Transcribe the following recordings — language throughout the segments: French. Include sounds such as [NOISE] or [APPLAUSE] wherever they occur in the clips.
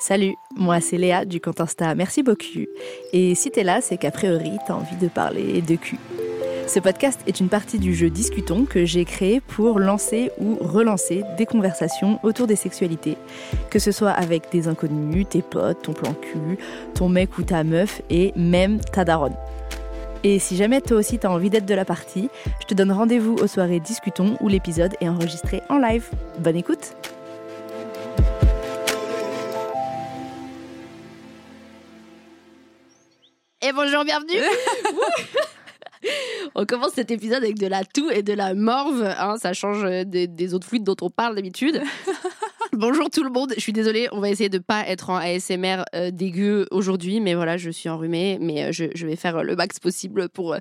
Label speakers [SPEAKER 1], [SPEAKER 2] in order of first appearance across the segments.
[SPEAKER 1] Salut, moi c'est Léa du compte Insta Merci beaucoup. Et si t'es là, c'est qu'a priori t'as envie de parler de cul. Ce podcast est une partie du jeu Discutons que j'ai créé pour lancer ou relancer des conversations autour des sexualités, que ce soit avec des inconnus, tes potes, ton plan cul, ton mec ou ta meuf et même ta daronne. Et si jamais toi aussi t'as envie d'être de la partie, je te donne rendez-vous aux soirées Discutons où l'épisode est enregistré en live. Bonne écoute
[SPEAKER 2] Et bonjour, bienvenue Ouh [LAUGHS] On commence cet épisode avec de la toux et de la morve, hein, ça change des, des autres fluides dont on parle [LAUGHS] d'habitude. Bonjour tout le monde, je suis désolée, on va essayer de pas être en ASMR euh, dégueu aujourd'hui, mais voilà, je suis enrhumée, mais euh, je, je vais faire euh, le max possible pour euh,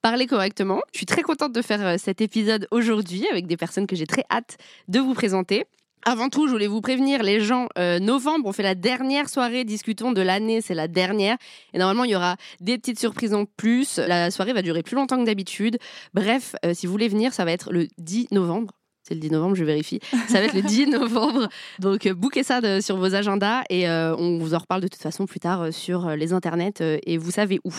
[SPEAKER 2] parler correctement. Je suis très contente de faire euh, cet épisode aujourd'hui avec des personnes que j'ai très hâte de vous présenter. Avant tout, je voulais vous prévenir, les gens, euh, novembre, on fait la dernière soirée, discutons de l'année, c'est la dernière. Et normalement, il y aura des petites surprises en plus. La soirée va durer plus longtemps que d'habitude. Bref, euh, si vous voulez venir, ça va être le 10 novembre. C'est le 10 novembre, je vérifie. Ça va être le 10 novembre. Donc, euh, bouquez ça de- sur vos agendas et euh, on vous en reparle de toute façon plus tard euh, sur euh, les internets euh, et vous savez où.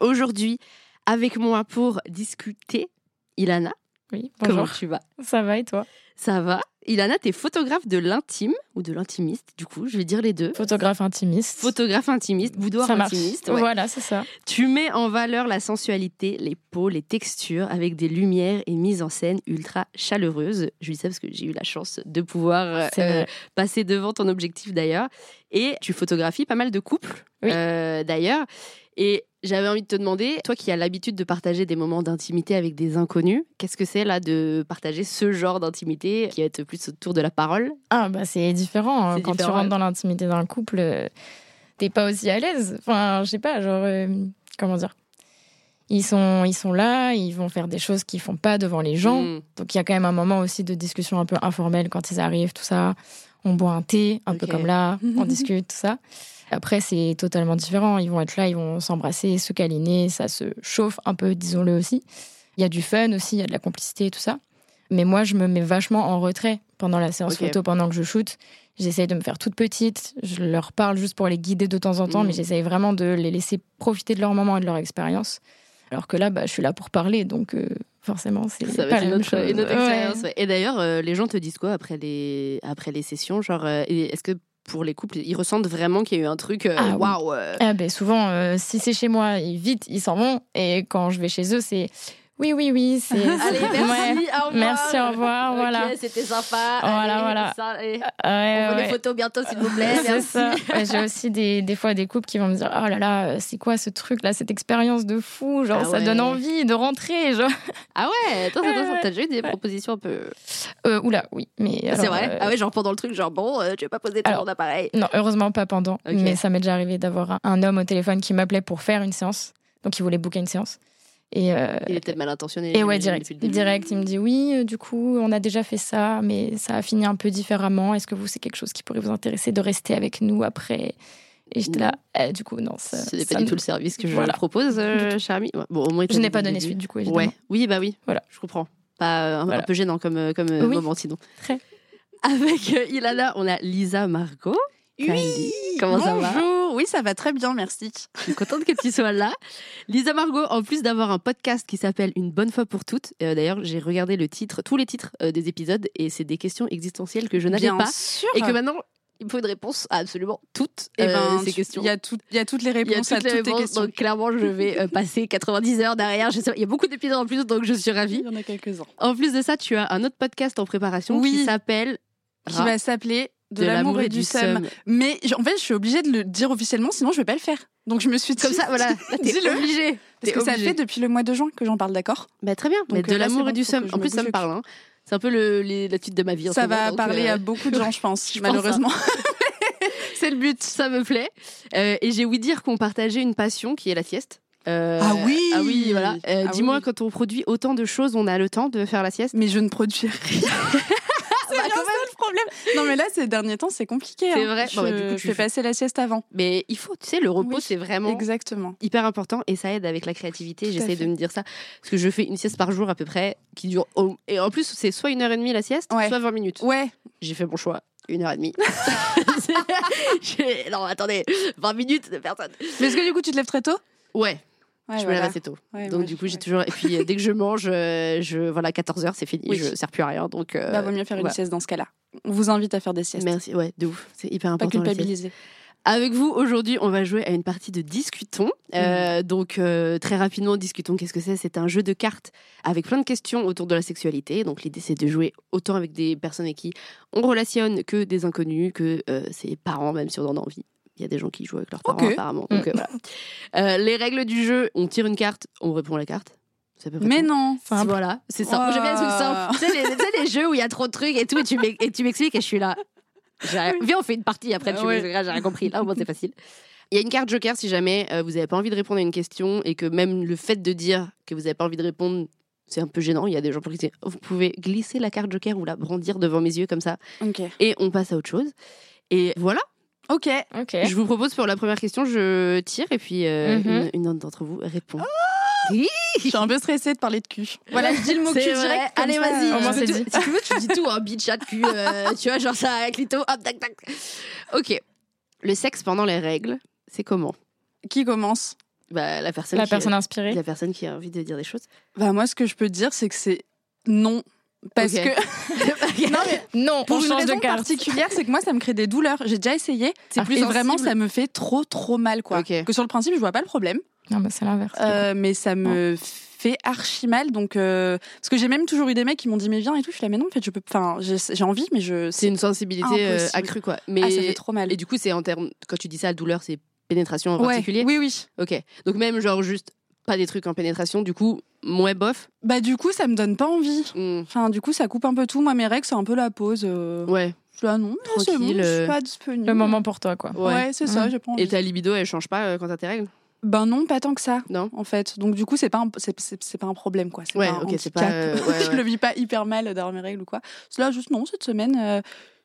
[SPEAKER 2] Aujourd'hui, avec moi pour discuter, Ilana,
[SPEAKER 3] Oui,
[SPEAKER 2] comment
[SPEAKER 3] bonjour.
[SPEAKER 2] tu vas
[SPEAKER 3] Ça va et toi
[SPEAKER 2] ça va. Ilana, t'es photographe de l'intime ou de l'intimiste, du coup, je vais dire les deux.
[SPEAKER 3] Photographe intimiste.
[SPEAKER 2] Photographe intimiste, boudoir
[SPEAKER 3] ça marche.
[SPEAKER 2] intimiste. ouais.
[SPEAKER 3] Voilà, c'est ça.
[SPEAKER 2] Tu mets en valeur la sensualité, les peaux, les textures avec des lumières et mises en scène ultra chaleureuses. Je dis ça parce que j'ai eu la chance de pouvoir euh,
[SPEAKER 3] Ah, C'est vrai.
[SPEAKER 2] passer devant ton objectif d'ailleurs. Et tu photographies pas mal de couples
[SPEAKER 3] Oui.
[SPEAKER 2] euh, d'ailleurs. Et j'avais envie de te demander, toi qui as l'habitude de partager des moments d'intimité avec des inconnus, qu'est-ce que c'est là de partager ce genre d'intimité qui va être plus autour de la parole
[SPEAKER 3] Ah, bah c'est différent. hein.
[SPEAKER 2] C'est
[SPEAKER 3] Quand
[SPEAKER 2] différent,
[SPEAKER 3] tu rentres
[SPEAKER 2] ouais.
[SPEAKER 3] dans l'intimité d'un couple, euh, t'es pas aussi à l'aise. Enfin, je sais pas, genre, euh, comment dire ils sont, ils sont là, ils vont faire des choses qu'ils font pas devant les gens.
[SPEAKER 2] Mm.
[SPEAKER 3] Donc il y a quand même un moment aussi de discussion un peu informelle quand ils arrivent, tout ça. On boit un thé, un peu
[SPEAKER 2] Ok. [LAUGHS]
[SPEAKER 3] comme là, on discute, tout ça. Après, c'est totalement différent. Ils vont être là, ils vont s'embrasser, se câliner, ça se chauffe un peu, disons-le aussi. Il y a du fun aussi, il y a de la complicité et tout ça. Mais moi, je me mets vachement en retrait pendant la séance
[SPEAKER 2] Ok.
[SPEAKER 3] photo, pendant que je shoote. J'essaye de me faire toute petite. Je leur parle juste pour les guider de temps en temps,
[SPEAKER 2] Mhm.
[SPEAKER 3] mais j'essaye vraiment de les laisser profiter de leur moment et de leur expérience. Alors que là, bah, je suis là pour parler, donc euh, forcément, c'est
[SPEAKER 2] Ça va
[SPEAKER 3] pas
[SPEAKER 2] être
[SPEAKER 3] la
[SPEAKER 2] une
[SPEAKER 3] même
[SPEAKER 2] autre,
[SPEAKER 3] chose.
[SPEAKER 2] une autre
[SPEAKER 3] Ouais.
[SPEAKER 2] expérience. ouais. Et d'ailleurs, euh, les gens te disent quoi après les, après les sessions Genre, euh, et est-ce que pour les couples, ils ressentent vraiment qu'il y a eu un truc euh,
[SPEAKER 3] Ah oui.
[SPEAKER 2] Waouh euh,
[SPEAKER 3] Ah ben souvent, euh, si c'est chez moi, ils- vite, ils s'en vont. Et quand je vais chez eux, c'est oui, oui, oui,
[SPEAKER 2] [LAUGHS] [LAUGHS]
[SPEAKER 3] c'est.
[SPEAKER 2] Allez,
[SPEAKER 3] Ouais.
[SPEAKER 2] merci, au revoir.
[SPEAKER 3] Merci, au revoir,
[SPEAKER 2] Ok,
[SPEAKER 3] voilà.
[SPEAKER 2] c'était sympa.
[SPEAKER 3] Voilà,
[SPEAKER 2] allez,
[SPEAKER 3] voilà.
[SPEAKER 2] ça, allez.
[SPEAKER 3] Ouais,
[SPEAKER 2] on veut
[SPEAKER 3] ouais.
[SPEAKER 2] les photos bientôt, s'il vous plaît.
[SPEAKER 3] [LAUGHS] C'est
[SPEAKER 2] Merci.
[SPEAKER 3] ça. Ouais, J'ai aussi des, des fois des couples qui vont me dire Oh là là, euh, c'est quoi ce truc là, cette expérience de fou Genre,
[SPEAKER 2] Ah
[SPEAKER 3] ça
[SPEAKER 2] ouais.
[SPEAKER 3] donne envie de rentrer. Genre.
[SPEAKER 2] Ah ouais, attends, attends,
[SPEAKER 3] Ouais,
[SPEAKER 2] attends,
[SPEAKER 3] ouais.
[SPEAKER 2] t'as déjà eu des propositions un peu.
[SPEAKER 3] Euh, oula, oui. mais
[SPEAKER 2] c'est
[SPEAKER 3] alors,
[SPEAKER 2] vrai
[SPEAKER 3] euh,
[SPEAKER 2] Ah ouais, genre pendant le truc, genre bon, euh, tu veux pas poser ton
[SPEAKER 3] Alors-
[SPEAKER 2] appareil.
[SPEAKER 3] Non, heureusement pas pendant.
[SPEAKER 2] Ok.
[SPEAKER 3] Mais ça m'est déjà arrivé d'avoir un- un homme au téléphone qui m'appelait pour faire une séance. Donc il voulait booker une séance. Et, euh,
[SPEAKER 2] Il était mal intentionné.
[SPEAKER 3] Et
[SPEAKER 2] j'imagine,
[SPEAKER 3] ouais, direct.
[SPEAKER 2] depuis le début.
[SPEAKER 3] Direct, il me dit oui, euh, du coup, on a déjà fait ça, mais ça a fini un peu différemment. Est-ce que vous, c'est quelque chose qui pourrait vous intéresser de rester avec nous après Et j'étais là, Eh, du coup, non, ça.
[SPEAKER 2] Ce n'est
[SPEAKER 3] ça
[SPEAKER 2] pas du
[SPEAKER 3] me-
[SPEAKER 2] tout le service que je
[SPEAKER 3] Voilà.
[SPEAKER 2] propose,
[SPEAKER 3] Du
[SPEAKER 2] euh, cher ami. Ouais, Bon, au moins,
[SPEAKER 3] Je n'ai pas donné
[SPEAKER 2] suite
[SPEAKER 3] suite, du coup, évidemment.
[SPEAKER 2] Ouais. Oui, bah oui.
[SPEAKER 3] Voilà.
[SPEAKER 2] Je comprends. Pas euh, un,
[SPEAKER 3] Voilà.
[SPEAKER 2] un peu gênant comme, euh, comme euh,
[SPEAKER 3] Oui.
[SPEAKER 2] moment sinon.
[SPEAKER 3] Très.
[SPEAKER 2] Avec euh, Ilana, on a Lisa Margot. Kali. [LAUGHS] Comment ça va
[SPEAKER 4] Bonjour, oui, ça va très bien, merci.
[SPEAKER 2] Je suis contente que tu sois là. Lisa Margot, en plus d'avoir un podcast qui s'appelle Une bonne fois pour toutes, euh, d'ailleurs, j'ai regardé le titre, tous les titres euh, des épisodes, et c'est des questions existentielles que je n'avais
[SPEAKER 4] bien
[SPEAKER 2] pas.
[SPEAKER 4] sûr.
[SPEAKER 2] Et que [LAUGHS] maintenant, il me faut une réponse à absolument toutes
[SPEAKER 4] Eh
[SPEAKER 2] euh,
[SPEAKER 4] ben,
[SPEAKER 2] ces
[SPEAKER 4] tu-
[SPEAKER 2] questions.
[SPEAKER 4] Il y, a tout- il y a toutes les
[SPEAKER 2] Il y a
[SPEAKER 4] réponses à
[SPEAKER 2] les
[SPEAKER 4] toutes tes
[SPEAKER 2] réponses,
[SPEAKER 4] questions.
[SPEAKER 2] donc clairement, je vais euh, passer 90 heures derrière. Je sais pas, il y a beaucoup d'épisodes en plus, donc je suis ravie.
[SPEAKER 4] en a quelques-uns.
[SPEAKER 2] En plus de ça, tu as un autre podcast en préparation
[SPEAKER 4] Oui.
[SPEAKER 2] qui s'appelle
[SPEAKER 4] Qui
[SPEAKER 2] Ra-
[SPEAKER 4] va s'appeler De, l'amour et du seum. [LAUGHS] Mais j- en fait, je suis obligée de le dire officiellement, sinon je vais pas le faire. Donc je me suis dit,
[SPEAKER 2] Comme ça,
[SPEAKER 4] [LAUGHS]
[SPEAKER 2] voilà, là, t'es
[SPEAKER 4] Dis-le.
[SPEAKER 2] obligé.
[SPEAKER 4] parce que ça fait depuis le mois de juin que j'en parle, d'accord
[SPEAKER 2] très bien. Mais
[SPEAKER 4] Donc,
[SPEAKER 2] de
[SPEAKER 4] euh, là,
[SPEAKER 2] l'amour
[SPEAKER 4] c'est
[SPEAKER 2] et du
[SPEAKER 4] bon, faut
[SPEAKER 2] seum.
[SPEAKER 4] que je
[SPEAKER 2] En
[SPEAKER 4] me
[SPEAKER 2] plus, ça
[SPEAKER 4] bouge
[SPEAKER 2] me
[SPEAKER 4] le
[SPEAKER 2] parle. hein. C'est un peu le, les- la suite de ma vie. en
[SPEAKER 4] Ça
[SPEAKER 2] ce moment,
[SPEAKER 4] va
[SPEAKER 2] donc,
[SPEAKER 4] parler hein.
[SPEAKER 2] euh,
[SPEAKER 4] à beaucoup de gens, je
[SPEAKER 2] [LAUGHS]
[SPEAKER 4] pense,
[SPEAKER 2] je pense, hein.
[SPEAKER 4] malheureusement.
[SPEAKER 2] C'est le but. Ça me plaît. Euh, et j'ai ouï dire qu'on partageait une passion qui est la sieste. Euh,
[SPEAKER 4] Ah oui
[SPEAKER 2] Ah oui, voilà. Euh,
[SPEAKER 4] Ah
[SPEAKER 2] Dis-moi,
[SPEAKER 4] oui.
[SPEAKER 2] quand on produit autant de choses, on a le temps de faire la sieste
[SPEAKER 4] Mais je ne produis
[SPEAKER 2] [LAUGHS]
[SPEAKER 4] rien. C'est bien ça le problème. Non, mais là, ces derniers temps, c'est compliqué.
[SPEAKER 2] Bah, C'est
[SPEAKER 4] hein.
[SPEAKER 2] vrai.
[SPEAKER 4] Je,
[SPEAKER 2] Bon, bah, du coup, tu
[SPEAKER 4] je fais
[SPEAKER 2] fais-
[SPEAKER 4] passer la sieste avant.
[SPEAKER 2] Mais il faut, tu sais, le repos,
[SPEAKER 4] Oui.
[SPEAKER 2] c'est vraiment
[SPEAKER 4] Exactement.
[SPEAKER 2] hyper important et ça aide avec la créativité.
[SPEAKER 4] Tout à
[SPEAKER 2] J'essaie de
[SPEAKER 4] fait.
[SPEAKER 2] me dire ça parce que je fais une sieste par jour à peu près qui dure. au- Et en plus, c'est soit une heure et demie la sieste,
[SPEAKER 4] Ouais.
[SPEAKER 2] soit 20 minutes.
[SPEAKER 4] Ouais.
[SPEAKER 2] J'ai fait mon choix. une heure et
[SPEAKER 4] [LAUGHS]
[SPEAKER 2] demie. [LAUGHS] J'ai- non, attendez, 20 minutes de personne.
[SPEAKER 4] Mais est-ce que du coup, tu te lèves très tôt
[SPEAKER 2] Ouais,
[SPEAKER 4] Ouais,
[SPEAKER 2] je me
[SPEAKER 4] voilà.
[SPEAKER 2] lève assez tôt.
[SPEAKER 4] Ouais,
[SPEAKER 2] donc
[SPEAKER 4] moi,
[SPEAKER 2] du
[SPEAKER 4] je-
[SPEAKER 2] coup, j'ai
[SPEAKER 4] ouais.
[SPEAKER 2] toujours. Et puis euh, dès que je mange, euh, je voilà 14 h c'est fini,
[SPEAKER 4] Oui.
[SPEAKER 2] je sers plus à rien. Donc euh,
[SPEAKER 4] Bah, vaut mieux faire une
[SPEAKER 2] ouais.
[SPEAKER 4] sieste dans ce cas-là. On vous invite à faire des siestes.
[SPEAKER 2] merci. Ouais, de ouf, c'est hyper
[SPEAKER 4] Pas
[SPEAKER 2] important. la sieste.
[SPEAKER 4] culpabiliser.
[SPEAKER 2] Avec vous aujourd'hui, on va jouer à une partie de discutons.
[SPEAKER 4] Mhm.
[SPEAKER 2] Euh, donc euh, très rapidement, discutons. Qu'est-ce que c'est C'est un jeu de cartes avec plein de questions autour de la sexualité. Donc l'idée, c'est de jouer autant avec des personnes avec qui on relationne que des inconnus, que euh, ses parents, même si on en a envie. Il y a des gens qui jouent avec leurs parents
[SPEAKER 4] Ok.
[SPEAKER 2] apparemment. Donc,
[SPEAKER 3] Mm.
[SPEAKER 2] euh, voilà. Euh, les règles du jeu on tire une carte, on répond à la carte. C'est à peu près
[SPEAKER 4] Mais
[SPEAKER 2] tout.
[SPEAKER 4] non.
[SPEAKER 2] C'est- voilà, c'est ça.
[SPEAKER 4] Wow.
[SPEAKER 2] J'aime bien les trucs simples. Tu sais, les, tu sais, les jeux où il y a trop de trucs et tout, et tu m'ex- et tu m'expliques et je suis là. J'ai- Viens, on fait une partie après, tu
[SPEAKER 4] Ah
[SPEAKER 2] me
[SPEAKER 4] ouais.
[SPEAKER 2] diras, j'ai rien compris. Là, au moins, c'est facile. Il y a une carte joker si jamais euh, vous n'avez pas envie de répondre à une question et que même le fait de dire que vous n'avez pas envie de répondre, c'est un peu gênant. Il y a des gens pour qui c'est vous pouvez glisser la carte joker ou la brandir devant mes yeux comme ça
[SPEAKER 4] Ok.
[SPEAKER 2] et on passe à autre chose. Et voilà,
[SPEAKER 4] Ok.
[SPEAKER 3] Ok.
[SPEAKER 2] je vous propose pour la première question, je tire et puis euh,
[SPEAKER 3] Mhm.
[SPEAKER 2] une, une autre d'entre vous répond.
[SPEAKER 4] [LAUGHS] Je suis un peu stressée de parler de cul. Voilà, je dis le mot cul
[SPEAKER 2] C'est vrai.
[SPEAKER 4] direct. comme
[SPEAKER 2] Allez,
[SPEAKER 4] ça,
[SPEAKER 2] vas-y.
[SPEAKER 3] Au
[SPEAKER 2] euh,
[SPEAKER 3] moins,
[SPEAKER 2] tu
[SPEAKER 3] c'est
[SPEAKER 2] dis
[SPEAKER 3] dit.
[SPEAKER 2] tout- Si tu veux, tu dis tout, hein, bitch, chat, cul, euh, [LAUGHS] tu vois, genre ça, avec les taux, hop, tac, tac. Ok. Le sexe pendant les règles, c'est comment
[SPEAKER 4] Qui commence
[SPEAKER 2] bah, la, personne
[SPEAKER 3] La
[SPEAKER 2] qui-
[SPEAKER 3] personne inspirée.
[SPEAKER 2] la personne qui a envie de dire des choses.
[SPEAKER 4] Bah moi, ce que je peux dire, c'est que c'est non. Parce
[SPEAKER 2] Ok.
[SPEAKER 4] [LAUGHS] que
[SPEAKER 2] non, [LAUGHS] mais
[SPEAKER 3] Non,
[SPEAKER 4] pour
[SPEAKER 3] on
[SPEAKER 4] une
[SPEAKER 3] change
[SPEAKER 4] raison
[SPEAKER 3] de carte.
[SPEAKER 4] particulière, c'est que moi ça me crée des douleurs. J'ai déjà essayé
[SPEAKER 3] C'est
[SPEAKER 2] Ah,
[SPEAKER 4] et vraiment ça me fait trop trop mal quoi.
[SPEAKER 2] Ok.
[SPEAKER 4] Que sur le principe je vois pas le problème,
[SPEAKER 3] Non, bah, c'est l'inverse. du coup.
[SPEAKER 4] euh, mais ça me fait archi mal. Donc euh, parce que j'ai même toujours eu des mecs qui m'ont dit mais viens et tout. Je suis là mais non en fait je peux. Enfin j'ai j'ai envie mais je.
[SPEAKER 2] c'est une sensibilité euh,
[SPEAKER 4] Impossible.
[SPEAKER 2] accrue, quoi. Mais,
[SPEAKER 4] Ah ça fait trop mal.
[SPEAKER 2] Et du coup, c'est en termes. Quand tu dis ça, douleur, c'est pénétration en
[SPEAKER 4] Ouais.
[SPEAKER 2] particulier
[SPEAKER 4] Oui oui.
[SPEAKER 2] Ok. Donc, même genre juste pas des trucs en pénétration, du coup, moins bof.
[SPEAKER 4] Bah du coup ça me donne pas envie.
[SPEAKER 2] Hmm.
[SPEAKER 4] Enfin du coup ça coupe un peu tout. Moi mes règles c'est un peu la pause. euh,
[SPEAKER 2] Ouais.
[SPEAKER 4] Je suis là non non, c'est bon,
[SPEAKER 2] Tranquille,
[SPEAKER 4] je
[SPEAKER 2] euh,
[SPEAKER 4] suis pas disponible.
[SPEAKER 3] Le moment pour toi, quoi.
[SPEAKER 2] Ouais.
[SPEAKER 4] Ouais, c'est ça, j'ai pas envie.
[SPEAKER 2] Mmh. Et ta libido, elle change pas euh, quand t'as tes règles
[SPEAKER 4] Ben non, pas tant que ça.
[SPEAKER 2] Non.
[SPEAKER 4] En fait, donc du coup, c'est pas un, c'est, c'est- c'est pas un problème quoi. C'est
[SPEAKER 2] Ouais,
[SPEAKER 4] pas un
[SPEAKER 2] ok, c'est
[SPEAKER 4] handicap.
[SPEAKER 2] pas, euh, ouais,
[SPEAKER 4] [LAUGHS] je
[SPEAKER 2] ouais.
[SPEAKER 4] le vis pas hyper mal euh, d'avoir mes règles ou quoi. Cela juste non cette semaine. euh,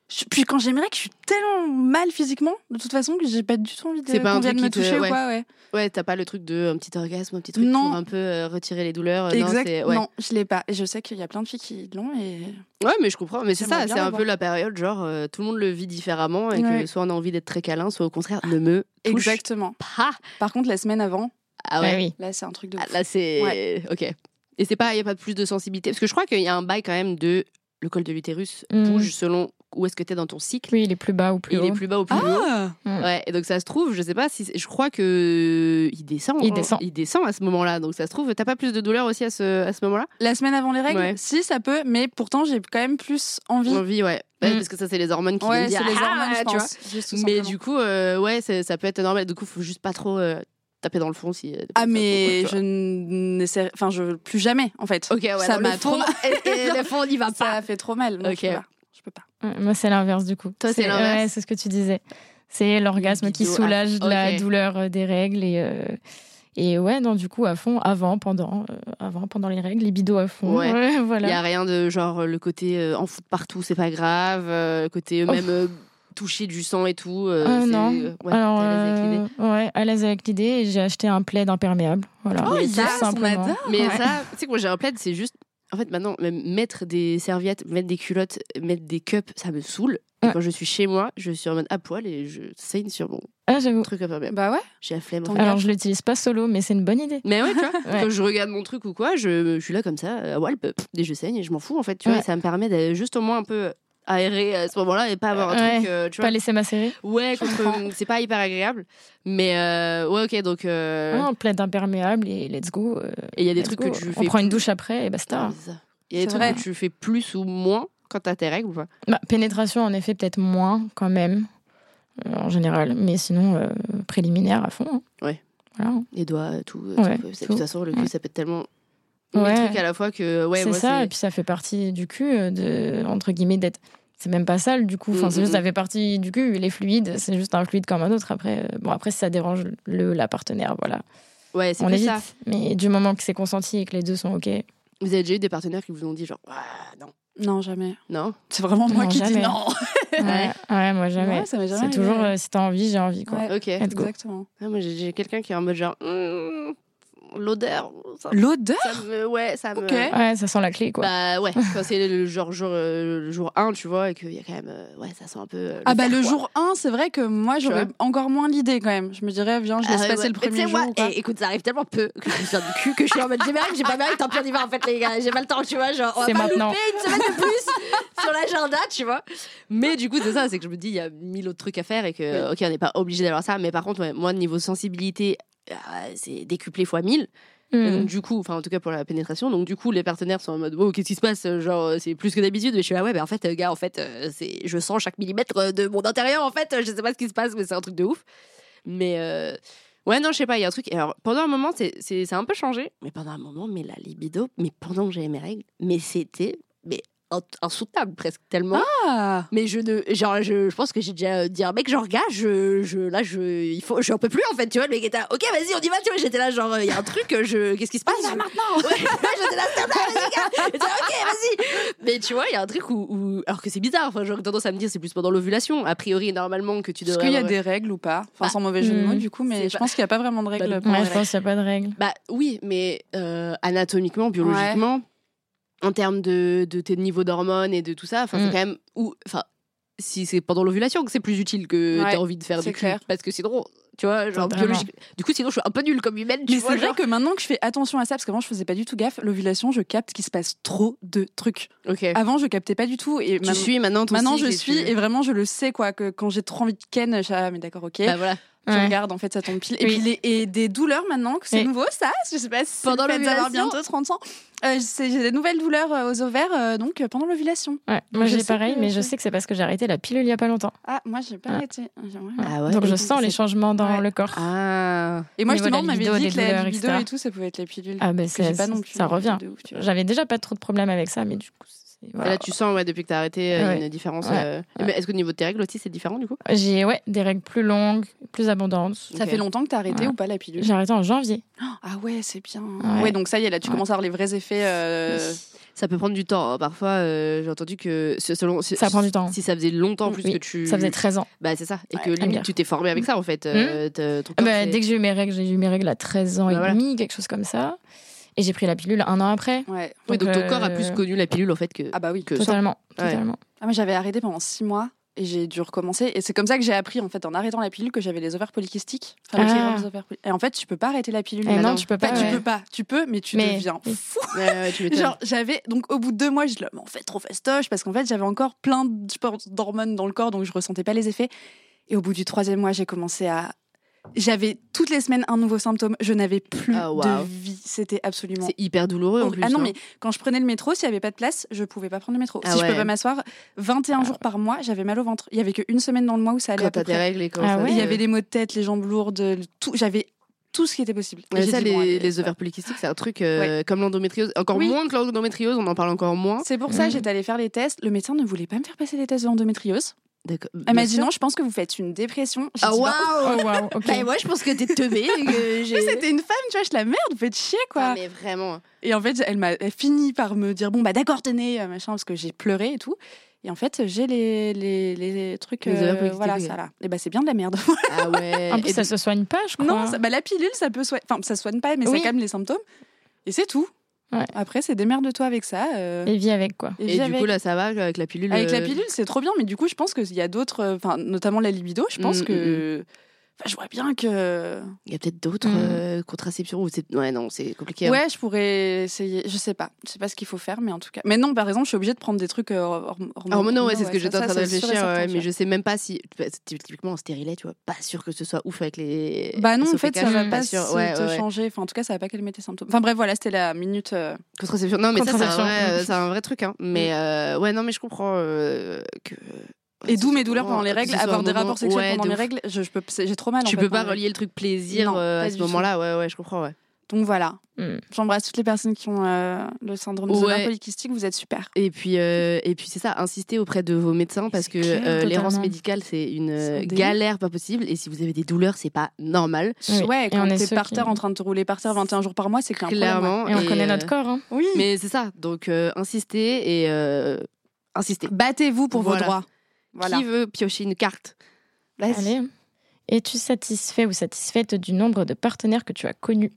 [SPEAKER 4] je- puis quand j'ai mes règles, je suis tellement mal physiquement de toute façon que j'ai pas du tout envie de
[SPEAKER 2] C'est pas un
[SPEAKER 4] qu'on vienne
[SPEAKER 2] truc qui
[SPEAKER 4] me
[SPEAKER 2] te-
[SPEAKER 4] toucher
[SPEAKER 2] ouais. Oh
[SPEAKER 4] ou quoi. Ouais.
[SPEAKER 2] Ouais, t'as pas le truc de un petit orgasme, un petit truc
[SPEAKER 4] Non.
[SPEAKER 2] pour un peu euh, retirer les douleurs. euh, non,
[SPEAKER 4] exact.
[SPEAKER 2] c'est-
[SPEAKER 4] Non,
[SPEAKER 2] ouais.
[SPEAKER 4] je l'ai pas. Et je sais qu'il y a plein de filles qui l'ont et
[SPEAKER 2] Ouais, mais je comprends. Mais c'est
[SPEAKER 4] J'aimerais
[SPEAKER 2] ça,
[SPEAKER 4] bien
[SPEAKER 2] c'est un
[SPEAKER 4] l'avoir.
[SPEAKER 2] peu la période, genre, euh, tout le monde le vit différemment et que
[SPEAKER 4] Ouais. Ah,
[SPEAKER 2] soit on a envie d'être très câlin, soit au contraire, ne me touche
[SPEAKER 4] exactement.
[SPEAKER 2] pas.
[SPEAKER 4] Par contre, la semaine avant,
[SPEAKER 2] Ah
[SPEAKER 3] Bah
[SPEAKER 2] ouais.
[SPEAKER 3] oui.
[SPEAKER 4] là, c'est un truc de.
[SPEAKER 2] Ah,
[SPEAKER 4] ouf.
[SPEAKER 2] Là, c'est.
[SPEAKER 4] Ouais.
[SPEAKER 2] Ok. Et c'est pas, il n'y a pas plus de sensibilité. Parce que je crois qu'il y a un bail quand même de. Le col de l'utérus
[SPEAKER 3] Mhm.
[SPEAKER 2] bouge selon où est-ce que t'es dans ton cycle.
[SPEAKER 3] Lui, il est plus bas ou plus
[SPEAKER 2] il
[SPEAKER 3] haut.
[SPEAKER 2] est plus bas ou plus haut.
[SPEAKER 4] Ah
[SPEAKER 2] Ouais, et donc ça se trouve, je sais pas si. c'est- Je crois que. Il descend.
[SPEAKER 3] Il
[SPEAKER 2] hein.
[SPEAKER 3] descend.
[SPEAKER 2] Il descend à ce moment-là. Donc ça se trouve, t'as pas plus de douleur aussi à ce, à ce moment-là
[SPEAKER 4] La semaine avant les règles,
[SPEAKER 2] Ouais.
[SPEAKER 4] si ça peut, mais pourtant j'ai quand même plus envie.
[SPEAKER 2] Envie, ouais. Ouais,
[SPEAKER 3] Mm.
[SPEAKER 2] Parce que ça, c'est les hormones qui viennent
[SPEAKER 4] Ouais,
[SPEAKER 2] dire,
[SPEAKER 4] c'est les
[SPEAKER 2] Ah,
[SPEAKER 4] hormones,
[SPEAKER 2] tu
[SPEAKER 4] je
[SPEAKER 2] vois.
[SPEAKER 4] pense. Juste tout
[SPEAKER 2] Mais
[SPEAKER 4] simplement.
[SPEAKER 2] du coup, euh, ouais, c'est- ça peut être normal. Du coup, faut juste pas trop euh, taper dans le fond si. euh,
[SPEAKER 4] Ah
[SPEAKER 2] tu
[SPEAKER 4] mais
[SPEAKER 2] vois.
[SPEAKER 4] je n'essaie, enfin je plus jamais en fait.
[SPEAKER 2] Ok, ouais,
[SPEAKER 4] ça
[SPEAKER 2] non, le
[SPEAKER 4] m'a
[SPEAKER 2] fond,
[SPEAKER 4] trop, [LAUGHS]
[SPEAKER 2] et, et le fond, on y va
[SPEAKER 4] ça
[SPEAKER 2] pas.
[SPEAKER 4] a fait trop mal. Non,
[SPEAKER 2] Ok.
[SPEAKER 4] je peux pas. Je peux pas.
[SPEAKER 3] Ouais, Mm, Moi, c'est l'inverse, du coup.
[SPEAKER 2] Toi, c'est l'inverse.
[SPEAKER 3] Ouais, c'est ce que tu disais. C'est l'orgasme qui
[SPEAKER 2] Libido à-
[SPEAKER 3] soulage de la
[SPEAKER 2] ok.
[SPEAKER 3] douleur euh, des règles. Et, euh, et ouais, non, du coup, à fond, avant, pendant, euh, avant, pendant les règles, libido à fond.
[SPEAKER 2] Ouais. Il
[SPEAKER 3] [LAUGHS] voilà.
[SPEAKER 2] y a rien de genre le côté euh, en foutre partout, c'est pas grave. euh, côté même
[SPEAKER 4] Oh.
[SPEAKER 2] euh, toucher du sang et tout. euh,
[SPEAKER 3] Ah,
[SPEAKER 2] c'est-
[SPEAKER 3] non.
[SPEAKER 2] ouais, t'es
[SPEAKER 3] Alors,
[SPEAKER 2] à l'aise avec l'idée.
[SPEAKER 3] euh, ouais, à l'aise avec l'idée, et j'ai acheté un plaid imperméable. Voilà.
[SPEAKER 4] Oh,
[SPEAKER 3] Tout
[SPEAKER 4] yes, on adore.
[SPEAKER 2] Mais
[SPEAKER 3] Ouais.
[SPEAKER 2] ça, tu sais, quand j'ai un plaid, c'est juste. En fait, maintenant, même mettre des serviettes, mettre des culottes, mettre des cups, ça me saoule. Et
[SPEAKER 3] Ouais.
[SPEAKER 2] quand je suis chez moi, je suis en mode à poil et je saigne sur mon
[SPEAKER 3] Ah, j'avoue.
[SPEAKER 2] truc imperméable.
[SPEAKER 4] Bah ouais.
[SPEAKER 2] J'ai la flemme. en
[SPEAKER 4] Tant
[SPEAKER 2] fait.
[SPEAKER 3] Alors, je l'utilise pas solo, mais c'est une bonne idée.
[SPEAKER 2] Mais ouais, tu vois, [LAUGHS]
[SPEAKER 3] Ouais.
[SPEAKER 2] quand je regarde mon truc ou quoi, je, je suis là comme ça, euh, ouais, pff, et je saigne et je m'en fous en fait, tu vois,
[SPEAKER 3] Ouais.
[SPEAKER 2] et ça me permet d'aller juste au moins un peu aérer euh, à ce moment-là et pas avoir un
[SPEAKER 3] Ouais.
[SPEAKER 2] truc, euh, tu
[SPEAKER 3] Pas
[SPEAKER 2] vois.
[SPEAKER 3] laisser macérer.
[SPEAKER 2] Ouais,
[SPEAKER 4] comprends.
[SPEAKER 2] contre, c'est pas hyper agréable, mais euh, ouais, ok, donc. euh,
[SPEAKER 3] Non, plaid imperméable et let's go. euh,
[SPEAKER 2] et il y a des
[SPEAKER 3] let's
[SPEAKER 2] trucs
[SPEAKER 3] go.
[SPEAKER 2] que tu
[SPEAKER 3] On
[SPEAKER 2] fais
[SPEAKER 3] prend une
[SPEAKER 2] plus-
[SPEAKER 3] douche après et basta.
[SPEAKER 2] Ah, c'est ça. Il y a des
[SPEAKER 4] C'est
[SPEAKER 2] trucs
[SPEAKER 4] vrai.
[SPEAKER 2] que tu fais plus ou moins quand t'as tes règles ou pas.
[SPEAKER 3] Bah, pénétration, en effet, peut-être moins quand même, euh, en général. Mais sinon, euh, préliminaire à fond. hein.
[SPEAKER 2] Ouais.
[SPEAKER 3] Voilà.
[SPEAKER 2] Les doigts, tout. euh,
[SPEAKER 3] Ouais,
[SPEAKER 2] tout, euh, c'est- De
[SPEAKER 3] tout.
[SPEAKER 2] toute façon, le cul, ça peut être tellement.
[SPEAKER 3] Ouais.
[SPEAKER 2] Mille trucs à la fois que. Ouais,
[SPEAKER 3] c'est
[SPEAKER 2] moi,
[SPEAKER 3] ça, et
[SPEAKER 2] c'est-
[SPEAKER 3] puis ça fait partie du cul, euh, de, entre guillemets, d'être. C'est même pas sale du coup, enfin,
[SPEAKER 2] Mm,
[SPEAKER 3] c'est juste
[SPEAKER 2] mm,
[SPEAKER 3] ça fait partie du cul, les fluides, c'est juste un fluide comme un autre. Après, euh, bon, après si ça dérange le, la partenaire, voilà.
[SPEAKER 2] Ouais, c'est
[SPEAKER 3] On
[SPEAKER 2] plus
[SPEAKER 3] évite.
[SPEAKER 2] ça.
[SPEAKER 3] Mais du moment que c'est consenti et que les deux sont
[SPEAKER 2] [LAUGHS]
[SPEAKER 3] OK.
[SPEAKER 2] Vous avez déjà eu des partenaires qui vous ont dit genre, ah, non,
[SPEAKER 4] Non jamais.
[SPEAKER 2] non.
[SPEAKER 4] C'est vraiment moi
[SPEAKER 3] Non,
[SPEAKER 4] qui dis
[SPEAKER 3] jamais.
[SPEAKER 4] non.
[SPEAKER 3] Ouais, ouais, moi jamais.
[SPEAKER 4] Ouais, ça m'est jamais
[SPEAKER 3] c'est
[SPEAKER 4] arrivé.
[SPEAKER 3] toujours euh, si t'as envie, j'ai envie quoi.
[SPEAKER 4] Ouais.
[SPEAKER 2] Ok.
[SPEAKER 3] Let's go.
[SPEAKER 4] Exactement.
[SPEAKER 2] Ah, moi, j'ai j'ai quelqu'un qui est en mode genre. Hmm, l'odeur. ça-
[SPEAKER 4] L'odeur
[SPEAKER 2] ça me- ouais, ça me.
[SPEAKER 4] Ok.
[SPEAKER 3] Ouais, ça sent la clé, quoi.
[SPEAKER 2] Bah ouais, quand c'est le jour, jour, euh, le jour 1, tu vois, et qu'il y a quand même. euh, ouais, ça sent un peu. euh,
[SPEAKER 4] Ah bah
[SPEAKER 2] fer,
[SPEAKER 4] le
[SPEAKER 2] quoi.
[SPEAKER 4] jour 1, c'est vrai que moi
[SPEAKER 2] Tu
[SPEAKER 4] j'aurais
[SPEAKER 2] vois
[SPEAKER 4] encore moins l'idée quand même. Je me dirais viens, je
[SPEAKER 2] Ah
[SPEAKER 4] laisse
[SPEAKER 2] ouais,
[SPEAKER 4] passer
[SPEAKER 2] ouais.
[SPEAKER 4] le
[SPEAKER 2] Mais tu
[SPEAKER 4] premier
[SPEAKER 2] sais,
[SPEAKER 4] jour.
[SPEAKER 2] moi,
[SPEAKER 4] ou quoi.
[SPEAKER 2] eh, écoute, ça arrive tellement peu que je me sors du cul que je suis en mode j'ai mérite, j'ai pas mérite, tant pis, on y va en fait, les gars. J'ai pas le temps, tu vois. Genre, on va
[SPEAKER 3] C'est
[SPEAKER 2] pas
[SPEAKER 3] maintenant.
[SPEAKER 2] louper une semaine de [LAUGHS] plus sur l'agenda, tu vois. Mais du coup, c'est ça, c'est que je me dis, il y a mille autres trucs à faire et que, ok, on n'est pas obligé d'avoir ça. Mais par contre, ouais, moi, niveau sensibilité, euh, c'est décuplé fois mille. Et
[SPEAKER 3] Hmm.
[SPEAKER 2] donc du coup, enfin en tout cas pour la pénétration, donc du coup les partenaires sont en mode wow qu'est-ce qui se passe genre euh, c'est plus que d'habitude mais je suis là ouais mais en fait euh, gars en fait euh, c'est je sens chaque millimètre euh, de mon intérieur en fait je sais pas ce qui se passe mais c'est un truc de ouf mais euh, ouais non je sais pas il y a un truc et alors pendant un moment c'est c'est ça a un peu changé mais pendant un moment mais la libido mais pendant que j'avais mes règles mais c'était mais in- insoutenable presque tellement
[SPEAKER 4] Ah,
[SPEAKER 2] mais je ne genre je, je pense que j'ai déjà euh, dit à un mec genre gars je, je là je il faut je peux plus en fait tu vois le mec était là, ok vas-y on y va tu vois j'étais là genre il y a un truc euh, je qu'est-ce qui se passe maintenant ouais, j'étais là c'est dingue, vas-y, [LAUGHS] gars. J'étais là, ok vas-y mais tu vois il y a un truc où, où- alors que c'est bizarre enfin j'aurais tendance à me dire c'est plus pendant l'ovulation a priori normalement que tu
[SPEAKER 4] Est-ce
[SPEAKER 2] devrais
[SPEAKER 4] qu'il y a
[SPEAKER 2] avoir- Bah, mm,
[SPEAKER 4] des règles ou pas Enfin sans mauvais jeu de
[SPEAKER 3] hmm,
[SPEAKER 4] mots du coup, mais
[SPEAKER 2] c'est
[SPEAKER 4] je
[SPEAKER 2] pas-
[SPEAKER 4] pense qu'il n'y a pas vraiment de règles.
[SPEAKER 2] Bah,
[SPEAKER 4] pour
[SPEAKER 3] Ouais,
[SPEAKER 4] les
[SPEAKER 3] je pense qu'il n'y a pas de règle.
[SPEAKER 2] bah oui mais euh, anatomiquement biologiquement en termes de, de tes niveaux d'hormones et de tout ça enfin c'est
[SPEAKER 3] Mm.
[SPEAKER 2] quand même ou enfin si c'est pendant l'ovulation que c'est plus utile que
[SPEAKER 4] Ouais,
[SPEAKER 2] t'as envie de faire
[SPEAKER 4] c'est
[SPEAKER 2] du cul,
[SPEAKER 4] clair.
[SPEAKER 2] parce que sinon tu vois genre
[SPEAKER 3] Totalement.
[SPEAKER 2] biologique du coup sinon je suis un peu nulle comme humaine tu
[SPEAKER 4] Mais
[SPEAKER 2] vois
[SPEAKER 4] c'est vrai
[SPEAKER 2] genre
[SPEAKER 4] que maintenant que je fais attention à ça, parce qu'avant je faisais pas du tout gaffe, l'ovulation, je capte qu'il se passe trop de trucs.
[SPEAKER 2] ok
[SPEAKER 3] euh,
[SPEAKER 4] Avant, je captais pas du tout. Et
[SPEAKER 2] tu
[SPEAKER 4] maintenant-
[SPEAKER 2] suis maintenant ton
[SPEAKER 4] Maintenant, je
[SPEAKER 2] cycle et
[SPEAKER 4] suis
[SPEAKER 2] tu-
[SPEAKER 4] et vraiment, je le sais, quoi. Que quand j'ai trop envie de ken, je suis, ah, mais d'accord, ok.
[SPEAKER 2] Bah, voilà
[SPEAKER 4] Tu
[SPEAKER 3] Ouais.
[SPEAKER 4] regardes, en fait, ça tombe pile. Et
[SPEAKER 3] Oui.
[SPEAKER 4] puis, les- et des douleurs maintenant, que c'est
[SPEAKER 3] Oui.
[SPEAKER 4] nouveau, ça. Je sais pas si
[SPEAKER 2] Pendant
[SPEAKER 4] le fait d'avoir
[SPEAKER 2] l'ovulation.
[SPEAKER 4] bientôt 30 ans. euh, c'est- j'ai des nouvelles douleurs euh, aux ovaires, euh, donc euh, pendant l'ovulation.
[SPEAKER 3] Ouais. Moi,
[SPEAKER 4] je
[SPEAKER 3] j'ai
[SPEAKER 4] sais
[SPEAKER 3] pareil,
[SPEAKER 4] que-
[SPEAKER 3] mais je sais que c'est parce que j'ai arrêté la pilule il n'y a pas longtemps.
[SPEAKER 4] Ah, moi, j'ai pas
[SPEAKER 3] Ah.
[SPEAKER 4] arrêté. J'aimerais.
[SPEAKER 3] Ouais.
[SPEAKER 2] Ah ouais,
[SPEAKER 3] Donc,
[SPEAKER 2] et
[SPEAKER 3] je
[SPEAKER 2] donc,
[SPEAKER 3] sens les
[SPEAKER 2] c'est-
[SPEAKER 3] changements dans
[SPEAKER 4] Ouais.
[SPEAKER 3] le corps. Ah,
[SPEAKER 2] ah
[SPEAKER 4] Et moi,
[SPEAKER 3] Mais voilà,
[SPEAKER 4] justement, on m'avait
[SPEAKER 3] libido,
[SPEAKER 4] dit
[SPEAKER 3] des
[SPEAKER 4] que la
[SPEAKER 3] douleurs,
[SPEAKER 4] libido
[SPEAKER 3] etc.
[SPEAKER 4] et tout, ça pouvait être les pilules.
[SPEAKER 3] ben,
[SPEAKER 4] que j'ai
[SPEAKER 3] c'est-
[SPEAKER 4] pas
[SPEAKER 3] ça,
[SPEAKER 4] non plus.
[SPEAKER 3] ça revient.
[SPEAKER 4] de ouf, tu vois.
[SPEAKER 3] J'avais déjà pas trop de problèmes avec ça, mais du coup, c'est-
[SPEAKER 2] Et
[SPEAKER 3] voilà.
[SPEAKER 2] là tu sens ouais depuis que t'as arrêté euh,
[SPEAKER 3] Ouais.
[SPEAKER 2] une différence
[SPEAKER 3] Ouais.
[SPEAKER 2] euh,
[SPEAKER 3] Ouais.
[SPEAKER 2] mais est-ce qu'au niveau de tes règles aussi c'est différent du coup
[SPEAKER 3] J'ai ouais, des règles plus longues, plus abondantes.
[SPEAKER 4] Ça
[SPEAKER 2] Ok.
[SPEAKER 4] fait longtemps que t'as arrêté
[SPEAKER 3] Voilà.
[SPEAKER 4] ou pas la pilule
[SPEAKER 3] J'ai arrêté en janvier.
[SPEAKER 4] Ah ouais, c'est bien. Ouais.
[SPEAKER 3] Ouais.
[SPEAKER 4] donc ça y est, là, tu
[SPEAKER 3] Ouais.
[SPEAKER 4] commences à avoir les vrais effets. euh,
[SPEAKER 2] Ça peut prendre du temps. hein. Parfois, euh, j'ai entendu que ce- selon si-
[SPEAKER 3] Ça prend du temps.
[SPEAKER 2] Si ça faisait longtemps en plus
[SPEAKER 3] Oui,
[SPEAKER 2] que tu,
[SPEAKER 3] Ça faisait 13 ans.
[SPEAKER 2] bah c'est ça, et
[SPEAKER 3] Ouais,
[SPEAKER 2] que
[SPEAKER 3] très
[SPEAKER 2] limite
[SPEAKER 3] bien.
[SPEAKER 2] tu t'es formé avec ça en fait. euh, t'as- ton
[SPEAKER 3] Ah
[SPEAKER 2] corps,
[SPEAKER 3] bah,
[SPEAKER 2] c'est-
[SPEAKER 3] dès que j'ai eu mes règles, j'ai eu mes règles à 13 ans
[SPEAKER 2] Bah,
[SPEAKER 3] et
[SPEAKER 2] voilà.
[SPEAKER 3] demi, quelque chose comme ça. Et j'ai pris la pilule un an après.
[SPEAKER 4] Ouais.
[SPEAKER 2] Oui, donc ton
[SPEAKER 3] euh,
[SPEAKER 2] corps a plus connu la pilule en fait que.
[SPEAKER 4] Ah bah oui.
[SPEAKER 2] que ça.
[SPEAKER 3] Totalement.
[SPEAKER 2] Ouais.
[SPEAKER 3] totalement.
[SPEAKER 4] Ah, mais j'avais arrêté pendant six mois et j'ai dû recommencer. Et c'est comme ça que j'ai appris, en fait, en arrêtant la pilule, que j'avais les ovaires polykystiques. Enfin, le
[SPEAKER 3] Ah.
[SPEAKER 4] sérum des ovaires poly- Et en fait, tu peux pas arrêter la pilule.
[SPEAKER 3] Eh
[SPEAKER 4] maintenant.
[SPEAKER 3] non, tu peux
[SPEAKER 4] Pas-
[SPEAKER 3] pas.
[SPEAKER 4] tu
[SPEAKER 3] ouais.
[SPEAKER 4] peux pas. Tu peux, mais tu
[SPEAKER 3] Mais-
[SPEAKER 4] deviens fou.
[SPEAKER 2] [LAUGHS] Ouais, ouais, bah tu m'étonnes.
[SPEAKER 4] Genre, j'avais. Donc, au bout de deux mois, je dis, mais en fait, trop fastoche, parce qu'en fait, j'avais encore plein de je pense, d'hormones dans le corps, donc je ressentais pas les effets. Et au bout du troisième mois, j'ai commencé à. J'avais toutes les semaines un nouveau symptôme. Je n'avais plus
[SPEAKER 2] Ah, waouh.
[SPEAKER 4] de vie. C'était absolument
[SPEAKER 2] c'est hyper douloureux en plus.
[SPEAKER 4] ah non,
[SPEAKER 2] hein.
[SPEAKER 4] mais quand je prenais le métro, s'il n'y avait pas de place, je pouvais pas prendre le métro.
[SPEAKER 2] Ah
[SPEAKER 4] si je
[SPEAKER 2] ouais. Ah.
[SPEAKER 4] peux pas m'asseoir, 21 jours par mois, j'avais mal au ventre. Il y avait qu'une semaine dans le mois où ça allait
[SPEAKER 2] quand
[SPEAKER 4] à peu
[SPEAKER 2] t'as tes
[SPEAKER 4] près.
[SPEAKER 2] règles et quand
[SPEAKER 3] Ah
[SPEAKER 2] ça euh,
[SPEAKER 3] ouais.
[SPEAKER 4] Il y
[SPEAKER 2] te-
[SPEAKER 4] avait les maux de tête, les jambes lourdes, le tout. J'avais tout ce qui était possible. Et
[SPEAKER 2] Ouais,
[SPEAKER 4] j'ai
[SPEAKER 2] ça,
[SPEAKER 4] dit,
[SPEAKER 2] les,
[SPEAKER 4] bon, allez,
[SPEAKER 2] les
[SPEAKER 4] ça va.
[SPEAKER 2] ovaires polykystiques, c'est un truc euh, comme l'endométriose. Encore
[SPEAKER 4] Oui.
[SPEAKER 2] moins que l'endométriose, on en parle encore moins.
[SPEAKER 4] C'est pour ça
[SPEAKER 3] Mm.
[SPEAKER 4] que j'étais allée faire les tests. Le médecin ne voulait pas me faire passer les tests d'endométriose.
[SPEAKER 2] D'accord.
[SPEAKER 4] Elle m'a
[SPEAKER 2] Bien
[SPEAKER 4] dit
[SPEAKER 2] sûr.
[SPEAKER 4] non, je pense que vous faites une dépression. J'ai
[SPEAKER 2] Ah
[SPEAKER 4] dit, bah,
[SPEAKER 2] waouh
[SPEAKER 3] Oh, waouh,
[SPEAKER 2] [LAUGHS]
[SPEAKER 3] ok.
[SPEAKER 2] Bah, moi, je pense que t'es teubée. et que j'ai-
[SPEAKER 4] oui, C'était une femme, tu vois, je la merde, vous faites chier quoi.
[SPEAKER 2] Ah, mais vraiment.
[SPEAKER 4] Et en fait, elle m'a elle finit par me dire bon bah d'accord tenez euh, machin parce que j'ai pleuré et tout. Et en fait, j'ai les, les, les trucs
[SPEAKER 2] Les ovaires
[SPEAKER 4] euh, voilà
[SPEAKER 2] polykystiques,
[SPEAKER 4] ça là. Et bah c'est bien de la merde. [LAUGHS]
[SPEAKER 2] Ah ouais.
[SPEAKER 3] En
[SPEAKER 2] Et
[SPEAKER 3] plus, ça se soigne pas, je crois.
[SPEAKER 4] non, ça- bah, la pilule ça peut soigner enfin ça soigne pas mais
[SPEAKER 3] Oui.
[SPEAKER 4] ça calme les symptômes. Et c'est tout.
[SPEAKER 3] Ouais.
[SPEAKER 4] Après c'est démerde-toi avec ça. euh,
[SPEAKER 3] Et vis avec, quoi.
[SPEAKER 4] et
[SPEAKER 2] Et
[SPEAKER 4] vis
[SPEAKER 2] du
[SPEAKER 4] avec.
[SPEAKER 2] coup, là, ça va avec la pilule.
[SPEAKER 4] avec la
[SPEAKER 2] euh,
[SPEAKER 4] pilule, c'est trop bien mais du coup, je pense qu'il y a d'autres euh, enfin notamment la libido, je pense
[SPEAKER 2] Mm,
[SPEAKER 4] que enfin je vois bien que
[SPEAKER 2] Il y a peut-être d'autres
[SPEAKER 3] Mm.
[SPEAKER 2] euh, contraceptions où c'est. Ouais, non, c'est compliqué. hein.
[SPEAKER 4] Ouais, je pourrais essayer. Je sais pas. Je sais pas ce qu'il faut faire, mais en tout cas. Mais non, par exemple, je suis obligée de prendre des trucs euh, horm- hormonaux.
[SPEAKER 2] Alors, Ah, moi, non, ouais, c'est ce que
[SPEAKER 4] je
[SPEAKER 2] j'étais en train de réfléchir, ouais, mais je sais même pas si. bah, c'est Typiquement, en stérilet, tu vois, pas sûr que ce soit ouf avec les.
[SPEAKER 4] Bah non,
[SPEAKER 2] les
[SPEAKER 4] en fait, ça
[SPEAKER 2] sophicages,
[SPEAKER 4] va
[SPEAKER 3] pas
[SPEAKER 4] pas
[SPEAKER 2] sûr.
[SPEAKER 4] se-
[SPEAKER 2] Ouais,
[SPEAKER 4] te
[SPEAKER 2] ouais, ouais.
[SPEAKER 4] changer. Enfin, en tout cas, ça va pas calmer tes symptômes. Enfin bref, voilà, c'était la minute. euh,
[SPEAKER 2] Contraception. Non, mais ça, c'est un,
[SPEAKER 3] Contraception.
[SPEAKER 2] vrai, euh, c'est un vrai truc. Hein. Mais euh, ouais, non, mais je comprends euh, que.
[SPEAKER 4] Et d'où mes douleurs pendant les
[SPEAKER 2] Que ce
[SPEAKER 4] règles,
[SPEAKER 2] soit un
[SPEAKER 4] avoir des
[SPEAKER 2] moment-
[SPEAKER 4] rapports sexuels
[SPEAKER 2] ouais,
[SPEAKER 4] pendant
[SPEAKER 2] de
[SPEAKER 4] les
[SPEAKER 2] ouf.
[SPEAKER 4] règles, je, je peux, c'est- j'ai trop mal. en
[SPEAKER 2] Tu
[SPEAKER 4] fait,
[SPEAKER 2] peux
[SPEAKER 4] pendant
[SPEAKER 2] pas
[SPEAKER 4] les
[SPEAKER 2] relier le truc plaisir
[SPEAKER 4] Non,
[SPEAKER 2] euh,
[SPEAKER 4] pas
[SPEAKER 2] à ce
[SPEAKER 4] du tout.
[SPEAKER 2] moment-là. Ouais, ouais, je comprends, ouais.
[SPEAKER 4] règles. Donc voilà.
[SPEAKER 3] Mm.
[SPEAKER 4] J'embrasse toutes les personnes qui ont euh, le syndrome des
[SPEAKER 2] Ouais.
[SPEAKER 4] ovaires polykystiques. Vous êtes super.
[SPEAKER 2] Et puis, euh, et puis c'est ça, insister auprès de vos médecins parce
[SPEAKER 3] C'est
[SPEAKER 2] que
[SPEAKER 3] clair,
[SPEAKER 2] euh, l'errance
[SPEAKER 3] totalement.
[SPEAKER 2] médicale, c'est une
[SPEAKER 4] C'est un
[SPEAKER 2] euh,
[SPEAKER 4] délire.
[SPEAKER 2] galère pas possible. Et si vous avez des douleurs, c'est pas normal,
[SPEAKER 3] Oui.
[SPEAKER 4] Ouais,
[SPEAKER 3] Et
[SPEAKER 4] quand
[SPEAKER 3] on est
[SPEAKER 4] t'es
[SPEAKER 3] ceux
[SPEAKER 4] par
[SPEAKER 3] qui-
[SPEAKER 4] terre en train de te rouler par terre 21 jours par mois, c'est que t'as un problème, ouais.
[SPEAKER 2] clairement.
[SPEAKER 3] Et on
[SPEAKER 2] Et,
[SPEAKER 3] connaît
[SPEAKER 2] euh,
[SPEAKER 3] notre corps. hein.
[SPEAKER 4] Oui.
[SPEAKER 2] Mais c'est ça, donc euh, insister et euh, insister.
[SPEAKER 4] battez-vous pour
[SPEAKER 2] Voilà.
[SPEAKER 4] vos droits. Ah bah, Voilà.
[SPEAKER 2] Qui veut piocher une carte
[SPEAKER 4] Vas-y.
[SPEAKER 3] Allez. Es-tu satisfait ou satisfaite du nombre de partenaires que tu as connus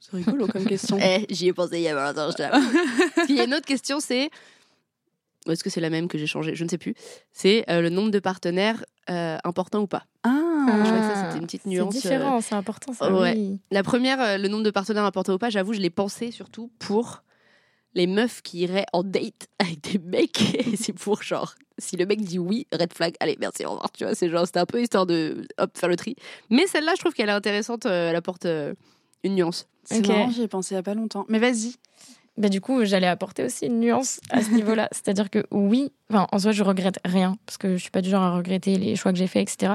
[SPEAKER 4] C'est rigolo
[SPEAKER 2] [LAUGHS]
[SPEAKER 4] comme question.
[SPEAKER 2] Eh, j'y ai pensé il y a 20 ans, je t'avoue. Il y a une autre question, c'est. ou Est-ce que c'est la même que j'ai changée Je ne sais plus. C'est euh, le nombre de partenaires euh, important ou pas.
[SPEAKER 4] Ah,
[SPEAKER 2] Je crois que ça, c'était une petite nuance, euh,
[SPEAKER 3] C'est différent, c'est important. Ça,
[SPEAKER 2] ouais.
[SPEAKER 3] oui.
[SPEAKER 2] La première, euh, le nombre de partenaires importants ou pas, j'avoue, je l'ai pensé surtout pour les meufs qui iraient en date [LAUGHS] avec des mecs. Et c'est pour genre, si le mec dit oui, red flag, allez, merci, au revoir. Tu vois, c'est genre, c'était un peu histoire de hop, faire le tri. Mais celle-là, je trouve qu'elle est intéressante. euh, Elle apporte euh, une nuance.
[SPEAKER 4] c'est
[SPEAKER 3] Ok.
[SPEAKER 4] marrant, j'y ai pensé il y a pas longtemps. Mais [LAUGHS] vas-y.
[SPEAKER 3] Bah, du coup, j'allais apporter aussi une nuance à ce niveau-là. C'est-à-dire que oui, enfin, en soi, je regrette rien, parce que je suis pas du genre à regretter les choix que j'ai faits, etc.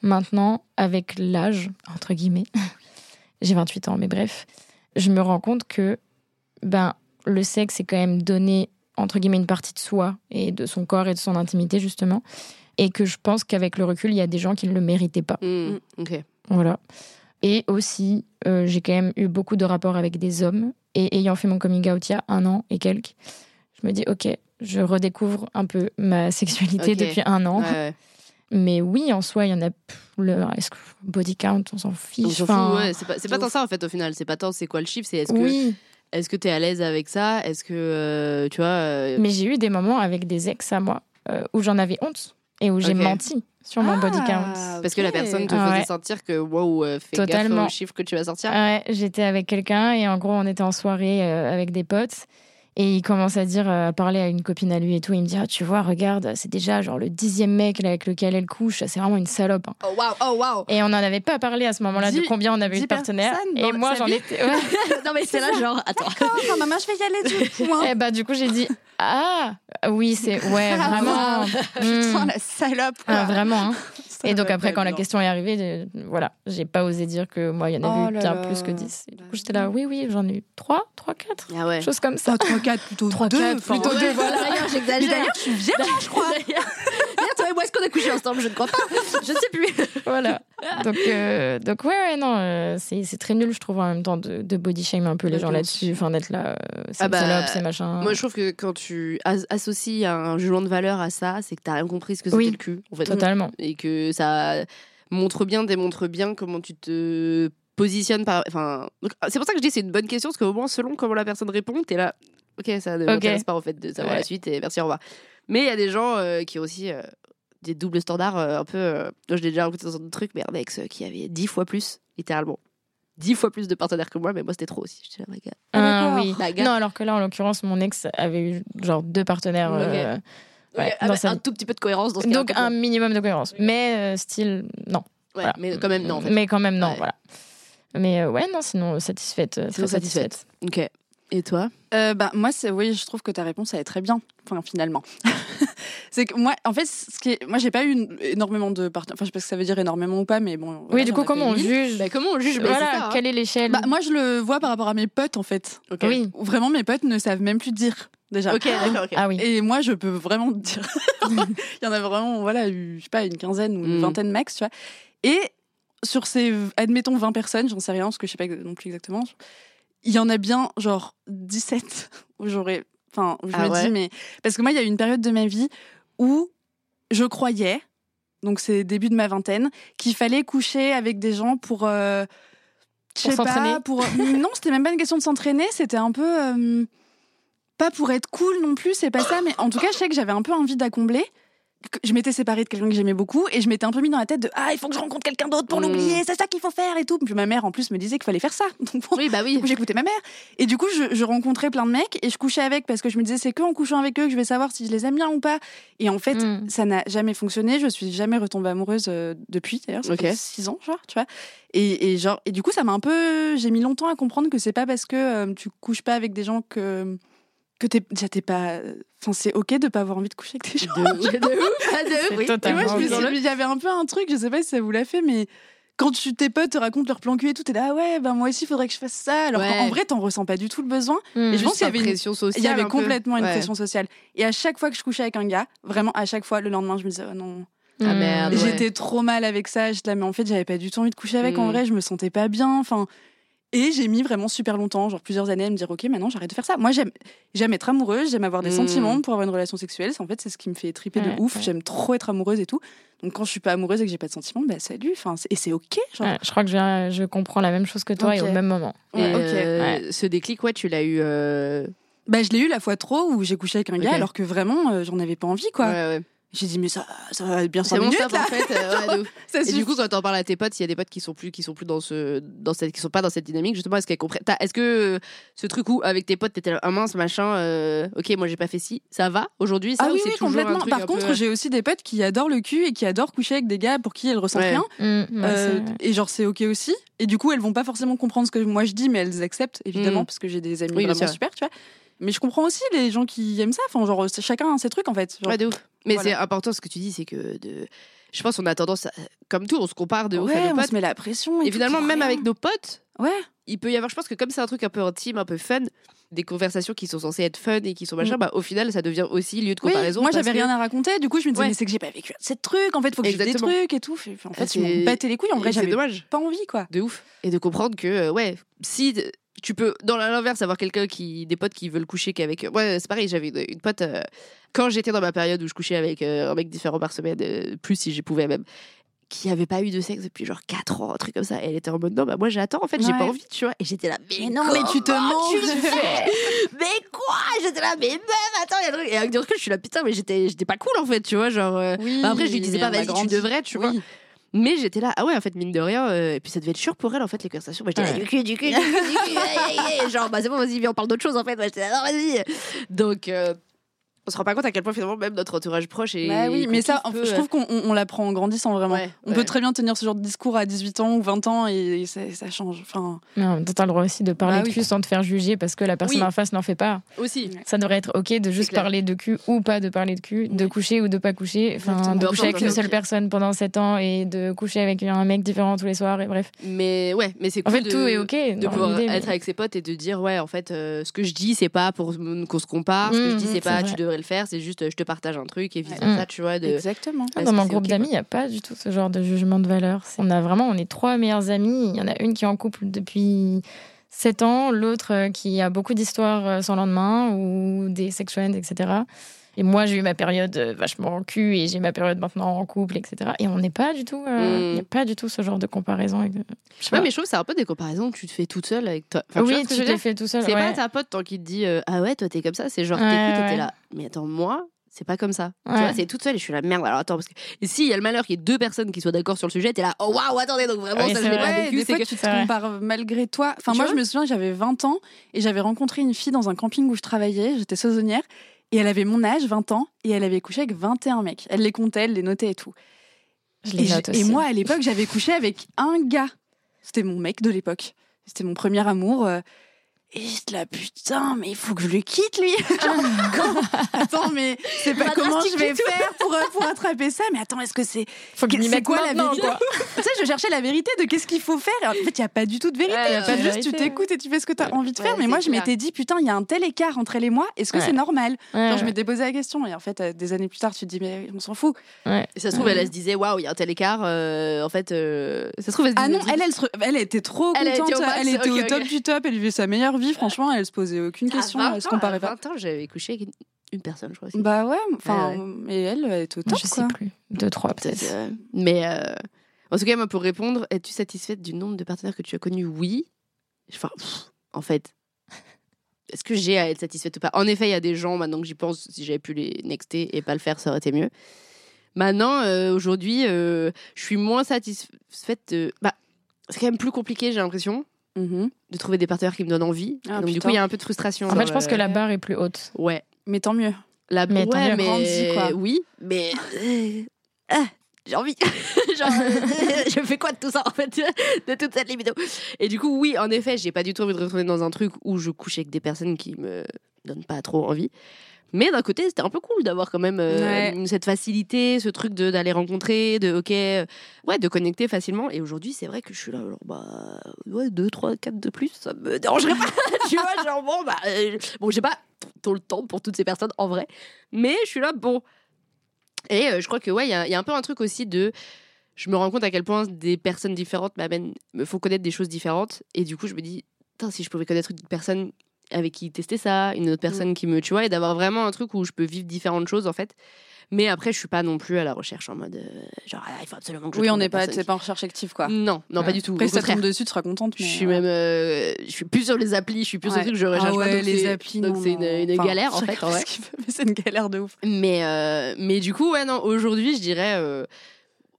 [SPEAKER 3] Maintenant, avec l'âge, entre guillemets, [LAUGHS] j'ai 28 ans, mais bref, je me rends compte que ben, le sexe est quand même donner, entre guillemets, une partie de soi, et de son corps et de son intimité, justement. Et que je pense qu'avec le recul, il y a des gens qui ne le méritaient pas.
[SPEAKER 2] Hmm, ok.
[SPEAKER 3] Voilà. Et aussi, euh, j'ai quand même eu beaucoup de rapports avec des hommes. Et ayant fait mon coming out il y a un an et quelques, je me dis, OK, je redécouvre un peu ma sexualité
[SPEAKER 2] Ok.
[SPEAKER 3] depuis un an.
[SPEAKER 2] Ouais, ouais.
[SPEAKER 3] Mais oui, en soi, il y en a. pff, le, est-ce que body count, on s'en fiche
[SPEAKER 2] On s'en fout,
[SPEAKER 3] enfin,
[SPEAKER 2] ouais, C'est pas, c'est pas tant ça, en fait, au final. C'est pas tant c'est quoi le chiffre, c'est est-ce que
[SPEAKER 3] Oui,
[SPEAKER 2] Est-ce que tu es à l'aise avec ça Est-ce que, euh, tu vois, euh,
[SPEAKER 3] mais j'ai eu des moments avec des ex à moi euh, où j'en avais honte et où j'ai
[SPEAKER 2] Ok.
[SPEAKER 3] menti sur mon body count.
[SPEAKER 2] parce que la personne te
[SPEAKER 3] Ah
[SPEAKER 2] faisait
[SPEAKER 3] ouais.
[SPEAKER 2] sentir que, wow, euh, fais gaffe
[SPEAKER 3] Totalement. Ah
[SPEAKER 2] aux chiffres que tu vas sortir.
[SPEAKER 3] Ouais, j'étais avec quelqu'un et en gros, on était en soirée euh, avec des potes. Et il commence à dire, euh, à parler à une copine à lui et tout. Il me dit, Ah, tu vois, regarde, c'est déjà genre le dixième mec là, avec lequel elle couche. C'est vraiment une salope. hein.
[SPEAKER 2] Oh, waouh, oh, waouh
[SPEAKER 3] Et on n'en avait pas parlé à ce moment-là de
[SPEAKER 4] Dix-
[SPEAKER 3] combien on avait eu
[SPEAKER 4] dix
[SPEAKER 3] de partenaires.
[SPEAKER 4] personnes
[SPEAKER 3] Et
[SPEAKER 4] dans
[SPEAKER 3] moi,
[SPEAKER 4] sa
[SPEAKER 3] j'en
[SPEAKER 4] vie.
[SPEAKER 3] étais.
[SPEAKER 4] [LAUGHS]
[SPEAKER 3] ouais.
[SPEAKER 2] Non, mais c'est là, genre, attends.
[SPEAKER 4] D'accord, maman, je vais y aller du hein. point.
[SPEAKER 3] Et bah, du coup, j'ai dit, ah, oui, c'est. Ouais,
[SPEAKER 4] Ah,
[SPEAKER 3] vraiment.
[SPEAKER 4] waouh.
[SPEAKER 3] Hmm.
[SPEAKER 4] Putain, la salope. quoi.
[SPEAKER 3] Ah, vraiment. hein.
[SPEAKER 4] [LAUGHS] Ça
[SPEAKER 3] Et donc,
[SPEAKER 4] doit
[SPEAKER 3] après,
[SPEAKER 4] pas
[SPEAKER 3] quand la
[SPEAKER 4] être
[SPEAKER 3] question est arrivée, euh, voilà, j'ai pas osé dire que moi, il y en avait
[SPEAKER 4] Oh
[SPEAKER 3] eu
[SPEAKER 4] là
[SPEAKER 3] bien
[SPEAKER 4] là.
[SPEAKER 3] plus que 10. Et du
[SPEAKER 4] Bah
[SPEAKER 3] coup, j'étais là, oui, oui, j'en ai eu 3, 3, 4.
[SPEAKER 2] Ah ouais.
[SPEAKER 3] Chose comme
[SPEAKER 4] bien.
[SPEAKER 3] ça.
[SPEAKER 4] Ah, 3, 4, plutôt
[SPEAKER 3] 3,
[SPEAKER 4] 2.
[SPEAKER 3] 4,
[SPEAKER 4] enfin,
[SPEAKER 3] plutôt
[SPEAKER 4] ouais.
[SPEAKER 3] deux,
[SPEAKER 2] voilà. D'ailleurs,
[SPEAKER 4] Mais
[SPEAKER 2] j'exagère.
[SPEAKER 4] d'ailleurs, je suis vierge, je crois.
[SPEAKER 2] D'ailleurs, d'ailleurs, toi et moi, est-ce qu'on a couché ensemble Je ne crois pas. Je ne sais plus. [LAUGHS]
[SPEAKER 3] voilà. Donc, euh, donc ouais, ouais, non, euh, c'est c'est très nul, je trouve, en même temps, de, de body shame un peu les
[SPEAKER 2] Ouais,
[SPEAKER 3] gens
[SPEAKER 2] de
[SPEAKER 3] là-dessus. Enfin, d'être là, euh, c'est
[SPEAKER 2] Bah, Ah bah,
[SPEAKER 3] salope, c'est machin.
[SPEAKER 2] Moi, je trouve que quand tu as- associes un jugement de valeur à ça, c'est que t'as rien compris ce que c'était
[SPEAKER 3] Oui.
[SPEAKER 2] le cul, en fait.
[SPEAKER 3] Totalement.
[SPEAKER 2] et que ça montre bien, démontre bien comment tu te positionnes. Par... Enfin, donc, ah, c'est pour ça que je dis que c'est une bonne question, parce qu'au moins, selon comment la personne répond, t'es là. Ok, ça ne
[SPEAKER 3] Ok.
[SPEAKER 2] m'intéresse pas en fait de savoir
[SPEAKER 3] Ouais.
[SPEAKER 2] la suite et merci, au revoir. Mais il y a des gens euh, qui ont aussi euh, des doubles standards euh, un peu. euh, moi, je l'ai déjà écouté dans un autre truc, mais un ex euh, qui avait dix fois plus, littéralement. Dix fois plus de partenaires que moi, mais moi c'était trop aussi. J'étais là, my God.
[SPEAKER 3] Ah,
[SPEAKER 4] d'accord.
[SPEAKER 3] oui.
[SPEAKER 2] La gaffe.
[SPEAKER 3] Non, alors que là, en l'occurrence, mon ex avait eu genre deux partenaires.
[SPEAKER 2] Ok.
[SPEAKER 3] euh, ouais,
[SPEAKER 2] Ok, ah,
[SPEAKER 3] dans
[SPEAKER 2] mais
[SPEAKER 3] sa
[SPEAKER 2] un
[SPEAKER 3] vie.
[SPEAKER 2] tout petit peu de cohérence dans ce
[SPEAKER 3] Donc,
[SPEAKER 2] cas-là.
[SPEAKER 3] un minimum de cohérence. Mais euh, style, non.
[SPEAKER 2] Ouais,
[SPEAKER 3] voilà.
[SPEAKER 2] Mais quand même, non. En fait.
[SPEAKER 3] Mais quand même, non,
[SPEAKER 2] Ouais.
[SPEAKER 3] voilà. Mais euh, ouais, non, sinon, satisfaite. euh,
[SPEAKER 2] Sinon,
[SPEAKER 3] très satisfaite.
[SPEAKER 2] Ok. Et toi
[SPEAKER 4] Euh, bah, moi, c'est oui, je trouve que ta réponse elle est très bien. Enfin, finalement, [LAUGHS] c'est que moi, en fait, ce qui est- moi, j'ai pas eu une- énormément de partenaires. Enfin, je sais pas ce que ça veut dire énormément ou pas, mais bon.
[SPEAKER 3] Oui,
[SPEAKER 4] voilà,
[SPEAKER 3] du
[SPEAKER 4] j'en
[SPEAKER 3] coup,
[SPEAKER 4] ai
[SPEAKER 3] comment
[SPEAKER 4] fait
[SPEAKER 3] on
[SPEAKER 4] mille.
[SPEAKER 3] juge
[SPEAKER 2] Bah, Comment on juge Mais c'est ça,
[SPEAKER 3] Voilà,
[SPEAKER 2] hein.
[SPEAKER 3] quelle est l'échelle
[SPEAKER 4] Bah, moi, je le vois par rapport à mes potes, en fait.
[SPEAKER 2] Ok.
[SPEAKER 3] Oui.
[SPEAKER 4] Où Vraiment, mes potes ne savent même plus dire déjà.
[SPEAKER 2] Ok, d'accord, ok.
[SPEAKER 3] Ah oui.
[SPEAKER 4] Et moi, je peux vraiment
[SPEAKER 2] [LAUGHS]
[SPEAKER 4] te dire. Il y en a vraiment, voilà, eu, je sais pas, une quinzaine ou une
[SPEAKER 2] Mm.
[SPEAKER 4] vingtaine max, tu vois. Et sur ces, admettons, 20 personnes, j'en sais rien, parce que je sais pas non plus exactement, il y en a bien, genre, 17 où j'aurais. Enfin, où je
[SPEAKER 2] Ah
[SPEAKER 4] me
[SPEAKER 2] ouais.
[SPEAKER 4] dis, mais. Parce que moi, il y a eu une période de ma vie où je croyais, donc c'est début de ma vingtaine, qu'il fallait coucher avec des gens pour. euh, je
[SPEAKER 3] Pour
[SPEAKER 4] sais
[SPEAKER 3] s'entraîner.
[SPEAKER 4] pas, pour. non, c'était même pas une question de s'entraîner, c'était un peu. euh, pas pour être cool non plus, c'est pas ça, mais en tout cas, je sais que j'avais un peu envie de la combler. Que- Je m'étais séparée de quelqu'un que j'aimais beaucoup et je m'étais un peu mis dans la tête de Ah, il faut que je rencontre quelqu'un d'autre pour
[SPEAKER 2] Mm.
[SPEAKER 4] l'oublier, c'est ça qu'il faut faire et tout. Puis ma mère en plus me disait qu'il fallait faire ça. [LAUGHS] Donc bon,
[SPEAKER 2] Oui, bah oui.
[SPEAKER 4] du coup, j'écoutais ma mère. Et du coup, je, je rencontrais plein de mecs et je couchais avec parce que je me disais c'est que en couchant avec eux que je vais savoir si je les aime bien ou pas. Et en fait,
[SPEAKER 3] Mm.
[SPEAKER 4] ça n'a jamais fonctionné. Je suis jamais retombée amoureuse euh, depuis d'ailleurs. Ça
[SPEAKER 2] Ok.
[SPEAKER 4] fait six ans, genre, tu vois. Et, et genre, et du coup, ça m'a un peu. J'ai mis longtemps à comprendre que c'est pas parce que euh, tu couches pas avec des gens que que t'es déjà t'es pas. Enfin, c'est ok de pas avoir envie de coucher avec des gens.
[SPEAKER 2] De, de ouf, ah, de
[SPEAKER 3] C'est
[SPEAKER 2] ouf. oui.
[SPEAKER 4] Et
[SPEAKER 3] totalement
[SPEAKER 4] moi, je me
[SPEAKER 3] ok.
[SPEAKER 4] suis-
[SPEAKER 2] Disons-le.
[SPEAKER 4] j'avais un peu un truc, je sais pas si ça vous l'a fait, mais quand tu, tes potes te racontent leur plan cul et tout, t'es là, ah ouais, ben moi aussi, il faudrait que je fasse ça. Alors
[SPEAKER 2] Ouais.
[SPEAKER 4] qu'en en vrai, t'en ressens pas du tout le besoin.
[SPEAKER 3] Mm.
[SPEAKER 4] Et je pense qu'il y avait une-
[SPEAKER 2] pression sociale.
[SPEAKER 4] Il y avait
[SPEAKER 2] un peu.
[SPEAKER 4] complètement une
[SPEAKER 2] Ouais.
[SPEAKER 4] pression sociale. Et à chaque fois que je couchais avec un gars, vraiment à chaque fois, le lendemain, je me disais, oh non.
[SPEAKER 2] Ah,
[SPEAKER 3] Mm.
[SPEAKER 2] merde, ouais.
[SPEAKER 4] J'étais trop mal avec ça. J'étais là, mais en fait, j'avais pas du tout envie de coucher avec. En
[SPEAKER 2] Mm.
[SPEAKER 4] vrai, je me sentais pas bien. Enfin, Et j'ai mis vraiment super longtemps, genre plusieurs années, à me dire ok, maintenant j'arrête de faire ça. Moi j'aime, j'aime être amoureuse, j'aime avoir des
[SPEAKER 2] Mm.
[SPEAKER 4] sentiments pour avoir une relation sexuelle. C'est- En fait, c'est ce qui me fait triper
[SPEAKER 3] Ouais,
[SPEAKER 4] de ouf.
[SPEAKER 3] ouais.
[SPEAKER 4] J'aime trop être amoureuse et tout. Donc quand je suis pas amoureuse et que j'ai pas de sentiments, bah salut. Enfin, c'est- et c'est ok. Genre.
[SPEAKER 3] Ouais, je crois que je, je comprends la même chose que toi et
[SPEAKER 2] Ok.
[SPEAKER 3] au même moment.
[SPEAKER 2] Et,
[SPEAKER 4] Ouais, ok.
[SPEAKER 2] euh, Ce déclic, ouais, tu l'as eu. euh,
[SPEAKER 4] Bah je l'ai eu la fois trop où j'ai couché avec un gars
[SPEAKER 2] Ok.
[SPEAKER 4] alors que vraiment euh, j'en avais pas envie quoi.
[SPEAKER 2] ouais, ouais.
[SPEAKER 4] J'ai dit mais ça, ça va bien
[SPEAKER 2] C'est
[SPEAKER 4] cinq
[SPEAKER 2] bon,
[SPEAKER 4] minutes
[SPEAKER 2] stop,
[SPEAKER 4] là.
[SPEAKER 2] en fait. euh,
[SPEAKER 4] [LAUGHS]
[SPEAKER 2] ouais, de ouf.
[SPEAKER 4] Ça
[SPEAKER 2] Et
[SPEAKER 4] suffit.
[SPEAKER 2] du coup, quand t'en parles à tes potes, il y a des potes qui sont plus, qui sont plus dans ce, dans cette, qui sont pas dans cette dynamique. Justement, est-ce qu'elles comprennent T'as- Est-ce que euh, ce truc où avec tes potes, t'étais là, ah mince, machin. euh, ok, moi j'ai pas fait ci, ça va aujourd'hui. Ça
[SPEAKER 4] ah
[SPEAKER 2] ou
[SPEAKER 4] oui,
[SPEAKER 2] c'est
[SPEAKER 4] oui
[SPEAKER 2] toujours un
[SPEAKER 4] complètement.
[SPEAKER 2] truc un
[SPEAKER 4] Par
[SPEAKER 2] peu-
[SPEAKER 4] contre, j'ai aussi des potes qui adorent le cul et qui adorent coucher avec des gars pour qui elles ressentent
[SPEAKER 2] Ouais.
[SPEAKER 4] rien.
[SPEAKER 3] Mm, ouais,
[SPEAKER 4] Euh,
[SPEAKER 3] c'est-
[SPEAKER 4] et genre c'est ok aussi et du coup elles vont pas forcément comprendre ce que moi je dis mais elles acceptent évidemment
[SPEAKER 2] Mm.
[SPEAKER 4] parce que j'ai des amis
[SPEAKER 2] Oui, bien
[SPEAKER 4] vraiment
[SPEAKER 2] sûr.
[SPEAKER 4] super tu vois mais je comprends aussi les gens qui aiment ça enfin genre c'est- chacun a ses trucs en fait Genre,
[SPEAKER 2] Ouais, de ouf. Mais
[SPEAKER 4] Voilà.
[SPEAKER 2] c'est important ce que tu dis, c'est que de, je pense, on a tendance, à- comme tout, on se compare de ouf
[SPEAKER 4] ouais,
[SPEAKER 2] à nos
[SPEAKER 4] on se
[SPEAKER 2] potes.
[SPEAKER 4] met la pression et,
[SPEAKER 2] Et
[SPEAKER 4] tout
[SPEAKER 2] finalement,
[SPEAKER 4] pour
[SPEAKER 2] même
[SPEAKER 4] rien.
[SPEAKER 2] avec nos potes,
[SPEAKER 4] ouais
[SPEAKER 2] il peut y avoir, je pense que comme c'est un truc un peu intime, un peu fun, des conversations qui sont censées être fun et qui sont machin, bah, au final, ça devient aussi lieu de
[SPEAKER 4] Mm. Oui,
[SPEAKER 2] comparaison.
[SPEAKER 4] moi
[SPEAKER 2] parce
[SPEAKER 4] j'avais
[SPEAKER 2] que-
[SPEAKER 4] rien à raconter du coup je me disais
[SPEAKER 2] Ouais.
[SPEAKER 4] mais c'est que j'ai pas vécu assez de trucs en fait faut que je vive des
[SPEAKER 2] Exactement.
[SPEAKER 4] trucs et tout Enfin, en
[SPEAKER 2] Ah,
[SPEAKER 4] fait
[SPEAKER 2] c'est-
[SPEAKER 4] ils m'ont batté les couilles en
[SPEAKER 2] et
[SPEAKER 4] vrai
[SPEAKER 2] C'est
[SPEAKER 4] j'avais
[SPEAKER 2] dommage,
[SPEAKER 4] pas envie quoi
[SPEAKER 2] de ouf. Et de comprendre que, euh, ouais, si t- tu peux, dans l'inverse, avoir quelqu'un qui, des potes qui veulent coucher qu'avec. euh, Ouais, c'est pareil, j'avais une, une pote, euh, quand j'étais dans ma période où je couchais avec euh, un mec différent par semaine, euh, plus si je pouvais même, qui avait pas eu de sexe depuis genre 4 ans, un truc comme ça. Et elle était en mode, non, bah moi j'attends, en fait, j'ai
[SPEAKER 4] Ouais.
[SPEAKER 2] pas envie, tu vois. Et j'étais là, mais,
[SPEAKER 4] non mais tu te
[SPEAKER 2] tu
[SPEAKER 4] mens
[SPEAKER 2] fais Mais quoi J'étais là, mais meuf, attends, il y a un truc. Et avec du recul, je suis là, putain, mais j'étais j'étais pas cool en fait, tu vois. Genre, euh,
[SPEAKER 4] oui,
[SPEAKER 2] bah, après, je lui disais
[SPEAKER 4] mais
[SPEAKER 2] pas,
[SPEAKER 4] on a
[SPEAKER 2] vas-y, tu
[SPEAKER 4] grandi.
[SPEAKER 2] devrais, tu
[SPEAKER 4] Oui.
[SPEAKER 2] vois. Mais j'étais là, ah ouais, en fait, mine de rien. euh, et puis ça devait être sûr pour elle, en fait, les conversations. Moi, j'étais là,
[SPEAKER 3] Ouais.
[SPEAKER 2] du cul, du cul, du cul, du cul, aïe, aïe, aïe. Genre, bah c'est bon, vas-y, viens, on parle d'autre chose en fait. Moi, j'étais là, non, vas-y. Donc, euh, on se rend pas compte à quel point finalement, même notre entourage proche est.
[SPEAKER 4] Bah oui, mais ça,
[SPEAKER 2] qu'on kiffe
[SPEAKER 4] je
[SPEAKER 2] peu,
[SPEAKER 4] trouve qu'on on- on l'apprend en grandissant
[SPEAKER 2] euh,
[SPEAKER 4] vraiment.
[SPEAKER 2] ouais,
[SPEAKER 4] On peut
[SPEAKER 2] ouais.
[SPEAKER 4] très bien tenir ce genre de discours à 18 ans ou 20 ans et, et ça, ça change. Enfin,
[SPEAKER 3] Mais en même temps, t'as le droit aussi de parler
[SPEAKER 4] Bah
[SPEAKER 3] de
[SPEAKER 4] oui.
[SPEAKER 3] cul sans te faire juger parce que la personne
[SPEAKER 2] Oui.
[SPEAKER 3] en face n'en fait pas.
[SPEAKER 2] euh, Aussi.
[SPEAKER 3] Ça devrait être ok de juste
[SPEAKER 2] clair.
[SPEAKER 3] parler de cul ou pas de parler de cul, de coucher ou de pas coucher, enfin
[SPEAKER 4] Exactement.
[SPEAKER 3] de
[SPEAKER 2] D'entendre
[SPEAKER 3] coucher avec
[SPEAKER 2] un
[SPEAKER 3] une
[SPEAKER 2] truc.
[SPEAKER 3] seule personne pendant 7 ans et de coucher avec un mec différent tous les soirs et bref.
[SPEAKER 2] Mais ouais, mais c'est
[SPEAKER 3] En
[SPEAKER 2] cool
[SPEAKER 3] fait,
[SPEAKER 2] de-
[SPEAKER 3] tout est ok.
[SPEAKER 2] de
[SPEAKER 3] dans
[SPEAKER 2] pouvoir
[SPEAKER 3] l'idée, mais-
[SPEAKER 2] être avec ses potes et de dire ouais en fait euh, ce que je dis c'est pas pour m- qu'on se compare ce que je
[SPEAKER 3] Mmh,
[SPEAKER 2] dis
[SPEAKER 3] mmh,
[SPEAKER 2] c'est
[SPEAKER 3] c'est
[SPEAKER 2] pas
[SPEAKER 3] vrai.
[SPEAKER 2] tu devrais le faire c'est juste euh, je te partage un truc et vice
[SPEAKER 4] Ouais.
[SPEAKER 2] versa tu vois de
[SPEAKER 4] exactement.
[SPEAKER 3] Ah,
[SPEAKER 2] parce
[SPEAKER 3] dans
[SPEAKER 2] que
[SPEAKER 3] mon
[SPEAKER 2] c'est
[SPEAKER 3] groupe
[SPEAKER 2] ok,
[SPEAKER 3] d'amis, il n'y a pas du tout ce genre de jugement de valeur. C'est- On a vraiment, on est trois meilleures amies. Il y en a une qui est en couple depuis 7 ans, l'autre euh, qui a beaucoup d'histoires euh, sans lendemain ou des sex friends, etc. Et moi, j'ai eu ma période euh, vachement en cul et j'ai ma période maintenant en couple, etc. Et on n'est pas du tout, euh,
[SPEAKER 2] Mm.
[SPEAKER 3] il n'y a pas du tout ce genre de comparaison. avec- Je sais
[SPEAKER 2] Ouais,
[SPEAKER 3] pas.
[SPEAKER 2] mais je trouve que c'est un peu des comparaisons que tu te fais toute seule avec toi. Enfin, tu vois
[SPEAKER 3] oui,
[SPEAKER 2] ce que
[SPEAKER 3] tu
[SPEAKER 2] je veux
[SPEAKER 3] t'es
[SPEAKER 2] dire
[SPEAKER 3] fait tout [LAUGHS] seul.
[SPEAKER 2] C'est
[SPEAKER 3] ouais.
[SPEAKER 2] pas ta pote tant qui te dit euh, ah ouais toi t'es comme ça c'est genre
[SPEAKER 3] Ouais,
[SPEAKER 2] t'écoutes et
[SPEAKER 3] ouais.
[SPEAKER 2] t'es là mais attends moi c'est pas comme ça. Tu
[SPEAKER 3] Ouais.
[SPEAKER 2] vois, c'est toute seule et je suis la merde. Alors attends, parce que et s'il y a le malheur qu'il y ait deux personnes qui soient d'accord sur le sujet, t'es là, oh waouh, attendez, donc vraiment,
[SPEAKER 3] Oui,
[SPEAKER 2] ça
[SPEAKER 3] c'est
[SPEAKER 2] je l'ai
[SPEAKER 3] vrai.
[SPEAKER 2] pas
[SPEAKER 4] Ouais,
[SPEAKER 2] vécu.
[SPEAKER 4] des
[SPEAKER 2] C'est
[SPEAKER 4] fois,
[SPEAKER 2] que
[SPEAKER 4] tu te
[SPEAKER 3] C'est vrai.
[SPEAKER 4] compares malgré toi. Enfin,
[SPEAKER 2] Tu
[SPEAKER 4] moi,
[SPEAKER 2] vois
[SPEAKER 4] je me souviens, j'avais 20 ans et j'avais rencontré une fille dans un camping où je travaillais. J'étais saisonnière et elle avait mon âge, 20 ans, et elle avait couché avec 21 mecs. Elle les comptait, elle les notait et tout.
[SPEAKER 3] Je
[SPEAKER 4] Et,
[SPEAKER 3] les note
[SPEAKER 4] j'ai-
[SPEAKER 3] aussi.
[SPEAKER 4] et moi, à l'époque, j'avais couché avec un gars. C'était mon mec de l'époque. C'était mon premier amour. euh, Et j'étais là, putain, mais il faut que je le quitte, lui. [LAUGHS] Genre, comment- Attends, mais c'est pas
[SPEAKER 2] Fantastique
[SPEAKER 4] comment je vais
[SPEAKER 2] et tout.
[SPEAKER 4] faire pour, euh, pour attraper ça. Mais attends, est-ce que c'est
[SPEAKER 3] faut que je m'y
[SPEAKER 4] c'est
[SPEAKER 3] mette
[SPEAKER 4] quoi la
[SPEAKER 3] maintenant,
[SPEAKER 4] vérité
[SPEAKER 3] quoi.
[SPEAKER 4] [LAUGHS] Tu sais, je cherchais la vérité de qu'est-ce qu'il faut faire. Et en fait, il n'y a pas du tout de vérité.
[SPEAKER 2] Ouais, y a
[SPEAKER 4] C'est
[SPEAKER 2] pas de
[SPEAKER 4] juste,
[SPEAKER 3] vérité,
[SPEAKER 4] tu t'écoutes et tu fais ce que tu as envie de
[SPEAKER 2] Ouais,
[SPEAKER 4] faire. Mais
[SPEAKER 2] c'est
[SPEAKER 4] moi, je
[SPEAKER 2] clair.
[SPEAKER 4] m'étais dit, putain, il y a un tel écart entre elle et moi. Est-ce que
[SPEAKER 3] Ouais.
[SPEAKER 4] c'est normal
[SPEAKER 3] Ouais,
[SPEAKER 4] Genre, Je m'étais posé la question. Et en fait, euh, des années plus tard, tu te dis, mais on s'en fout.
[SPEAKER 2] Et ça se trouve, elle, elle se disait, waouh, il y a un tel écart. euh, en fait, euh, ça se trouve, elle se
[SPEAKER 4] Ah non,
[SPEAKER 2] disait-
[SPEAKER 4] elle, elle, se re- elle était trop
[SPEAKER 2] Elle
[SPEAKER 4] contente.
[SPEAKER 2] était au max,
[SPEAKER 4] elle était
[SPEAKER 2] ok,
[SPEAKER 4] au
[SPEAKER 2] ok.
[SPEAKER 4] top du top. Elle vivait sa meilleure vie. Franchement, elle se posait aucune
[SPEAKER 2] À
[SPEAKER 4] question.
[SPEAKER 2] 20
[SPEAKER 4] Elle se
[SPEAKER 2] ans,
[SPEAKER 4] comparait
[SPEAKER 2] à
[SPEAKER 4] pas.
[SPEAKER 2] 20 ans, j'avais couché avec une- une personne, je crois. aussi.
[SPEAKER 4] Bah ouais. Enfin,
[SPEAKER 2] Ouais,
[SPEAKER 4] et elle, elle était au
[SPEAKER 3] Moi,
[SPEAKER 4] top.
[SPEAKER 3] je sais
[SPEAKER 4] quoi.
[SPEAKER 3] plus. Deux, trois,
[SPEAKER 2] Peut-être,
[SPEAKER 3] peut-être.
[SPEAKER 2] euh, Mais euh, en tout cas, moi, pour répondre, es-tu satisfaite du nombre de partenaires que tu as connus Oui. Enfin, pff, en fait, est-ce que j'ai à être satisfaite ou pas En effet, il y a des gens, maintenant que j'y pense, si j'avais pu les nexter et pas le faire, ça aurait été mieux. Maintenant, euh, aujourd'hui, euh, je suis moins satisfaite. de- Bah, c'est quand même plus compliqué, j'ai l'impression,
[SPEAKER 4] Mhm.
[SPEAKER 2] de trouver des partenaires qui me donnent envie.
[SPEAKER 4] Ah,
[SPEAKER 2] Donc, du
[SPEAKER 4] putain.
[SPEAKER 2] coup, il y a un peu de frustration.
[SPEAKER 3] En fait,
[SPEAKER 2] genre,
[SPEAKER 3] je pense que
[SPEAKER 2] euh,
[SPEAKER 3] la barre est plus haute.
[SPEAKER 2] Ouais.
[SPEAKER 4] Mais tant mieux.
[SPEAKER 2] La
[SPEAKER 3] Mais tant
[SPEAKER 2] ouais,
[SPEAKER 3] mieux.
[SPEAKER 2] mais
[SPEAKER 4] Grandis, quoi.
[SPEAKER 2] Oui, mais euh, ah, j'ai envie. [LAUGHS] Genre, euh, je fais quoi de tout ça en fait, [LAUGHS] de toute cette libido. Et du coup, oui, en effet, j'ai pas du tout envie de retourner dans un truc où je couche avec des personnes qui me donnent pas trop envie. Mais d'un côté, c'était un peu cool d'avoir quand même euh, cette facilité, ce truc de d'aller rencontrer, de ok, euh, ouais, de connecter facilement. Et aujourd'hui, c'est vrai que je suis là, genre bah ouais, deux, trois, quatre de plus, ça me dérangerait pas. [LAUGHS] tu vois, genre bon bah euh, bon, j'ai pas tout le temps pour toutes ces personnes en vrai, mais je suis là bon. Et euh, je crois que ouais, il y, a- il y a un peu un truc aussi de je me rends compte à quel point des personnes différentes m'amènent, me font connaître des choses différentes. Et du coup, je me dis, Putain, si je pouvais connaître une personne avec qui tester ça, une autre
[SPEAKER 4] Mm.
[SPEAKER 2] personne qui me, tu vois, et d'avoir vraiment un truc où je peux vivre différentes choses en fait. Mais après, je suis pas non plus à la recherche en mode, euh, genre, ah, il faut absolument que je
[SPEAKER 4] Oui, on
[SPEAKER 2] trouve
[SPEAKER 4] n'est
[SPEAKER 2] la
[SPEAKER 4] pas,
[SPEAKER 2] personne
[SPEAKER 4] c'est pas en recherche active, quoi.
[SPEAKER 2] qui- Non, non, pas
[SPEAKER 3] Ouais.
[SPEAKER 2] du tout.
[SPEAKER 4] Après,
[SPEAKER 2] Au
[SPEAKER 4] si ça
[SPEAKER 2] contraire.
[SPEAKER 4] tombe dessus, tu seras contente.
[SPEAKER 2] Je
[SPEAKER 4] mais,
[SPEAKER 2] suis
[SPEAKER 4] euh,
[SPEAKER 2] même, euh, je suis plus sur les applis, je suis plus
[SPEAKER 4] Ouais.
[SPEAKER 2] sur truc, je recherche
[SPEAKER 4] Ah ouais,
[SPEAKER 2] pas donc
[SPEAKER 4] les
[SPEAKER 2] c'est-
[SPEAKER 4] applis.
[SPEAKER 2] donc
[SPEAKER 4] non,
[SPEAKER 2] c'est
[SPEAKER 4] non.
[SPEAKER 2] une, une
[SPEAKER 4] Enfin,
[SPEAKER 2] galère en
[SPEAKER 4] chacun
[SPEAKER 2] fait. en vrai.
[SPEAKER 4] ce qu'il veut, mais c'est une galère de ouf.
[SPEAKER 2] Mais, euh, mais du coup, ouais, non, aujourd'hui, je dirais. euh,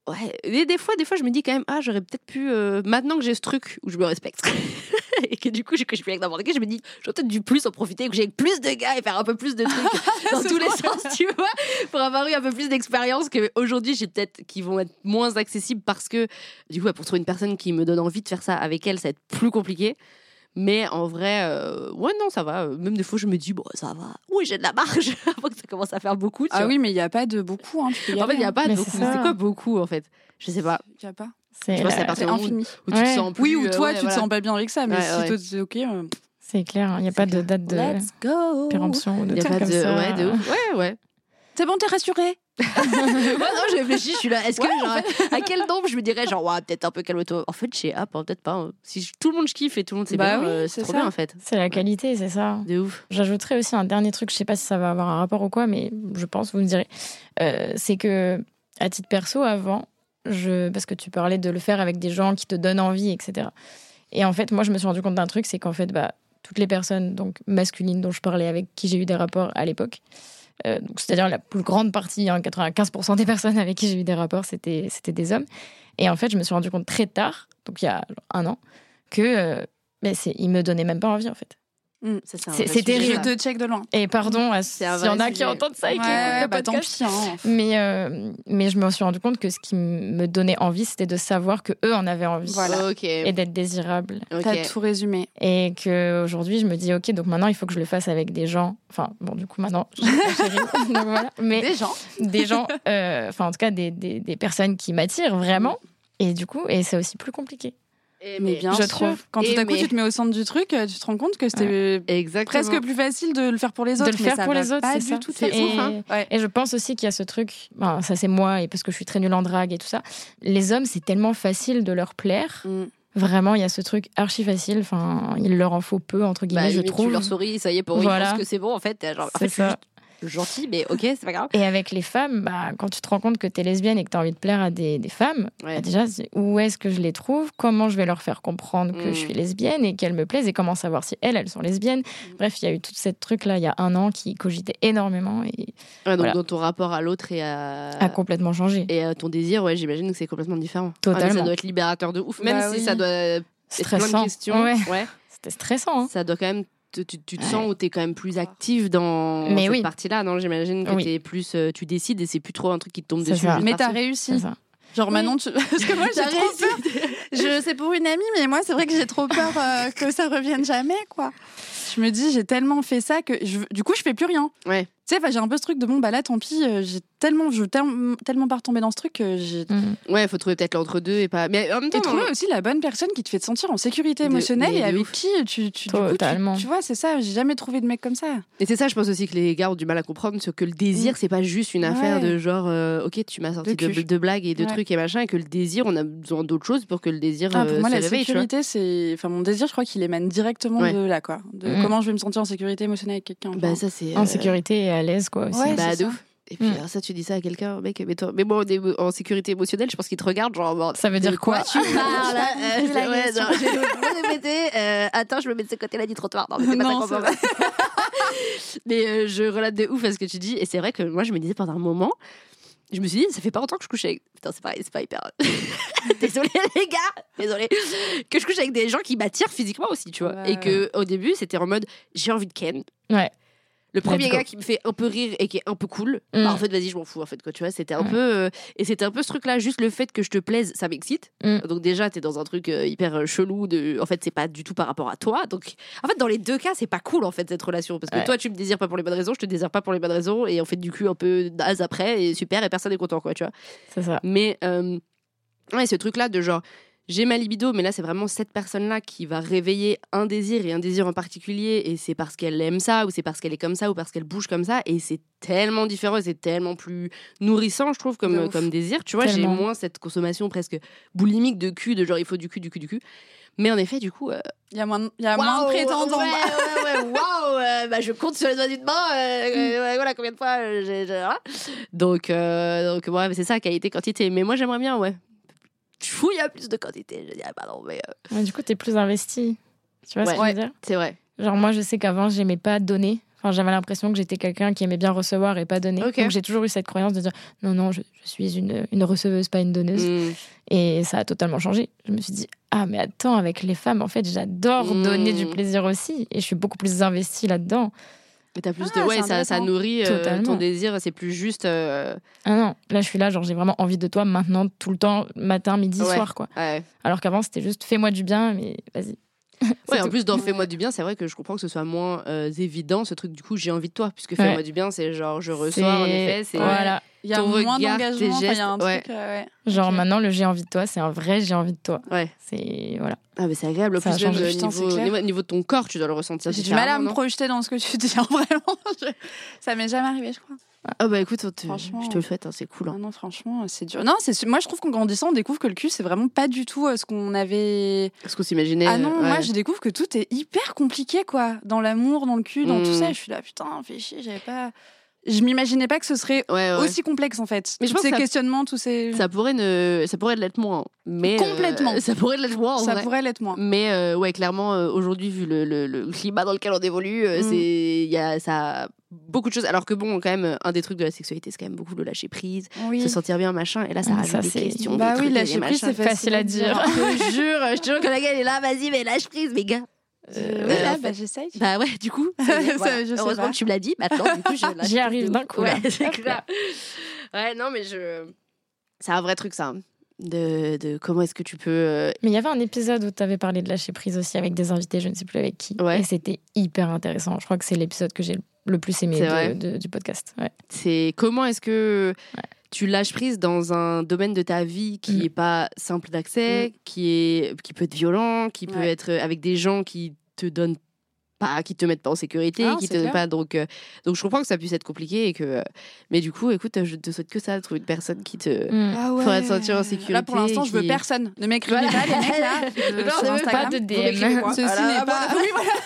[SPEAKER 2] ouais. Et des fois, des fois, je me dis quand même, ah, j'aurais peut-être pu. euh, maintenant que j'ai ce truc où je me respecte [LAUGHS] et que du coup, je- que je suis avec n'importe qui, je me dis, j'aurais peut-être dû plus en profiter, que j'ai avec plus de gars et faire un peu plus de trucs dans
[SPEAKER 4] C'est
[SPEAKER 2] tous les
[SPEAKER 4] vrai.
[SPEAKER 2] sens, tu vois, pour avoir eu un peu plus d'expérience qu'aujourd'hui, j'ai peut-être qui vont être moins accessibles parce que, du coup, ouais, pour trouver une personne qui me donne envie de faire ça avec elle, ça va être plus compliqué. Mais en vrai, euh, ouais, non, ça va. Même des fois, je me dis, bon, ça va. Oui, j'ai de la marge [LAUGHS] avant que ça commence à faire beaucoup. tu
[SPEAKER 4] Ah oui, mais il n'y a pas de beaucoup. Hein, tu peux y
[SPEAKER 2] en fait,
[SPEAKER 4] aller,
[SPEAKER 2] il n'y a
[SPEAKER 4] hein.
[SPEAKER 2] pas
[SPEAKER 3] Mais
[SPEAKER 2] beaucoup.
[SPEAKER 3] c'est
[SPEAKER 2] C'est
[SPEAKER 3] ça.
[SPEAKER 2] quoi beaucoup, en fait Je sais pas.
[SPEAKER 4] Y a pas.
[SPEAKER 2] Je
[SPEAKER 3] C'est
[SPEAKER 2] pense que c'est à
[SPEAKER 3] euh,
[SPEAKER 2] partir
[SPEAKER 4] C'est
[SPEAKER 2] du moment
[SPEAKER 4] infini.
[SPEAKER 2] où tu te
[SPEAKER 3] Ouais.
[SPEAKER 2] sens plus.
[SPEAKER 4] Oui, ou
[SPEAKER 2] euh,
[SPEAKER 4] toi,
[SPEAKER 2] ouais,
[SPEAKER 4] tu
[SPEAKER 2] voilà.
[SPEAKER 4] te sens pas bien avec ça, mais
[SPEAKER 2] Ouais,
[SPEAKER 4] si
[SPEAKER 2] ouais.
[SPEAKER 4] toi, tu dis ok. euh,
[SPEAKER 3] c'est clair, hein. il n'y a pas de date de
[SPEAKER 2] euh,
[SPEAKER 4] Let's go.
[SPEAKER 3] péremption ou de
[SPEAKER 2] Il y a
[SPEAKER 3] truc
[SPEAKER 2] pas
[SPEAKER 3] comme
[SPEAKER 2] de.
[SPEAKER 3] ça.
[SPEAKER 2] Ouais, de ouf. Ouais, [LAUGHS] ouais.
[SPEAKER 4] C'est bon, t'es rassurée
[SPEAKER 2] ouais, non, je réfléchis, je suis là. Est-ce que, genre, à quel nombre je me dirais, genre, ouais, peut-être un peu calme-toi En fait, je sais, ah, bah, peut-être pas. hein. Si je- tout le monde je kiffe et tout le monde c'est
[SPEAKER 4] Bah
[SPEAKER 2] bien,
[SPEAKER 4] oui,
[SPEAKER 2] euh,
[SPEAKER 4] c'est
[SPEAKER 2] c'est trop
[SPEAKER 4] ça.
[SPEAKER 2] bien, en fait.
[SPEAKER 3] C'est la qualité, c'est ça.
[SPEAKER 2] De ouf.
[SPEAKER 3] J'ajouterais aussi un dernier truc, je sais pas si ça va avoir un rapport ou quoi, mais je pense, vous me direz. Euh, c'est que, à titre perso, avant, je, parce que tu parlais de le faire avec des gens qui te donnent envie, etc. Et en fait, moi, je me suis rendu compte d'un truc, c'est qu'en fait, bah, toutes les personnes donc masculines dont je parlais, avec qui j'ai eu des rapports à l'époque, euh, donc, c'est-à-dire la plus grande partie, hein, 95% des personnes avec qui j'ai eu des rapports, c'était c'était des hommes. Et en fait, je me suis rendu compte très tard, donc il y a un an, que euh, ben, c'est- ils me donnaient même pas envie, en fait.
[SPEAKER 2] Ça, un
[SPEAKER 3] C'est-
[SPEAKER 2] vrai
[SPEAKER 3] c'est
[SPEAKER 2] sujet,
[SPEAKER 3] terrible.
[SPEAKER 4] Je
[SPEAKER 2] ça.
[SPEAKER 4] te check de loin.
[SPEAKER 3] Et pardon, à-
[SPEAKER 2] C'est un
[SPEAKER 3] s'il y en
[SPEAKER 2] vrai
[SPEAKER 3] a qui
[SPEAKER 2] sujet.
[SPEAKER 3] entendent ça et qui écoutent
[SPEAKER 4] Ouais,
[SPEAKER 3] le
[SPEAKER 4] bah tant
[SPEAKER 3] podcast.
[SPEAKER 4] pis. hein.
[SPEAKER 3] Mais, euh, mais je me suis rendu compte que ce qui m- me donnait envie, c'était de savoir que eux en avaient envie
[SPEAKER 4] Voilà.
[SPEAKER 2] Ok.
[SPEAKER 3] et d'être désirable.
[SPEAKER 2] ok.
[SPEAKER 4] T'as tout résumé.
[SPEAKER 3] Et que aujourd'hui, je me dis, ok, donc maintenant, il faut que je le fasse avec des gens. Enfin, bon, du coup, maintenant, j'ai ma [LAUGHS] chérie. donc voilà. Mais
[SPEAKER 4] Des gens.
[SPEAKER 3] des gens, euh, enfin, en tout cas, des, des, des personnes qui m'attirent vraiment. Et du coup, et c'est aussi plus compliqué.
[SPEAKER 2] Et-
[SPEAKER 4] Mais bien
[SPEAKER 3] Je
[SPEAKER 4] sûr.
[SPEAKER 3] trouve.
[SPEAKER 4] Quand tout
[SPEAKER 2] Et
[SPEAKER 4] à coup,
[SPEAKER 2] mais-
[SPEAKER 4] tu te mets au centre du truc, euh, tu te rends compte que c'était
[SPEAKER 2] Exactement.
[SPEAKER 4] presque plus facile de le faire pour les autres.
[SPEAKER 3] de le
[SPEAKER 4] mais
[SPEAKER 3] faire
[SPEAKER 4] ça
[SPEAKER 3] pour
[SPEAKER 4] va
[SPEAKER 3] les autres,
[SPEAKER 4] Pas
[SPEAKER 3] c'est
[SPEAKER 4] du
[SPEAKER 3] ça.
[SPEAKER 4] tout.
[SPEAKER 2] C'est
[SPEAKER 3] et,
[SPEAKER 2] ouf, hein.
[SPEAKER 4] Ouais.
[SPEAKER 3] et je pense aussi qu'il y a ce truc, ben, ça c'est moi, et parce que je suis très nulle en drague et tout ça. Les hommes, c'est tellement facile de leur plaire.
[SPEAKER 4] Mm.
[SPEAKER 3] Vraiment, il y a ce truc archi facile. Enfin, il leur en faut peu, entre
[SPEAKER 2] Bah,
[SPEAKER 3] guillemets, je
[SPEAKER 2] limite,
[SPEAKER 3] trouve.
[SPEAKER 2] Tu leur souris, ça y est, pour eux,
[SPEAKER 3] Voilà.
[SPEAKER 2] ils pensent que [LAUGHS] c'est bon, en fait. t'es Genre, en
[SPEAKER 3] C'est
[SPEAKER 2] fait, je suis
[SPEAKER 3] ça.
[SPEAKER 2] juste gentil, mais ok, c'est pas grave.
[SPEAKER 3] Et avec les femmes, bah, quand tu te rends compte que t'es lesbienne et que t'as envie de plaire à des, des femmes,
[SPEAKER 2] Ouais.
[SPEAKER 3] bah, déjà, c'est où est-ce que je les trouve Comment je vais leur faire comprendre que
[SPEAKER 2] Mm.
[SPEAKER 3] je suis lesbienne et qu'elles me plaisent Et comment savoir si elles, elles sont lesbiennes
[SPEAKER 2] Mm.
[SPEAKER 3] Bref, il y a eu tout ce truc-là, il y a un an, qui cogitait énormément et
[SPEAKER 2] Ouais, Ah, donc
[SPEAKER 3] Voilà.
[SPEAKER 2] dans ton rapport à l'autre et à,
[SPEAKER 3] a complètement changé.
[SPEAKER 2] et à ton désir, ouais, j'imagine que c'est complètement différent. Ah, mais ça
[SPEAKER 3] Totalement.
[SPEAKER 2] doit être libérateur de ouf, même
[SPEAKER 4] Bah
[SPEAKER 2] si
[SPEAKER 4] oui.
[SPEAKER 2] ça doit être plein de
[SPEAKER 3] Stressant.
[SPEAKER 2] questions.
[SPEAKER 3] Ouais.
[SPEAKER 2] Ouais.
[SPEAKER 3] C'était stressant. hein.
[SPEAKER 2] Ça doit quand même. te- tu, tu te
[SPEAKER 3] Ouais.
[SPEAKER 2] sens où t'es quand même plus active dans
[SPEAKER 3] Mais
[SPEAKER 2] cette
[SPEAKER 3] oui.
[SPEAKER 2] partie-là, non J'imagine que
[SPEAKER 3] Oui.
[SPEAKER 2] t'es plus, euh, tu décides et c'est plus trop un truc qui te tombe
[SPEAKER 3] C'est
[SPEAKER 2] dessus.
[SPEAKER 3] ça.
[SPEAKER 2] juste
[SPEAKER 4] Mais t'as
[SPEAKER 2] parce-
[SPEAKER 4] réussi.
[SPEAKER 3] C'est ça.
[SPEAKER 4] Genre
[SPEAKER 2] Oui.
[SPEAKER 4] Manon, tu... [LAUGHS] parce que moi j'ai
[SPEAKER 2] T'as
[SPEAKER 4] trop
[SPEAKER 2] réussi.
[SPEAKER 4] peur. Je c'est pour une amie, mais moi c'est vrai que j'ai trop peur euh, que ça revienne jamais, quoi. Je me dis j'ai tellement fait ça que je... du coup je fais plus rien.
[SPEAKER 2] Ouais.
[SPEAKER 4] Tu sais, 'fin, j'ai un peu ce truc de bon bah là tant pis, euh, j'ai tellement je veux tel- tellement pas retomber dans ce truc que j'ai.
[SPEAKER 3] Mm.
[SPEAKER 2] Ouais, faut trouver peut-être l'entre-deux et pas. Mais en même temps,
[SPEAKER 4] Et trouver
[SPEAKER 2] non,
[SPEAKER 4] aussi la bonne personne qui te fait te sentir en sécurité
[SPEAKER 2] De-
[SPEAKER 4] émotionnelle
[SPEAKER 2] mais
[SPEAKER 4] et
[SPEAKER 2] de
[SPEAKER 4] avec
[SPEAKER 2] ouf.
[SPEAKER 4] qui tu, tu, du coup, tu,
[SPEAKER 3] Totalement.
[SPEAKER 4] tu vois c'est ça j'ai jamais trouvé de mec comme ça
[SPEAKER 2] Et c'est ça, je pense aussi que les gars ont du mal à comprendre ce que le désir, c'est pas juste une affaire
[SPEAKER 4] Mm. Ouais.
[SPEAKER 2] de genre, euh, ok, tu m'as sorti
[SPEAKER 4] De
[SPEAKER 2] de,
[SPEAKER 4] cul.
[SPEAKER 2] de blagues et de
[SPEAKER 4] Ouais.
[SPEAKER 2] trucs et machin, et que le désir, on a besoin d'autre chose pour que le désir
[SPEAKER 4] Ah,
[SPEAKER 2] euh,
[SPEAKER 4] pour moi,
[SPEAKER 2] se
[SPEAKER 4] la
[SPEAKER 2] réveille, tu vois.
[SPEAKER 4] sécurité, c'est. Enfin, mon désir, je crois qu'il émane directement
[SPEAKER 2] Ouais.
[SPEAKER 4] de là, quoi. De
[SPEAKER 3] Mm.
[SPEAKER 4] comment je vais me sentir en sécurité émotionnelle avec quelqu'un.
[SPEAKER 2] Bah, ça, c'est.
[SPEAKER 3] En
[SPEAKER 2] euh,
[SPEAKER 3] sécurité et à l'aise, quoi. Aussi.
[SPEAKER 4] Ouais,
[SPEAKER 2] bah,
[SPEAKER 4] c'est
[SPEAKER 2] de
[SPEAKER 4] ça.
[SPEAKER 2] ouf. Et puis,
[SPEAKER 3] Mm.
[SPEAKER 2] alors, ça, tu dis ça à quelqu'un, mec, mais toi. Mais bon, on est en sécurité émotionnelle, je pense qu'il te regarde, genre, en mode,
[SPEAKER 3] ça veut
[SPEAKER 2] de
[SPEAKER 3] dire quoi
[SPEAKER 2] tu parles
[SPEAKER 3] [LAUGHS]
[SPEAKER 4] pas compris
[SPEAKER 2] Euh,
[SPEAKER 4] la
[SPEAKER 2] ouais,
[SPEAKER 4] question.
[SPEAKER 2] non, j'ai oublié de péter. Euh, attends, je me mets de ce côté-là du trottoir. Non, mais c'est pas
[SPEAKER 4] Non,
[SPEAKER 2] ça qu'on parle. [LAUGHS] Mais euh, je relate de ouf à ce que tu dis. Et c'est vrai que moi, je me disais pendant un moment, je me suis dit, ça fait pas longtemps que je couche avec. Putain, c'est pareil, c'est pas hyper. [LAUGHS] Désolée, [LAUGHS] les gars, désolée. Que je couche avec des gens qui m'attirent physiquement aussi, tu vois.
[SPEAKER 4] Ouais.
[SPEAKER 2] Et que au début, c'était en mode, j'ai envie de Ken.
[SPEAKER 3] Ouais.
[SPEAKER 2] Le premier
[SPEAKER 3] go.
[SPEAKER 2] gars qui me fait un peu rire et qui est un peu cool,
[SPEAKER 3] Mm.
[SPEAKER 2] bah, en fait, vas-y, je m'en fous. En fait, quoi, tu vois, c'était un
[SPEAKER 3] Ouais.
[SPEAKER 2] peu. euh, et c'était un peu ce truc-là, juste le fait que je te plaise, ça m'excite.
[SPEAKER 3] Mm.
[SPEAKER 2] Donc déjà, t'es dans un truc euh, hyper euh, chelou. De... En fait, c'est pas du tout par rapport à toi. Donc, en fait, dans les deux cas, c'est pas cool en fait cette relation parce que
[SPEAKER 3] Ouais.
[SPEAKER 2] toi, tu me désires pas pour les bonnes raisons, je te désire pas pour les bonnes raisons, et on fait du cul un peu naze après et super et personne est content quoi, tu vois.
[SPEAKER 3] C'est ça.
[SPEAKER 2] Mais euh, ouais, ce truc là de genre. j'ai ma libido, mais là, c'est vraiment cette personne-là qui va réveiller un désir et un désir en particulier, et c'est parce qu'elle aime ça, ou c'est parce qu'elle est comme ça, ou parce qu'elle bouge comme ça, et c'est tellement différent, et c'est tellement plus nourrissant, je trouve,
[SPEAKER 4] De
[SPEAKER 2] comme,
[SPEAKER 4] ouf.
[SPEAKER 2] comme désir. Tu vois, j'ai
[SPEAKER 3] Tellement.
[SPEAKER 2] moins cette consommation presque boulimique de cul, de genre il faut du cul, du cul, du cul. Mais en effet, du coup, euh,
[SPEAKER 4] Il y a moins, de- il y a moins de
[SPEAKER 2] Waouh,
[SPEAKER 4] prétendants.
[SPEAKER 2] Ouais, ouais, ouais, waouh, euh, bah, je compte sur les doigts d'une main. euh, euh, voilà combien de fois euh, j'ai. j'ai- voilà. Donc, euh, donc ouais, mais c'est ça, qualité, quantité. Mais moi, j'aimerais bien, ouais. Je fouille à plus de quantité. Je dis, ah, pardon, mais euh,
[SPEAKER 3] Ouais, du coup, t'es plus investi. Tu vois ce que
[SPEAKER 2] Ouais.
[SPEAKER 3] je veux dire
[SPEAKER 2] c'est vrai.
[SPEAKER 3] Genre, moi, je sais qu'avant, j'aimais pas donner. Enfin, j'avais l'impression que j'étais quelqu'un qui aimait bien recevoir et pas donner.
[SPEAKER 2] Ok.
[SPEAKER 3] Donc, j'ai toujours eu cette croyance de dire non, non, je, je suis une, une receveuse, pas une
[SPEAKER 2] Mm.
[SPEAKER 3] donneuse. Et ça a totalement changé. Je me suis dit, ah, mais attends, avec les femmes, en fait, j'adore
[SPEAKER 2] Mm.
[SPEAKER 3] donner du plaisir aussi. Et je suis beaucoup plus investie là-dedans.
[SPEAKER 2] Mais t'as plus
[SPEAKER 4] Ah,
[SPEAKER 2] de. Ouais,
[SPEAKER 4] c'est
[SPEAKER 2] ça, ça
[SPEAKER 4] intéressant.
[SPEAKER 2] nourrit euh, ton
[SPEAKER 3] Totalement.
[SPEAKER 2] désir, c'est plus juste. euh,
[SPEAKER 3] Ah non, là, je suis là, genre, j'ai vraiment envie de toi maintenant, tout le temps, matin, midi,
[SPEAKER 2] Ouais.
[SPEAKER 3] soir, quoi.
[SPEAKER 2] Ouais,
[SPEAKER 3] Alors qu'avant, c'était juste fais-moi du bien, mais vas-y. C'est
[SPEAKER 2] Ouais,
[SPEAKER 3] [LAUGHS]
[SPEAKER 2] en
[SPEAKER 3] tout.
[SPEAKER 2] plus, dans
[SPEAKER 4] Ouais.
[SPEAKER 2] Fais-moi du bien, c'est vrai que je comprends que ce soit moins euh, évident ce truc du coup, j'ai envie de toi, puisque Fais-moi du bien, c'est genre je reçois, en
[SPEAKER 3] C'est-
[SPEAKER 2] effet, c'est.
[SPEAKER 3] Voilà.
[SPEAKER 4] Il y a
[SPEAKER 2] Ton
[SPEAKER 4] moins
[SPEAKER 2] regard, tes
[SPEAKER 4] d'engagement. enfin, Il y a un
[SPEAKER 2] gestes,
[SPEAKER 4] truc. euh, ouais.
[SPEAKER 3] Genre,
[SPEAKER 4] Ok.
[SPEAKER 3] maintenant, le j'ai envie de toi, c'est un vrai j'ai envie de toi.
[SPEAKER 2] Ouais.
[SPEAKER 3] C'est. Voilà.
[SPEAKER 2] Ah, mais c'est agréable. En
[SPEAKER 3] Ça a
[SPEAKER 2] plus, même
[SPEAKER 3] changé.
[SPEAKER 2] euh,
[SPEAKER 4] Putain, c'est
[SPEAKER 2] niveau,
[SPEAKER 4] clair.
[SPEAKER 2] niveau, niveau de ton corps, tu dois le ressentir.
[SPEAKER 4] J'ai du mal à
[SPEAKER 2] différemment,
[SPEAKER 4] me
[SPEAKER 2] non
[SPEAKER 4] projeter dans ce que tu dis, [LAUGHS] hein, vraiment. Je- Ça m'est jamais arrivé, je crois.
[SPEAKER 2] Ah, bah écoute, on te-
[SPEAKER 4] Franchement.
[SPEAKER 2] je te le souhaite, hein, c'est cool. hein.
[SPEAKER 4] Ah non, franchement, c'est dur. Non, c'est moi je trouve qu'en grandissant, on découvre que le cul, c'est vraiment pas du tout euh, ce qu'on avait.
[SPEAKER 2] Parce qu'on s'imaginait.
[SPEAKER 4] ah non,
[SPEAKER 2] euh,
[SPEAKER 4] moi
[SPEAKER 2] ouais.
[SPEAKER 4] je découvre que tout est hyper compliqué, quoi. Dans l'amour, dans le cul, dans tout
[SPEAKER 2] Mm.
[SPEAKER 4] ça. Je suis là, putain, fais chier, j'avais pas. Je m'imaginais pas que ce serait
[SPEAKER 2] Ouais, ouais.
[SPEAKER 4] aussi complexe, en fait.
[SPEAKER 2] Mais
[SPEAKER 4] Mais
[SPEAKER 2] je
[SPEAKER 4] tous
[SPEAKER 2] pense
[SPEAKER 4] ces
[SPEAKER 2] que ça-
[SPEAKER 4] questionnements, tous ces. Ça,
[SPEAKER 2] Ça pourrait, ne... ça pourrait l'être moins. Mais, euh,
[SPEAKER 4] Complètement.
[SPEAKER 2] [LAUGHS] ça pourrait l'être moins. en vrai.
[SPEAKER 4] pourrait l'être moins.
[SPEAKER 2] Mais euh, ouais, clairement, euh, aujourd'hui, vu le, le- le climat dans lequel on évolue, euh,
[SPEAKER 4] Mm.
[SPEAKER 2] c'est, il y a, ça a beaucoup de choses. Alors que bon, quand même, euh, un des trucs de la sexualité, c'est quand même beaucoup le lâcher prise,
[SPEAKER 4] Oui.
[SPEAKER 2] se sentir bien, machin. Et là, ça
[SPEAKER 3] Ah,
[SPEAKER 2] rajoute
[SPEAKER 3] ça,
[SPEAKER 2] des
[SPEAKER 3] c'est-
[SPEAKER 2] questions.
[SPEAKER 4] bah
[SPEAKER 2] des
[SPEAKER 4] oui,
[SPEAKER 2] trucs et des
[SPEAKER 4] lâcher prise,
[SPEAKER 2] machins.
[SPEAKER 4] c'est facile à dire.
[SPEAKER 2] [LAUGHS] Je te jure, je te jure que la gueule est là, vas-y, mais lâche prise, mes gars.
[SPEAKER 4] Euh,
[SPEAKER 2] Euh,
[SPEAKER 4] oui,
[SPEAKER 2] ouais,
[SPEAKER 4] là,
[SPEAKER 2] en
[SPEAKER 4] bah, j'essaye.
[SPEAKER 2] Bah ouais, du coup.
[SPEAKER 4] [LAUGHS] Ça,
[SPEAKER 2] c'est- voilà.
[SPEAKER 4] je sais
[SPEAKER 2] Heureusement
[SPEAKER 4] pas.
[SPEAKER 2] que tu me l'as dit. Maintenant, du coup, je lâche
[SPEAKER 3] J'y arrive
[SPEAKER 2] tout.
[SPEAKER 3] d'un coup, là.
[SPEAKER 4] hein.
[SPEAKER 2] Ouais, [LAUGHS] c'est
[SPEAKER 3] Hop
[SPEAKER 2] clair.
[SPEAKER 3] là.
[SPEAKER 2] Ouais, non, mais je. C'est un vrai truc, ça. De, de comment est-ce que tu peux. euh,
[SPEAKER 3] Mais il y avait un épisode où tu avais parlé de lâcher prise aussi avec des invités, je ne sais plus avec qui.
[SPEAKER 2] Ouais.
[SPEAKER 3] Et c'était hyper intéressant. Je crois que c'est l'épisode que j'ai le plus aimé
[SPEAKER 2] C'est
[SPEAKER 3] de-
[SPEAKER 2] vrai.
[SPEAKER 3] de- du podcast. Ouais.
[SPEAKER 2] C'est comment est-ce que tu lâches prise dans un domaine de ta vie qui
[SPEAKER 3] Mm.
[SPEAKER 2] n'est pas simple d'accès, qui, est, qui peut être violent, qui peut
[SPEAKER 4] Mm. Ouais.
[SPEAKER 2] être avec des gens qui te donnent pas, qui te mettent pas en sécurité,
[SPEAKER 4] Ah,
[SPEAKER 2] qui
[SPEAKER 4] c'est
[SPEAKER 2] te donnent
[SPEAKER 4] clair.
[SPEAKER 2] pas. Donc, euh, donc je comprends que ça puisse être compliqué et que. euh, mais du coup, écoute, je te souhaite que ça, de trouver une personne qui te.
[SPEAKER 3] Mm.
[SPEAKER 4] Ah ouais.
[SPEAKER 2] Faudrait te sentir en sécurité
[SPEAKER 4] Là, pour l'instant, je veux
[SPEAKER 2] qui-
[SPEAKER 4] personne. Ne m'écrivez
[SPEAKER 2] Voilà.
[SPEAKER 4] pas, les mecs, [LAUGHS] là. euh,
[SPEAKER 2] Genre,
[SPEAKER 4] sur
[SPEAKER 2] ne veux
[SPEAKER 4] Instagram.
[SPEAKER 3] pas de DM.
[SPEAKER 4] Vous m'écrivez-moi. Ceci
[SPEAKER 2] Voilà,
[SPEAKER 4] n'est pas. [LAUGHS] Oui, voilà.
[SPEAKER 2] [LAUGHS]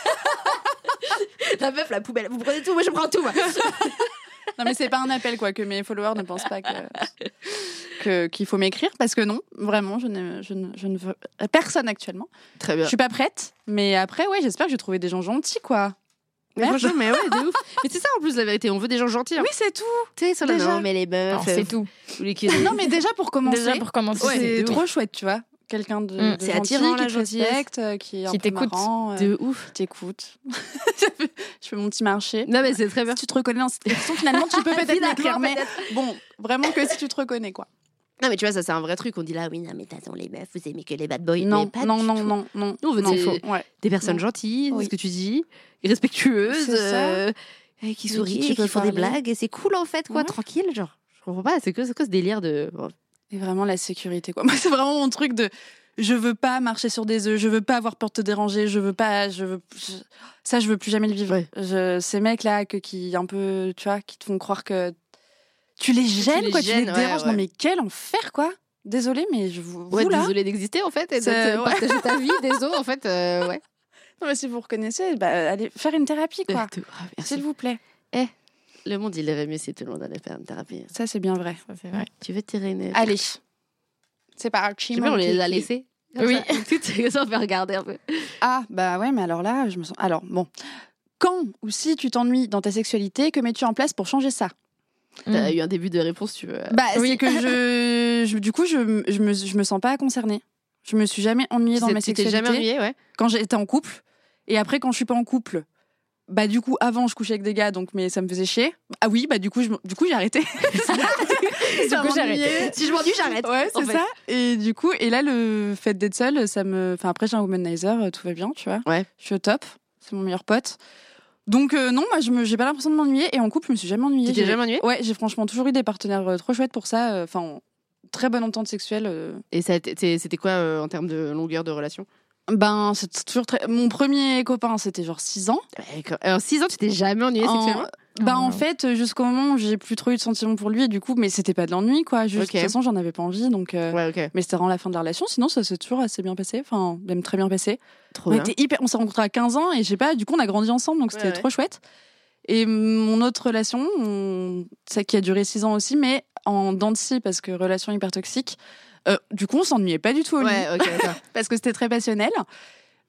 [SPEAKER 2] La meuf, la poubelle, vous prenez tout, moi je prends tout. moi.
[SPEAKER 4] Non, mais c'est pas un appel, quoi, que mes followers ne pensent pas que [LAUGHS] que- qu'il faut m'écrire, parce que non, vraiment, je ne, je ne, je ne veux personne actuellement.
[SPEAKER 2] Très bien.
[SPEAKER 4] Je suis pas prête, mais après, ouais, j'espère que j'ai trouvé des gens gentils, quoi.
[SPEAKER 2] Mais franchement, mais ouais, de ouf. [LAUGHS] Mais c'est ça en plus la vérité, on veut des gens gentils. hein.
[SPEAKER 4] Oui, c'est tout.
[SPEAKER 2] Tu sais, sur la
[SPEAKER 4] Déjà.
[SPEAKER 2] non, mais les meufs,
[SPEAKER 3] Alors, c'est tout.
[SPEAKER 2] ou les
[SPEAKER 4] Non, mais déjà pour commencer,
[SPEAKER 3] Déjà pour commencer,
[SPEAKER 4] c'est
[SPEAKER 3] de ouf.
[SPEAKER 4] trop chouette, tu vois. Quelqu'un de,
[SPEAKER 3] Mm.
[SPEAKER 4] de
[SPEAKER 2] C'est
[SPEAKER 4] gentil,
[SPEAKER 2] attirant, la
[SPEAKER 4] qui te
[SPEAKER 2] gentillesse.
[SPEAKER 4] respecte, euh, qui est un
[SPEAKER 3] Qui
[SPEAKER 4] peu
[SPEAKER 3] t'écoute.
[SPEAKER 4] marrant,
[SPEAKER 2] [LAUGHS]
[SPEAKER 4] euh,
[SPEAKER 2] de ouf.
[SPEAKER 4] qui t'écoute. [LAUGHS] je fais mon petit marché.
[SPEAKER 2] Non, mais c'est très bien.
[SPEAKER 4] Si tu te reconnais dans cette question, finalement,
[SPEAKER 2] [LAUGHS]
[SPEAKER 4] tu peux peut-être
[SPEAKER 2] Finalement,
[SPEAKER 4] m'écrire, mais bon, vraiment que si tu te reconnais, quoi.
[SPEAKER 2] Non, mais tu vois, ça c'est un vrai truc. On dit là, oui, non, mais t'attends, les meufs, vous aimez que les bad boys. mais
[SPEAKER 4] non,
[SPEAKER 2] pas
[SPEAKER 4] non,
[SPEAKER 2] du
[SPEAKER 4] non,
[SPEAKER 2] tout.
[SPEAKER 4] non, non,
[SPEAKER 2] Nous, on veut
[SPEAKER 4] non,
[SPEAKER 2] des-
[SPEAKER 4] Ouais.
[SPEAKER 2] Des personnes
[SPEAKER 4] Non.
[SPEAKER 2] gentilles, c'est
[SPEAKER 4] Oui.
[SPEAKER 2] ce que tu dis, respectueuses,
[SPEAKER 4] C'est ça.
[SPEAKER 2] euh, et qui
[SPEAKER 4] qui
[SPEAKER 2] sourient,
[SPEAKER 4] tu
[SPEAKER 2] et qui
[SPEAKER 4] peux
[SPEAKER 2] font des
[SPEAKER 4] parler.
[SPEAKER 2] blagues. Et c'est cool en fait, quoi,
[SPEAKER 4] Ouais.
[SPEAKER 2] tranquille. Genre, je comprends pas, c'est que, c'est quoi ce délire de. bon,
[SPEAKER 4] Et vraiment la sécurité, [LAUGHS] quoi. Moi, c'est vraiment mon truc de. Je veux pas marcher sur des œufs, je veux pas avoir peur de te déranger, je veux pas. Je veux, je- ça, je veux plus jamais le vivre.
[SPEAKER 2] Ouais.
[SPEAKER 4] Je- ces mecs-là que, qui, un peu, tu vois, qui te font croire que tu les gênes,
[SPEAKER 2] les
[SPEAKER 4] quoi,
[SPEAKER 2] gênes,
[SPEAKER 4] tu les
[SPEAKER 2] ouais,
[SPEAKER 4] déranges.
[SPEAKER 2] ouais.
[SPEAKER 4] Non, mais quel enfer, quoi. Désolée, mais je vous.
[SPEAKER 2] Ouais,
[SPEAKER 4] vous, là,
[SPEAKER 2] désolé d'exister en fait, et de
[SPEAKER 4] C'est-
[SPEAKER 2] te [LAUGHS]
[SPEAKER 4] ouais.
[SPEAKER 2] partager ta vie, des autres en fait, euh, [LAUGHS] ouais.
[SPEAKER 4] non, mais si vous reconnaissez, bah, allez faire une thérapie, quoi.
[SPEAKER 2] Ah, merci.
[SPEAKER 4] S'il vous plaît.
[SPEAKER 2] Le monde, il irait mieux si tout le monde allait faire une thérapie.
[SPEAKER 4] Ça, c'est bien vrai.
[SPEAKER 3] Ça, c'est vrai.
[SPEAKER 2] Tu veux tirer une.
[SPEAKER 4] Allez. C'est par
[SPEAKER 2] J'ai on les a laissés. comme
[SPEAKER 3] Oui.
[SPEAKER 2] ça. [LAUGHS] Tout c'est- ça, on fait regarder un peu.
[SPEAKER 4] Ah, bah ouais, mais alors là, je me sens. Alors, bon. Quand ou si tu t'ennuies dans ta sexualité, que mets-tu en place pour changer ça
[SPEAKER 3] Mm.
[SPEAKER 2] T'as eu un début de réponse, tu veux.
[SPEAKER 4] Bah,
[SPEAKER 3] Oui.
[SPEAKER 4] c'est que [LAUGHS] je, je- Du coup, je, m- je, me, je me sens pas concernée. Je me suis jamais ennuyée dans ma
[SPEAKER 2] tu t'es
[SPEAKER 4] sexualité.
[SPEAKER 2] jamais ennuyé, ouais.
[SPEAKER 4] Quand j'étais en couple. Et après, quand je suis pas en couple. Bah, du coup, avant, je couchais avec des gars, donc, mais ça me faisait chier. Ah oui, bah, du coup, je m- du coup j'ai [LAUGHS] arrêté.
[SPEAKER 3] Du coup, j'ai arrêté.
[SPEAKER 2] [LAUGHS] Si je m'ennuie, j'arrête.
[SPEAKER 4] Ouais,
[SPEAKER 2] en
[SPEAKER 4] c'est
[SPEAKER 2] fait.
[SPEAKER 4] ça. Et du coup, et là, le fait d'être seule, ça me. Enfin, après, j'ai un womanizer, euh, tout va bien, tu vois.
[SPEAKER 2] Ouais.
[SPEAKER 4] Je suis au top. C'est mon meilleur pote. Donc, euh, non, moi, je me... j'ai pas l'impression de m'ennuyer. Et en couple, je me suis jamais ennuyée.
[SPEAKER 2] Tu t'es
[SPEAKER 4] J'ai-
[SPEAKER 2] jamais ennuyé
[SPEAKER 4] Ouais, j'ai franchement toujours eu des partenaires euh, trop chouettes pour ça. euh, Enfin, on- très bonne entente sexuelle. euh.
[SPEAKER 2] Et ça a été- c'est- c'était quoi euh, en termes de longueur de relation
[SPEAKER 4] Ben, c'est toujours très. Mon premier copain, c'était genre 6 ans.
[SPEAKER 2] Bah, euh, En 6 ans, tu t'es jamais ennuyée
[SPEAKER 4] En-
[SPEAKER 2] sexuellement
[SPEAKER 4] Bah
[SPEAKER 3] Oh.
[SPEAKER 4] en fait, jusqu'au moment où j'ai plus trop eu de sentiments pour lui, et du coup, mais c'était pas de l'ennui quoi. Juste,
[SPEAKER 2] Ok.
[SPEAKER 4] De toute façon, j'en avais pas envie, donc. euh,
[SPEAKER 2] Ouais, ok.
[SPEAKER 4] Mais c'était avant la fin de la relation, sinon ça s'est toujours assez bien passé. Enfin, même très bien passé.
[SPEAKER 2] Trop
[SPEAKER 4] On
[SPEAKER 2] bien.
[SPEAKER 4] était hyper, on s'est rencontrés à 15 ans et j'ai pas, du coup on a grandi ensemble, donc c'était
[SPEAKER 2] Ouais, ouais.
[SPEAKER 4] trop chouette. Et mon autre relation, on- celle qui a duré 6 ans aussi, mais en dents de scie, parce que relation hyper toxique. euh, du coup, on s'ennuyait pas du tout au lit
[SPEAKER 2] Ouais, ok, [LAUGHS] d'accord.
[SPEAKER 4] parce que c'était très passionnel.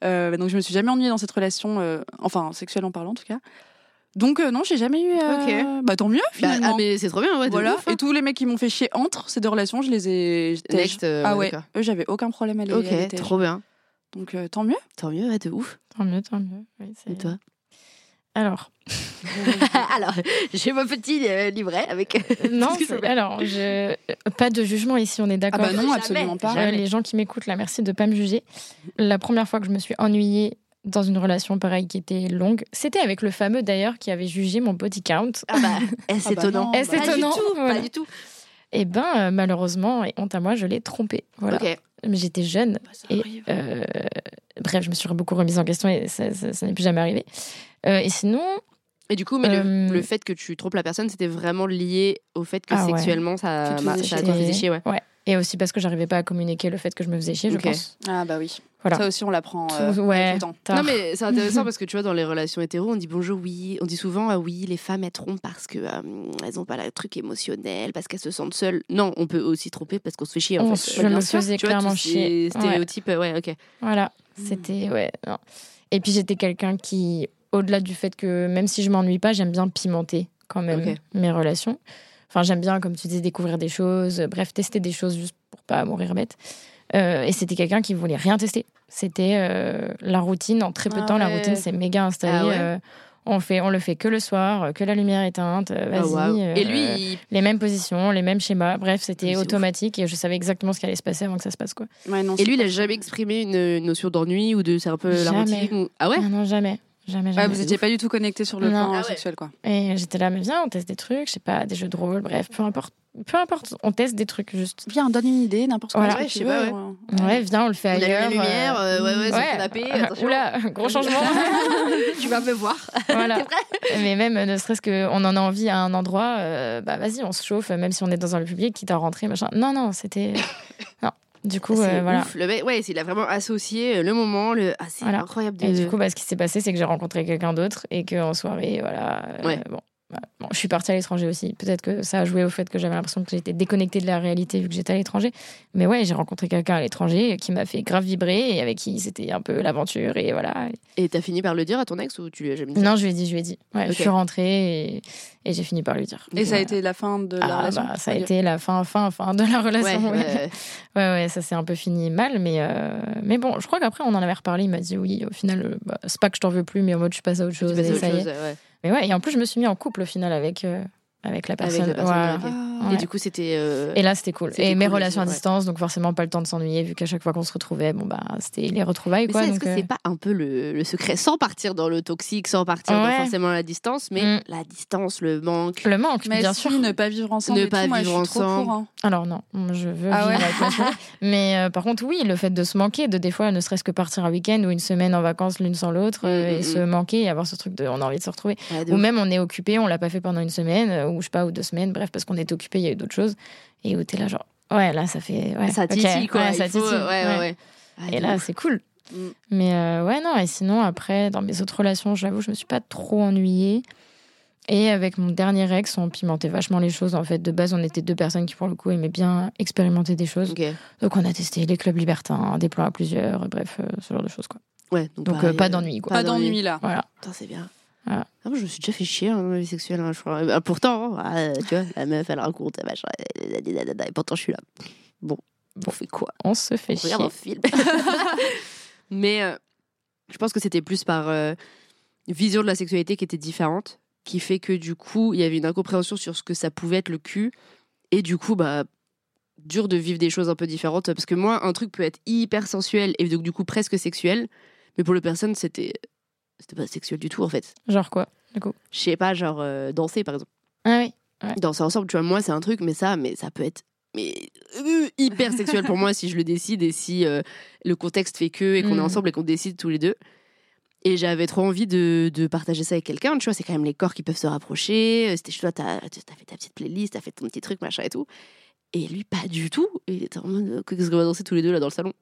[SPEAKER 4] Euh, donc je me suis jamais ennuyée dans cette relation, euh, enfin sexuelle en parlant en tout cas. Donc euh, non, j'ai jamais eu. euh, Bah tant mieux
[SPEAKER 2] Bah,
[SPEAKER 4] finalement.
[SPEAKER 2] ah, mais c'est trop bien, ouais. de
[SPEAKER 4] voilà.
[SPEAKER 2] ouf, hein.
[SPEAKER 4] Et tous les mecs qui m'ont fait chier entre ces deux relations, je les ai. je-
[SPEAKER 2] Next, euh,
[SPEAKER 4] ah
[SPEAKER 2] ouais,
[SPEAKER 4] ouais. Eux, j'avais aucun problème à les.
[SPEAKER 2] d'accord.
[SPEAKER 4] à les
[SPEAKER 2] Ok,
[SPEAKER 4] tèche.
[SPEAKER 2] trop bien.
[SPEAKER 4] Donc euh, tant mieux.
[SPEAKER 2] Tant mieux, ouais, de ouf.
[SPEAKER 3] Tant mieux, tant mieux. Oui, c'est-
[SPEAKER 2] Et toi
[SPEAKER 3] Alors,
[SPEAKER 2] [LAUGHS] Alors, j'ai mon petit euh, livret avec. [LAUGHS]
[SPEAKER 3] non,
[SPEAKER 2] Qu'est-ce que
[SPEAKER 3] c'est-
[SPEAKER 2] c'est
[SPEAKER 3] alors, je... pas de jugement ici, on est
[SPEAKER 4] Ah
[SPEAKER 3] d'accord.
[SPEAKER 4] bah non,
[SPEAKER 2] Jamais,
[SPEAKER 4] absolument pas.
[SPEAKER 3] Euh,
[SPEAKER 2] jamais.
[SPEAKER 3] les gens qui m'écoutent, là, merci de pas me juger. La première fois que je me suis ennuyée dans une relation pareille qui était longue, c'était avec le fameux d'ailleurs qui avait jugé mon body count.
[SPEAKER 2] Ah [LAUGHS] bah, eh, c'est
[SPEAKER 4] Ah bah
[SPEAKER 2] étonnant.
[SPEAKER 4] non,
[SPEAKER 3] Eh, c'est
[SPEAKER 2] Pas du
[SPEAKER 3] étonnant,
[SPEAKER 2] tout,
[SPEAKER 3] voilà.
[SPEAKER 2] Pas du tout.
[SPEAKER 3] Et ben euh, malheureusement, et honte à moi, je l'ai trompé. Voilà.
[SPEAKER 2] Ok. Bah,
[SPEAKER 3] Mais j'étais jeune et euh, bref, je me suis beaucoup remise en question et ça, ça- ça n'est plus jamais arrivé. Euh, et sinon,
[SPEAKER 2] Et du coup, mais le,
[SPEAKER 3] Euh,
[SPEAKER 2] le fait que tu trompes la personne, c'était vraiment lié au fait que
[SPEAKER 3] Ah ouais.
[SPEAKER 2] sexuellement, ça
[SPEAKER 4] Tu te
[SPEAKER 2] m'a-
[SPEAKER 4] faisais
[SPEAKER 2] ça te
[SPEAKER 3] chier.
[SPEAKER 2] faisait chier, ouais.
[SPEAKER 3] et aussi parce que j'arrivais pas à communiquer le fait que je me faisais chier, je
[SPEAKER 2] Ok.
[SPEAKER 3] pense.
[SPEAKER 4] Ah bah oui.
[SPEAKER 3] Voilà.
[SPEAKER 4] Ça aussi, on l'apprend.
[SPEAKER 3] Tout-
[SPEAKER 4] euh, avec
[SPEAKER 3] ouais.
[SPEAKER 4] le temps.
[SPEAKER 3] Tard.
[SPEAKER 2] Non mais c'est intéressant parce que tu vois dans les relations hétéro on dit bonjour oui on dit souvent ah oui les femmes elles trompent parce que euh, elles ont pas le truc émotionnel parce qu'elles se sentent seules non on peut aussi tromper parce qu'on se fait chier en
[SPEAKER 3] On
[SPEAKER 2] fait
[SPEAKER 3] se-
[SPEAKER 2] Ouais,
[SPEAKER 3] je
[SPEAKER 2] bien
[SPEAKER 3] me
[SPEAKER 2] sûr.
[SPEAKER 3] faisais
[SPEAKER 2] Tu vois,
[SPEAKER 3] clairement
[SPEAKER 2] tous
[SPEAKER 3] chier.
[SPEAKER 2] ces stéréotypes euh, ouais, ok
[SPEAKER 3] Voilà,
[SPEAKER 2] Hmm.
[SPEAKER 3] c'était ouais. non. Et puis j'étais quelqu'un qui, au-delà du fait que même si je m'ennuie pas, j'aime bien pimenter quand même
[SPEAKER 2] Ok.
[SPEAKER 3] mes relations. Enfin, j'aime bien, comme tu dis, découvrir des choses, euh, bref, tester des choses juste pour pas mourir bête. Euh, et c'était quelqu'un qui voulait rien tester. C'était euh, la routine en très peu de
[SPEAKER 4] Ah
[SPEAKER 3] temps. La
[SPEAKER 4] ouais.
[SPEAKER 3] routine, c'est méga installé.
[SPEAKER 2] Ah ouais.
[SPEAKER 3] euh, on fait, on le fait que le soir, euh, que la lumière éteinte. euh,
[SPEAKER 2] Ah,
[SPEAKER 3] Vas-y.
[SPEAKER 2] waouh.
[SPEAKER 3] euh,
[SPEAKER 2] et lui il-
[SPEAKER 3] les mêmes positions, les mêmes schémas. Bref,
[SPEAKER 2] Mais
[SPEAKER 3] c'était
[SPEAKER 2] c'est ouf.
[SPEAKER 3] automatique et je savais exactement ce qui allait se passer avant que ça se passe quoi.
[SPEAKER 4] Ouais, non,
[SPEAKER 2] et lui il a jamais exprimé une, une notion d'ennui ou de c'est un peu la
[SPEAKER 3] Jamais.
[SPEAKER 2] routine ou- ah ouais
[SPEAKER 3] Ah non, jamais, jamais,
[SPEAKER 4] Ouais,
[SPEAKER 3] jamais.
[SPEAKER 4] vous étiez pas du tout connecté sur le
[SPEAKER 3] Non.
[SPEAKER 4] plan
[SPEAKER 2] Ah ouais.
[SPEAKER 4] sexuel quoi.
[SPEAKER 3] Et j'étais là, mais viens, on teste des trucs, je sais pas, des jeux de rôle, bref, peu importe. Peu importe, on teste des trucs juste.
[SPEAKER 4] Viens, donne une idée, n'importe
[SPEAKER 3] quoi,
[SPEAKER 4] quoi.
[SPEAKER 2] Voilà. si tu veux,
[SPEAKER 3] Ouais, viens, on le
[SPEAKER 2] on
[SPEAKER 3] fait
[SPEAKER 2] allume
[SPEAKER 3] ailleurs.
[SPEAKER 2] les lumières euh, ouais ouais sur le
[SPEAKER 3] Ouais.
[SPEAKER 2] canapé
[SPEAKER 3] [LAUGHS] euh,
[SPEAKER 2] attention
[SPEAKER 3] Oula,
[SPEAKER 2] [LAUGHS]
[SPEAKER 3] gros changement.
[SPEAKER 2] tu vas me voir
[SPEAKER 3] voilà. Mais même, euh, ne serait-ce qu'on en a envie à un endroit, euh, bah vas-y, on se chauffe, même si on est dans un lieu public, quitte à rentrer, machin. Non,
[SPEAKER 2] [LAUGHS]
[SPEAKER 3] non, c'était. Non. Du coup,
[SPEAKER 2] C'est
[SPEAKER 3] euh, voilà.
[SPEAKER 2] ouf, le mec- ouais il a vraiment associé euh, le moment le ah c'est
[SPEAKER 3] Voilà.
[SPEAKER 2] incroyable de
[SPEAKER 3] Et du coup, bah, ce qui s'est passé, c'est que j'ai rencontré quelqu'un d'autre et qu'en soirée, voilà. euh,
[SPEAKER 2] Ouais.
[SPEAKER 3] bon, bah, bon, je suis partie à l'étranger aussi. Peut-être que ça a joué au fait que j'avais l'impression que j'étais déconnectée de la réalité vu que j'étais à l'étranger. Mais ouais, j'ai rencontré quelqu'un à l'étranger qui m'a fait grave vibrer et avec qui c'était un peu l'aventure. Et voilà.
[SPEAKER 2] et t'as fini par le dire à ton ex ou tu lui as jamais dit
[SPEAKER 3] Non, je lui ai dit, je lui ai dit. Ouais,
[SPEAKER 2] Ok.
[SPEAKER 3] Je suis rentrée et, et j'ai fini par lui dire.
[SPEAKER 4] Et ça a
[SPEAKER 3] Voilà.
[SPEAKER 4] été la fin de la
[SPEAKER 3] Ah,
[SPEAKER 4] relation.
[SPEAKER 3] bah, ça a
[SPEAKER 4] Ok.
[SPEAKER 3] été la fin, fin, fin de la [LAUGHS]
[SPEAKER 2] ouais,
[SPEAKER 3] relation. ouais.
[SPEAKER 2] ouais.
[SPEAKER 3] Ouais, ouais, ça s'est un peu fini mal, mais, euh, mais bon, je crois qu'après, on en avait reparlé. Il m'a dit, oui, au final, euh, bah, c'est pas que je t'en veux plus, mais en mode, je passe à autre chose.
[SPEAKER 2] Tu passes à
[SPEAKER 3] et
[SPEAKER 2] autre
[SPEAKER 3] ça y est.
[SPEAKER 2] chose, ouais.
[SPEAKER 3] Mais ouais, et en plus, je me suis mis en couple au final avec, euh, avec la personne.
[SPEAKER 2] la personne,
[SPEAKER 3] Voilà.
[SPEAKER 2] ok.
[SPEAKER 4] Ah.
[SPEAKER 3] Ouais.
[SPEAKER 2] Et du coup, c'était. euh,
[SPEAKER 3] Et là, c'était cool.
[SPEAKER 2] C'était
[SPEAKER 3] Et mes
[SPEAKER 2] cool,
[SPEAKER 3] relations à
[SPEAKER 2] ouais.
[SPEAKER 3] distance, donc forcément pas le temps de s'ennuyer, vu qu'à chaque fois qu'on se retrouvait, bon, bah, c'était les retrouvailles,
[SPEAKER 2] Mais
[SPEAKER 3] quoi.
[SPEAKER 2] ça, est-ce
[SPEAKER 3] donc,
[SPEAKER 2] que
[SPEAKER 3] euh,
[SPEAKER 2] c'est pas un peu le, le secret Sans partir dans le toxique, sans partir
[SPEAKER 3] Ouais.
[SPEAKER 2] dans forcément la distance, mais
[SPEAKER 3] Mm.
[SPEAKER 2] la distance, le manque.
[SPEAKER 3] le manque,
[SPEAKER 4] Mais
[SPEAKER 3] bien
[SPEAKER 4] si,
[SPEAKER 3] sûr.
[SPEAKER 4] ne pas vivre ensemble.
[SPEAKER 2] Ne
[SPEAKER 4] et
[SPEAKER 2] pas
[SPEAKER 4] tout, moi,
[SPEAKER 2] vivre
[SPEAKER 4] je suis trop
[SPEAKER 2] ensemble.
[SPEAKER 4] pour, hein.
[SPEAKER 3] Alors non, je veux
[SPEAKER 4] Ah
[SPEAKER 3] vivre
[SPEAKER 4] ouais.
[SPEAKER 3] avec ma chérie.
[SPEAKER 2] [LAUGHS]
[SPEAKER 3] Mais euh, par contre, oui, le fait de se manquer, de des fois, ne serait-ce que partir un week-end ou une semaine en vacances l'une sans l'autre, euh,
[SPEAKER 2] Mm, mm,
[SPEAKER 3] et se manquer et avoir ce truc de on a envie de se retrouver.
[SPEAKER 2] Ouais, de
[SPEAKER 3] Ou
[SPEAKER 2] ouf.
[SPEAKER 3] même on est occupé, on l'a pas fait pendant une semaine, euh, ou je sais pas, ou deux semaines, bref, parce qu'on est occupé, il y a eu d'autres choses. Et où t'es là, genre, ouais, là, ça fait. Ouais,
[SPEAKER 2] ça
[SPEAKER 3] ok,
[SPEAKER 2] titille, quoi.
[SPEAKER 3] ouais,
[SPEAKER 2] il
[SPEAKER 3] ça
[SPEAKER 2] faut-
[SPEAKER 3] titille,
[SPEAKER 2] ouais, ouais,
[SPEAKER 3] ouais.
[SPEAKER 2] ouais. Ah,
[SPEAKER 3] Et
[SPEAKER 2] de
[SPEAKER 3] là,
[SPEAKER 2] ouf.
[SPEAKER 3] c'est cool.
[SPEAKER 4] Mm.
[SPEAKER 3] Mais euh, ouais, non, et sinon, après, dans mes autres relations, j'avoue, je me suis pas trop ennuyée. Et avec mon dernier ex, on pimentait vachement les choses. En fait, de base, on était deux personnes qui, pour le coup, aimaient bien expérimenter des choses.
[SPEAKER 2] Ok.
[SPEAKER 3] Donc, on a testé les clubs libertins, des plans à plusieurs, euh, bref, euh, ce genre de choses, quoi.
[SPEAKER 2] Ouais, donc,
[SPEAKER 3] Donc, euh,
[SPEAKER 2] pareil,
[SPEAKER 3] pas
[SPEAKER 2] euh,
[SPEAKER 3] d'ennui, quoi.
[SPEAKER 4] Pas d'ennui là.
[SPEAKER 3] Voilà.
[SPEAKER 2] Putain, c'est bien.
[SPEAKER 3] Voilà.
[SPEAKER 2] Ah, moi, je me suis déjà fait chier hein, dans ma vie sexuelle, hein, je crois. Euh, pourtant, hein, euh, tu vois, la meuf, elle raconte, elle machin, et dadadada, et pourtant, je suis là. Bon, on fait quoi
[SPEAKER 3] On se fait
[SPEAKER 2] On regarde
[SPEAKER 3] chier.
[SPEAKER 2] un film. [LAUGHS] Mais euh, je pense que c'était plus par euh, une vision de la sexualité qui était différente, qui fait que du coup, il y avait une incompréhension sur ce que ça pouvait être le cul. Et du coup, bah, dur de vivre des choses un peu différentes. Parce que moi, un truc peut être hyper sensuel et donc du coup presque sexuel. Mais pour le personne, c'était c'était pas sexuel du tout en fait.
[SPEAKER 3] Genre quoi
[SPEAKER 2] Je sais pas, genre euh, danser par exemple.
[SPEAKER 3] Ah oui.
[SPEAKER 2] Danser ensemble, tu vois, moi c'est un truc, mais ça, mais ça peut être mais euh, hyper sexuel pour moi si je le décide et si euh, le contexte fait que et qu'on
[SPEAKER 3] Mm.
[SPEAKER 2] est ensemble et qu'on décide tous les deux. Et j'avais trop envie de, de partager ça avec quelqu'un, tu vois, c'est quand même les corps qui peuvent se rapprocher. euh, C'était, tu vois, t'as, t'as fait ta petite playlist, t'as fait ton petit truc, machin et tout. Et lui, pas du tout. Et Il était en mode, euh, qu'est-ce qu'on va danser tous les deux là dans le salon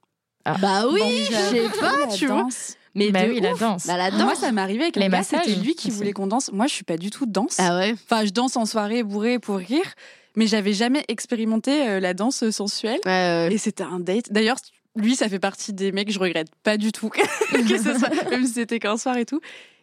[SPEAKER 3] Ah.
[SPEAKER 2] Bah oui,
[SPEAKER 4] Bon,
[SPEAKER 2] je sais pas,
[SPEAKER 4] la
[SPEAKER 2] tu vois.
[SPEAKER 4] danse.
[SPEAKER 2] Mais
[SPEAKER 3] bah
[SPEAKER 2] de
[SPEAKER 3] oui, la
[SPEAKER 2] ouf.
[SPEAKER 3] danse.
[SPEAKER 2] Bah, la danse.
[SPEAKER 4] Ah, Moi, ça m'est arrivé avec
[SPEAKER 3] Les
[SPEAKER 4] les gars, c'était
[SPEAKER 3] massages.
[SPEAKER 4] lui qui voulait qu'on danse. Moi, je suis pas du tout danse.
[SPEAKER 2] Ah ouais
[SPEAKER 4] Enfin, je danse en soirée bourrée pour rire, mais j'avais jamais expérimenté euh, la danse sensuelle.
[SPEAKER 2] Ouais, ouais.
[SPEAKER 4] Et c'était un date. D'ailleurs, lui, ça fait partie des mecs que je regrette pas du tout, [LAUGHS] que ce soit, même si c'était qu'un soir et tout.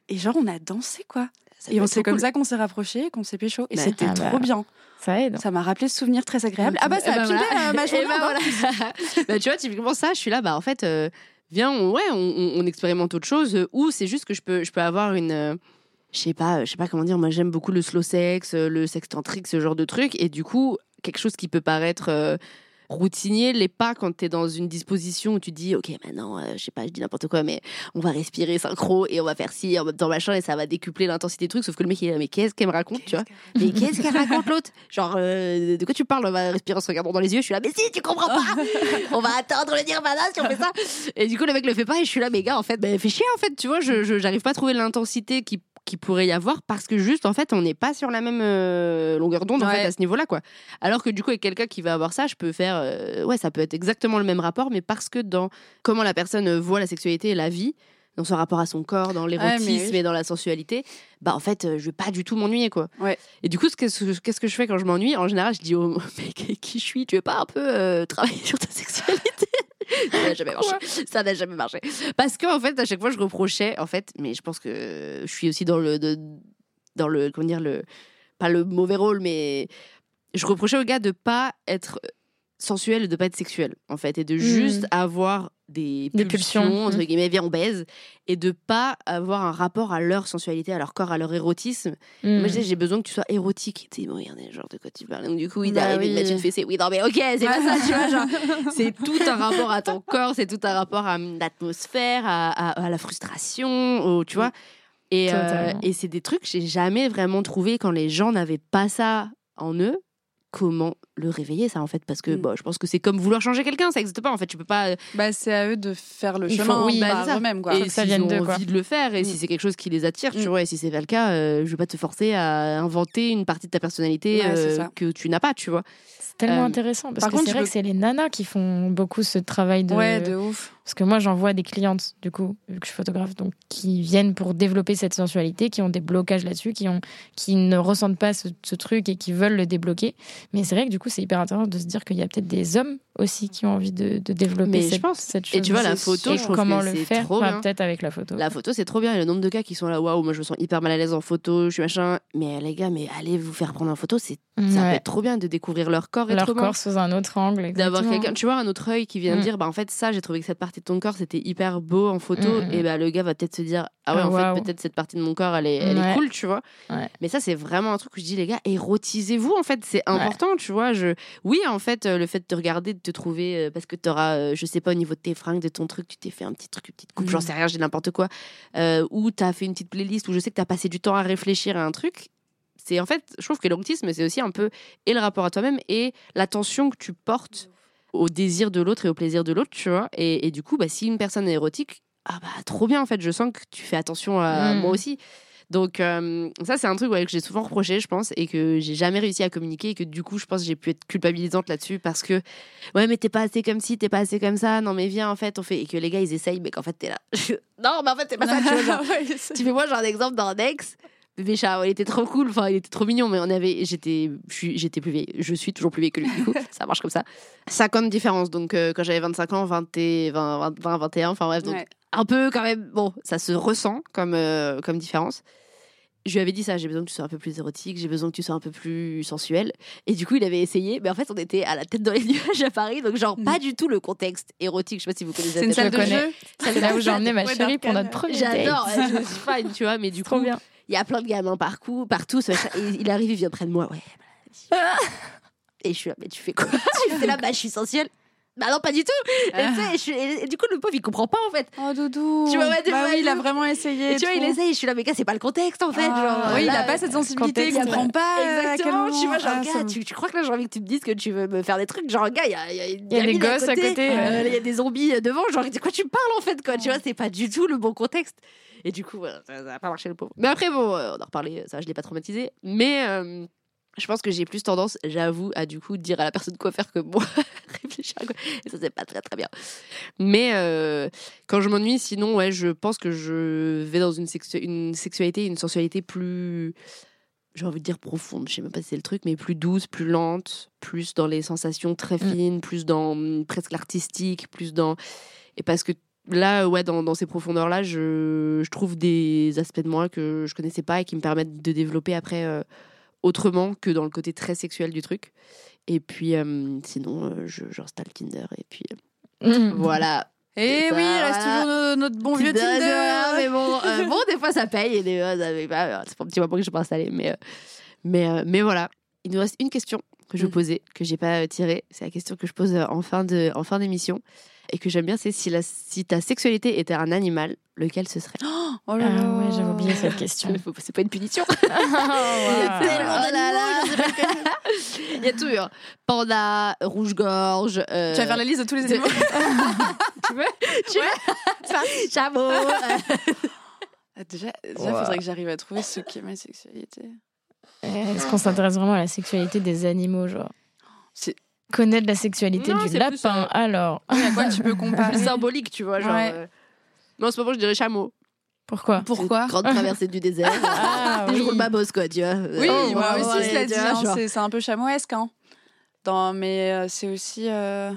[SPEAKER 4] Et genre, on a dansé, quoi.
[SPEAKER 2] Ça
[SPEAKER 4] et
[SPEAKER 2] peut
[SPEAKER 4] on
[SPEAKER 2] être
[SPEAKER 4] s'est
[SPEAKER 2] trop
[SPEAKER 4] comme
[SPEAKER 2] cool.
[SPEAKER 4] ça qu'on s'est rapprochés, et qu'on s'est pécho. Et
[SPEAKER 2] Bah,
[SPEAKER 4] c'était
[SPEAKER 3] ah bah.
[SPEAKER 4] trop bien.
[SPEAKER 3] Ça aide.
[SPEAKER 4] Ça m'a rappelé de souvenirs très agréables. Ah bah, ça
[SPEAKER 2] Eh ben
[SPEAKER 4] a pimpé
[SPEAKER 2] voilà.
[SPEAKER 4] euh,
[SPEAKER 2] [LAUGHS]
[SPEAKER 4] ma
[SPEAKER 2] Eh
[SPEAKER 4] journée.
[SPEAKER 2] ben
[SPEAKER 4] hein.
[SPEAKER 2] voilà. [LAUGHS] Bah, tu vois, typiquement ça, je suis là, bah en fait, euh, viens, on, ouais, on, on- on expérimente autre chose, euh, ou c'est juste que je peux, je peux avoir une... euh, je sais pas, euh, je sais pas comment dire, moi j'aime beaucoup le slow sex, euh, le sex tantrique, ce genre de truc, et du coup, quelque chose qui peut paraître... euh, routinier les pas quand t'es dans une disposition où tu dis ok maintenant euh, je sais pas je dis n'importe quoi mais on va respirer synchro et on va faire ci en même temps machin et ça va décupler l'intensité du truc sauf que le mec il est là mais qu'est-ce qu'elle me raconte tu vois mais qu'est-ce qu'elle raconte l'autre Genre, euh, de quoi tu parles On va respirer en se regardant dans les yeux. Je suis là, mais si, tu comprends pas [LAUGHS] On va attendre le nirvana si on fait ça. Et du coup, le mec le fait pas et je suis là, mais gars, en fait, ben, fait chier, en fait. Tu vois, je je- j'arrive pas à trouver l'intensité qui qui pourrait y avoir parce que juste en fait on n'est pas sur la même euh, longueur d'onde en
[SPEAKER 4] Ouais.
[SPEAKER 2] fait à ce niveau-là quoi alors que du coup avec quelqu'un qui va avoir ça je peux faire euh, ouais ça peut être exactement le même rapport mais parce que dans comment la personne euh, voit la sexualité et la vie dans son rapport à son corps dans
[SPEAKER 4] mais
[SPEAKER 2] l'érotisme
[SPEAKER 4] oui.
[SPEAKER 2] et dans la sensualité bah en fait euh, je vais pas du tout m'ennuyer quoi et du coup, ce que- ce- qu'est-ce que, je fais quand je m'ennuie En général, je dis au [LAUGHS] mec qui je suis, tu veux pas un peu euh, [LAUGHS] travailler sur ta sexualité Ça n'a jamais marché. Ça n'a jamais marché. Parce qu'en fait, à chaque fois, je reprochais, en fait, mais je pense que je suis aussi dans le. de- dans le. Comment dire le, Pas le mauvais rôle, mais. Je reprochais au gars de pas être sensuel et de pas être sexuel, en fait, et de juste avoir des pulsions,
[SPEAKER 3] Mmh. Des pulsions,
[SPEAKER 2] entre
[SPEAKER 3] mm.
[SPEAKER 2] guillemets, viens, on baise, et de pas avoir un rapport à leur sensualité, à leur corps, à leur érotisme. Moi, je
[SPEAKER 3] Mm.
[SPEAKER 2] disais, j'ai besoin que tu sois érotique. Tu sais, bon, regardez, genre, de quoi tu parles. Donc, du coup, il
[SPEAKER 3] Bah
[SPEAKER 2] arrive, il
[SPEAKER 3] oui.
[SPEAKER 2] me met une fessée. Oui, non, mais ok, c'est pas
[SPEAKER 3] [LAUGHS]
[SPEAKER 2] ça, tu vois.
[SPEAKER 4] [LAUGHS]
[SPEAKER 2] Genre, c'est tout un rapport à ton corps, c'est tout un rapport à l'atmosphère, à, à- à la frustration, au- tu vois. Et, euh,
[SPEAKER 3] Totalement.
[SPEAKER 2] et c'est des trucs que j'ai jamais vraiment trouvé quand les gens n'avaient pas ça en eux. Comment le réveiller, ça, en fait Parce que
[SPEAKER 4] Mm.
[SPEAKER 2] bon, je pense que c'est comme vouloir changer quelqu'un, ça n'existe pas, en fait. Tu peux pas.
[SPEAKER 4] Bah, c'est à eux de faire le
[SPEAKER 3] Il faut-
[SPEAKER 4] chemin
[SPEAKER 3] oui,
[SPEAKER 4] par
[SPEAKER 2] bah, c'est ça.
[SPEAKER 4] eux-mêmes, quoi.
[SPEAKER 2] et
[SPEAKER 3] que ça
[SPEAKER 2] s'ils
[SPEAKER 3] vienne
[SPEAKER 2] ont
[SPEAKER 3] d'eux, quoi.
[SPEAKER 2] envie de le faire, et
[SPEAKER 4] Mm.
[SPEAKER 2] si c'est quelque chose qui les attire, tu
[SPEAKER 4] Mm.
[SPEAKER 2] vois, et si c'est pas le cas, euh, je vais pas te forcer à inventer une partie de ta personnalité
[SPEAKER 4] Ouais, c'est
[SPEAKER 2] euh,
[SPEAKER 4] ça.
[SPEAKER 2] que tu n'as pas, tu vois.
[SPEAKER 3] C'est tellement
[SPEAKER 2] Euh,
[SPEAKER 3] intéressant. Parce
[SPEAKER 4] par
[SPEAKER 3] que
[SPEAKER 4] contre,
[SPEAKER 3] c'est
[SPEAKER 4] je
[SPEAKER 3] vrai
[SPEAKER 4] veux-
[SPEAKER 3] que c'est les nanas qui font beaucoup ce travail de.
[SPEAKER 4] Ouais, de ouf.
[SPEAKER 3] Parce que moi, j'en vois des clientes, du coup, vu que je suis photographe, donc qui viennent pour développer cette sensualité, qui ont des blocages là-dessus, qui, ont... qui ne ressentent pas ce, ce truc et qui veulent le débloquer. Mais c'est vrai que du coup, c'est hyper intéressant de se dire qu'il y a peut-être des hommes aussi qui ont envie de, de développer
[SPEAKER 2] Mais je
[SPEAKER 3] cette,
[SPEAKER 2] pense.
[SPEAKER 3] cette chose.
[SPEAKER 2] Et tu vois, la
[SPEAKER 4] c'est-
[SPEAKER 2] photo,
[SPEAKER 3] Et
[SPEAKER 2] je trouve
[SPEAKER 3] comment
[SPEAKER 2] que
[SPEAKER 3] le
[SPEAKER 2] c'est
[SPEAKER 3] faire
[SPEAKER 2] trop
[SPEAKER 3] Enfin,
[SPEAKER 2] bien.
[SPEAKER 3] Peut-être avec la photo.
[SPEAKER 2] La photo, c'est trop bien. Et le nombre de cas qui sont là, waouh, moi je me sens hyper mal à l'aise en photo, je suis machin. Mais euh, les gars, mais allez vous faire prendre en photo, c'est ça peut
[SPEAKER 3] Ouais.
[SPEAKER 2] être trop bien de découvrir leur corps et
[SPEAKER 3] Leur
[SPEAKER 2] trop bien
[SPEAKER 3] corps sous un autre angle.
[SPEAKER 2] d'avoir
[SPEAKER 3] exactement.
[SPEAKER 2] quelqu'un, tu vois, un autre œil qui vient
[SPEAKER 3] Mm.
[SPEAKER 2] dire, bah en fait ça, j'ai trouvé que cette partie de ton corps c'était hyper beau en photo.
[SPEAKER 3] Mm, mm,
[SPEAKER 2] Et bah le gars va peut-être se dire, ah ouais,
[SPEAKER 3] Ah,
[SPEAKER 2] en fait
[SPEAKER 3] waouh.
[SPEAKER 2] peut-être cette partie de mon corps, elle est, elle est
[SPEAKER 3] Ouais.
[SPEAKER 2] cool, tu vois.
[SPEAKER 3] Ouais.
[SPEAKER 2] Mais ça, c'est vraiment un truc où je dis, les gars, érotisez-vous, en fait, c'est important, tu vois. Je... Oui, en fait, euh, le fait de te regarder, de te trouver, euh, parce que tu auras, je sais pas, au niveau de tes fringues, de ton truc, tu t'es fait un petit truc, une petite coupe,
[SPEAKER 3] Mm.
[SPEAKER 2] j'en sais rien, j'ai n'importe quoi, euh, ou tu as fait une petite playlist, où je sais que tu as passé du temps à réfléchir à un truc. C'est en fait, je trouve que l'érotisme, c'est aussi un peu et le rapport à toi-même et l'attention que tu portes au désir de l'autre et au plaisir de l'autre, tu vois. Et, et du coup, bah, si une personne est érotique, ah bah trop bien en fait, je sens que tu fais attention à
[SPEAKER 3] Mm.
[SPEAKER 2] moi aussi. Donc euh, ça c'est un truc ouais, que j'ai souvent reproché je pense et que j'ai jamais réussi à communiquer et que du coup je pense que j'ai pu être culpabilisante là-dessus parce que ouais mais t'es pas assez comme ci t'es pas assez comme ça non mais viens en fait on fait et que les gars ils essayent mais qu'en fait t'es là [LAUGHS] non mais en fait t'es pas ça tu vois genre,
[SPEAKER 4] [LAUGHS] Ouais,
[SPEAKER 2] [LAUGHS]
[SPEAKER 4] c'est-
[SPEAKER 2] tu fais moi j'ai un exemple d'un ex bébé chat ouais, il était trop cool enfin il était trop mignon mais on avait j'étais je suis- j'étais plus vieille je suis toujours plus vieille que lui [LAUGHS] du coup ça marche comme ça 50 différences donc euh, quand j'avais 25 ans 20 et 20, 20, 20, 21 enfin bref donc
[SPEAKER 4] Ouais.
[SPEAKER 2] un peu quand même bon ça se ressent comme euh, comme différence je lui avais dit ça, j'ai besoin que tu sois un peu plus érotique, j'ai besoin que tu sois un peu plus sensuel. Et du coup, il avait essayé, mais en fait, on était à la tête dans les [LAUGHS] nuages à Paris, donc genre pas du tout le contexte érotique. Je sais pas si vous connaissez.
[SPEAKER 4] C'est une
[SPEAKER 2] la
[SPEAKER 4] salle
[SPEAKER 2] tête
[SPEAKER 4] de
[SPEAKER 2] dans les
[SPEAKER 4] jeu.
[SPEAKER 3] C'est là où j'ai emmené ma
[SPEAKER 4] Ouais,
[SPEAKER 3] chérie pour
[SPEAKER 4] d'arcade.
[SPEAKER 3] notre premier
[SPEAKER 2] [LAUGHS]
[SPEAKER 3] date.
[SPEAKER 2] J'adore, je suis fan, tu vois, [LAUGHS] mais du
[SPEAKER 3] Trop
[SPEAKER 2] coup,
[SPEAKER 3] bien.
[SPEAKER 2] il y a plein de gamins partout, partout. ce machin. Et il arrive, il
[SPEAKER 4] Ah. [LAUGHS]
[SPEAKER 2] vient près de moi. Ouais. voilà. Et je suis là, mais tu fais quoi Tu fais là, bah, je suis sensuelle. Bah non, pas du tout. Et,
[SPEAKER 4] Ah.
[SPEAKER 2] tu sais, je suis- et- et du coup, le pauvre, il comprend pas en fait.
[SPEAKER 4] Oh Doudou.
[SPEAKER 2] Tu vois, ouais, de
[SPEAKER 4] Bah
[SPEAKER 2] vrai,
[SPEAKER 4] oui, il a
[SPEAKER 2] Doudou.
[SPEAKER 4] vraiment essayé.
[SPEAKER 2] Et tu vois, il
[SPEAKER 4] tout.
[SPEAKER 2] essaye. Je suis là, mais gars, c'est pas le contexte en fait.
[SPEAKER 4] Ah,
[SPEAKER 2] genre,
[SPEAKER 4] oui, il
[SPEAKER 2] là,
[SPEAKER 4] a pas cette sensibilité, il
[SPEAKER 2] contexte,
[SPEAKER 4] comprend pas. euh, à quel
[SPEAKER 2] Exactement,
[SPEAKER 4] moment-
[SPEAKER 2] tu vois, genre,
[SPEAKER 4] Ah,
[SPEAKER 2] gars,
[SPEAKER 4] ça me-
[SPEAKER 2] tu, tu crois que là, j'ai envie que tu me dises que tu veux me faire des trucs Genre, gars, il y a, il y a, une
[SPEAKER 3] Il y a des
[SPEAKER 2] gamine
[SPEAKER 3] gosses à côté,
[SPEAKER 2] euh, Il
[SPEAKER 3] ouais.
[SPEAKER 2] y a des zombies devant, genre, de quoi tu parles en fait, quoi Tu vois, c'est pas du tout le bon contexte. Et du coup, voilà, ça n'a pas marché le pauvre. Mais après, bon, euh, on en reparlait, ça, je l'ai pas traumatisé. Mais euh, je pense que j'ai plus tendance, j'avoue, à du coup dire à la personne quoi faire que moi, [LAUGHS] réfléchir à quoi. Et ça, c'est pas très très bien. Mais euh, quand je m'ennuie, sinon, ouais, je pense que je vais dans une, sexu- une sexualité, une sensualité plus. J'ai envie de dire profonde, je sais même pas si c'est le truc, mais plus douce, plus lente, plus dans les sensations très fines, plus dans hum, presque l'artistique, plus dans. Et parce que là, ouais, dans, dans ces profondeurs-là, je, je trouve des aspects de moi que je connaissais pas et qui me permettent de développer après euh, autrement que dans le côté très sexuel du truc. Et puis, euh, sinon, euh, je- j'installe Tinder et puis euh,
[SPEAKER 3] Mm.
[SPEAKER 2] voilà.
[SPEAKER 4] Eh
[SPEAKER 2] Ça,
[SPEAKER 4] oui, il reste
[SPEAKER 2] bah, voilà.
[SPEAKER 4] toujours no- notre bon vieux
[SPEAKER 2] Tinder, voilà,
[SPEAKER 4] Tinder.
[SPEAKER 2] mais bon, [LAUGHS] euh, bon, des fois ça paye et des fois ça paye pas. Alors, C'est pour un petit moment que je peux installer, mais euh, mais euh, mais voilà. Il nous reste une question que je vous
[SPEAKER 4] Mhm.
[SPEAKER 2] posais que j'ai pas euh, tirée. C'est la question que je pose euh, en fin de en fin d'émission et que j'aime bien, c'est si la si ta sexualité était un animal, lequel ce serait
[SPEAKER 4] Oh
[SPEAKER 3] Ah
[SPEAKER 4] là là.
[SPEAKER 3] ouais, j'avais oublié cette [LAUGHS] question.
[SPEAKER 2] Faut- C'est pas une [LAUGHS] punition. Oh
[SPEAKER 3] Ah, [LAUGHS] ouais.
[SPEAKER 2] Tellement d'animaux, je sais pas lequel. Il y a tout, hein. panda, euh, rouge gorge,
[SPEAKER 4] Tu vas faire la liste de tous les
[SPEAKER 2] de- [LAUGHS]
[SPEAKER 4] animaux.
[SPEAKER 2] chameau. euh,
[SPEAKER 4] Ah, Déjà, il
[SPEAKER 3] Ouais.
[SPEAKER 4] faudrait que j'arrive à trouver ce qu'est ma sexualité.
[SPEAKER 3] Est-ce qu'on s'intéresse vraiment à la sexualité des animaux, genre
[SPEAKER 4] C'est-
[SPEAKER 3] Connaître la sexualité
[SPEAKER 2] Non,
[SPEAKER 3] du
[SPEAKER 2] c'est plus,
[SPEAKER 3] lapin,
[SPEAKER 2] euh,
[SPEAKER 3] alors
[SPEAKER 4] Oui, à quoi tu peux comparer
[SPEAKER 2] plus symbolique, tu vois. Genre,
[SPEAKER 4] Ouais.
[SPEAKER 2] euh. Mais en ce moment, je dirais chameau.
[SPEAKER 3] Pourquoi
[SPEAKER 4] Pourquoi
[SPEAKER 2] Une Grande traversée du désert. [LAUGHS]
[SPEAKER 3] Ah,
[SPEAKER 2] Et Je
[SPEAKER 3] oui.
[SPEAKER 2] roule ma bosse, quoi, tu vois.
[SPEAKER 4] Oui,
[SPEAKER 2] Oh,
[SPEAKER 4] moi
[SPEAKER 2] ouais,
[SPEAKER 4] aussi,
[SPEAKER 2] ouais,
[SPEAKER 4] cela
[SPEAKER 2] tu
[SPEAKER 4] dit,
[SPEAKER 2] vois,
[SPEAKER 4] hein,
[SPEAKER 2] genre.
[SPEAKER 4] c'est c'est un peu chamoesque. Hein. Dans, mais euh, c'est aussi. euh,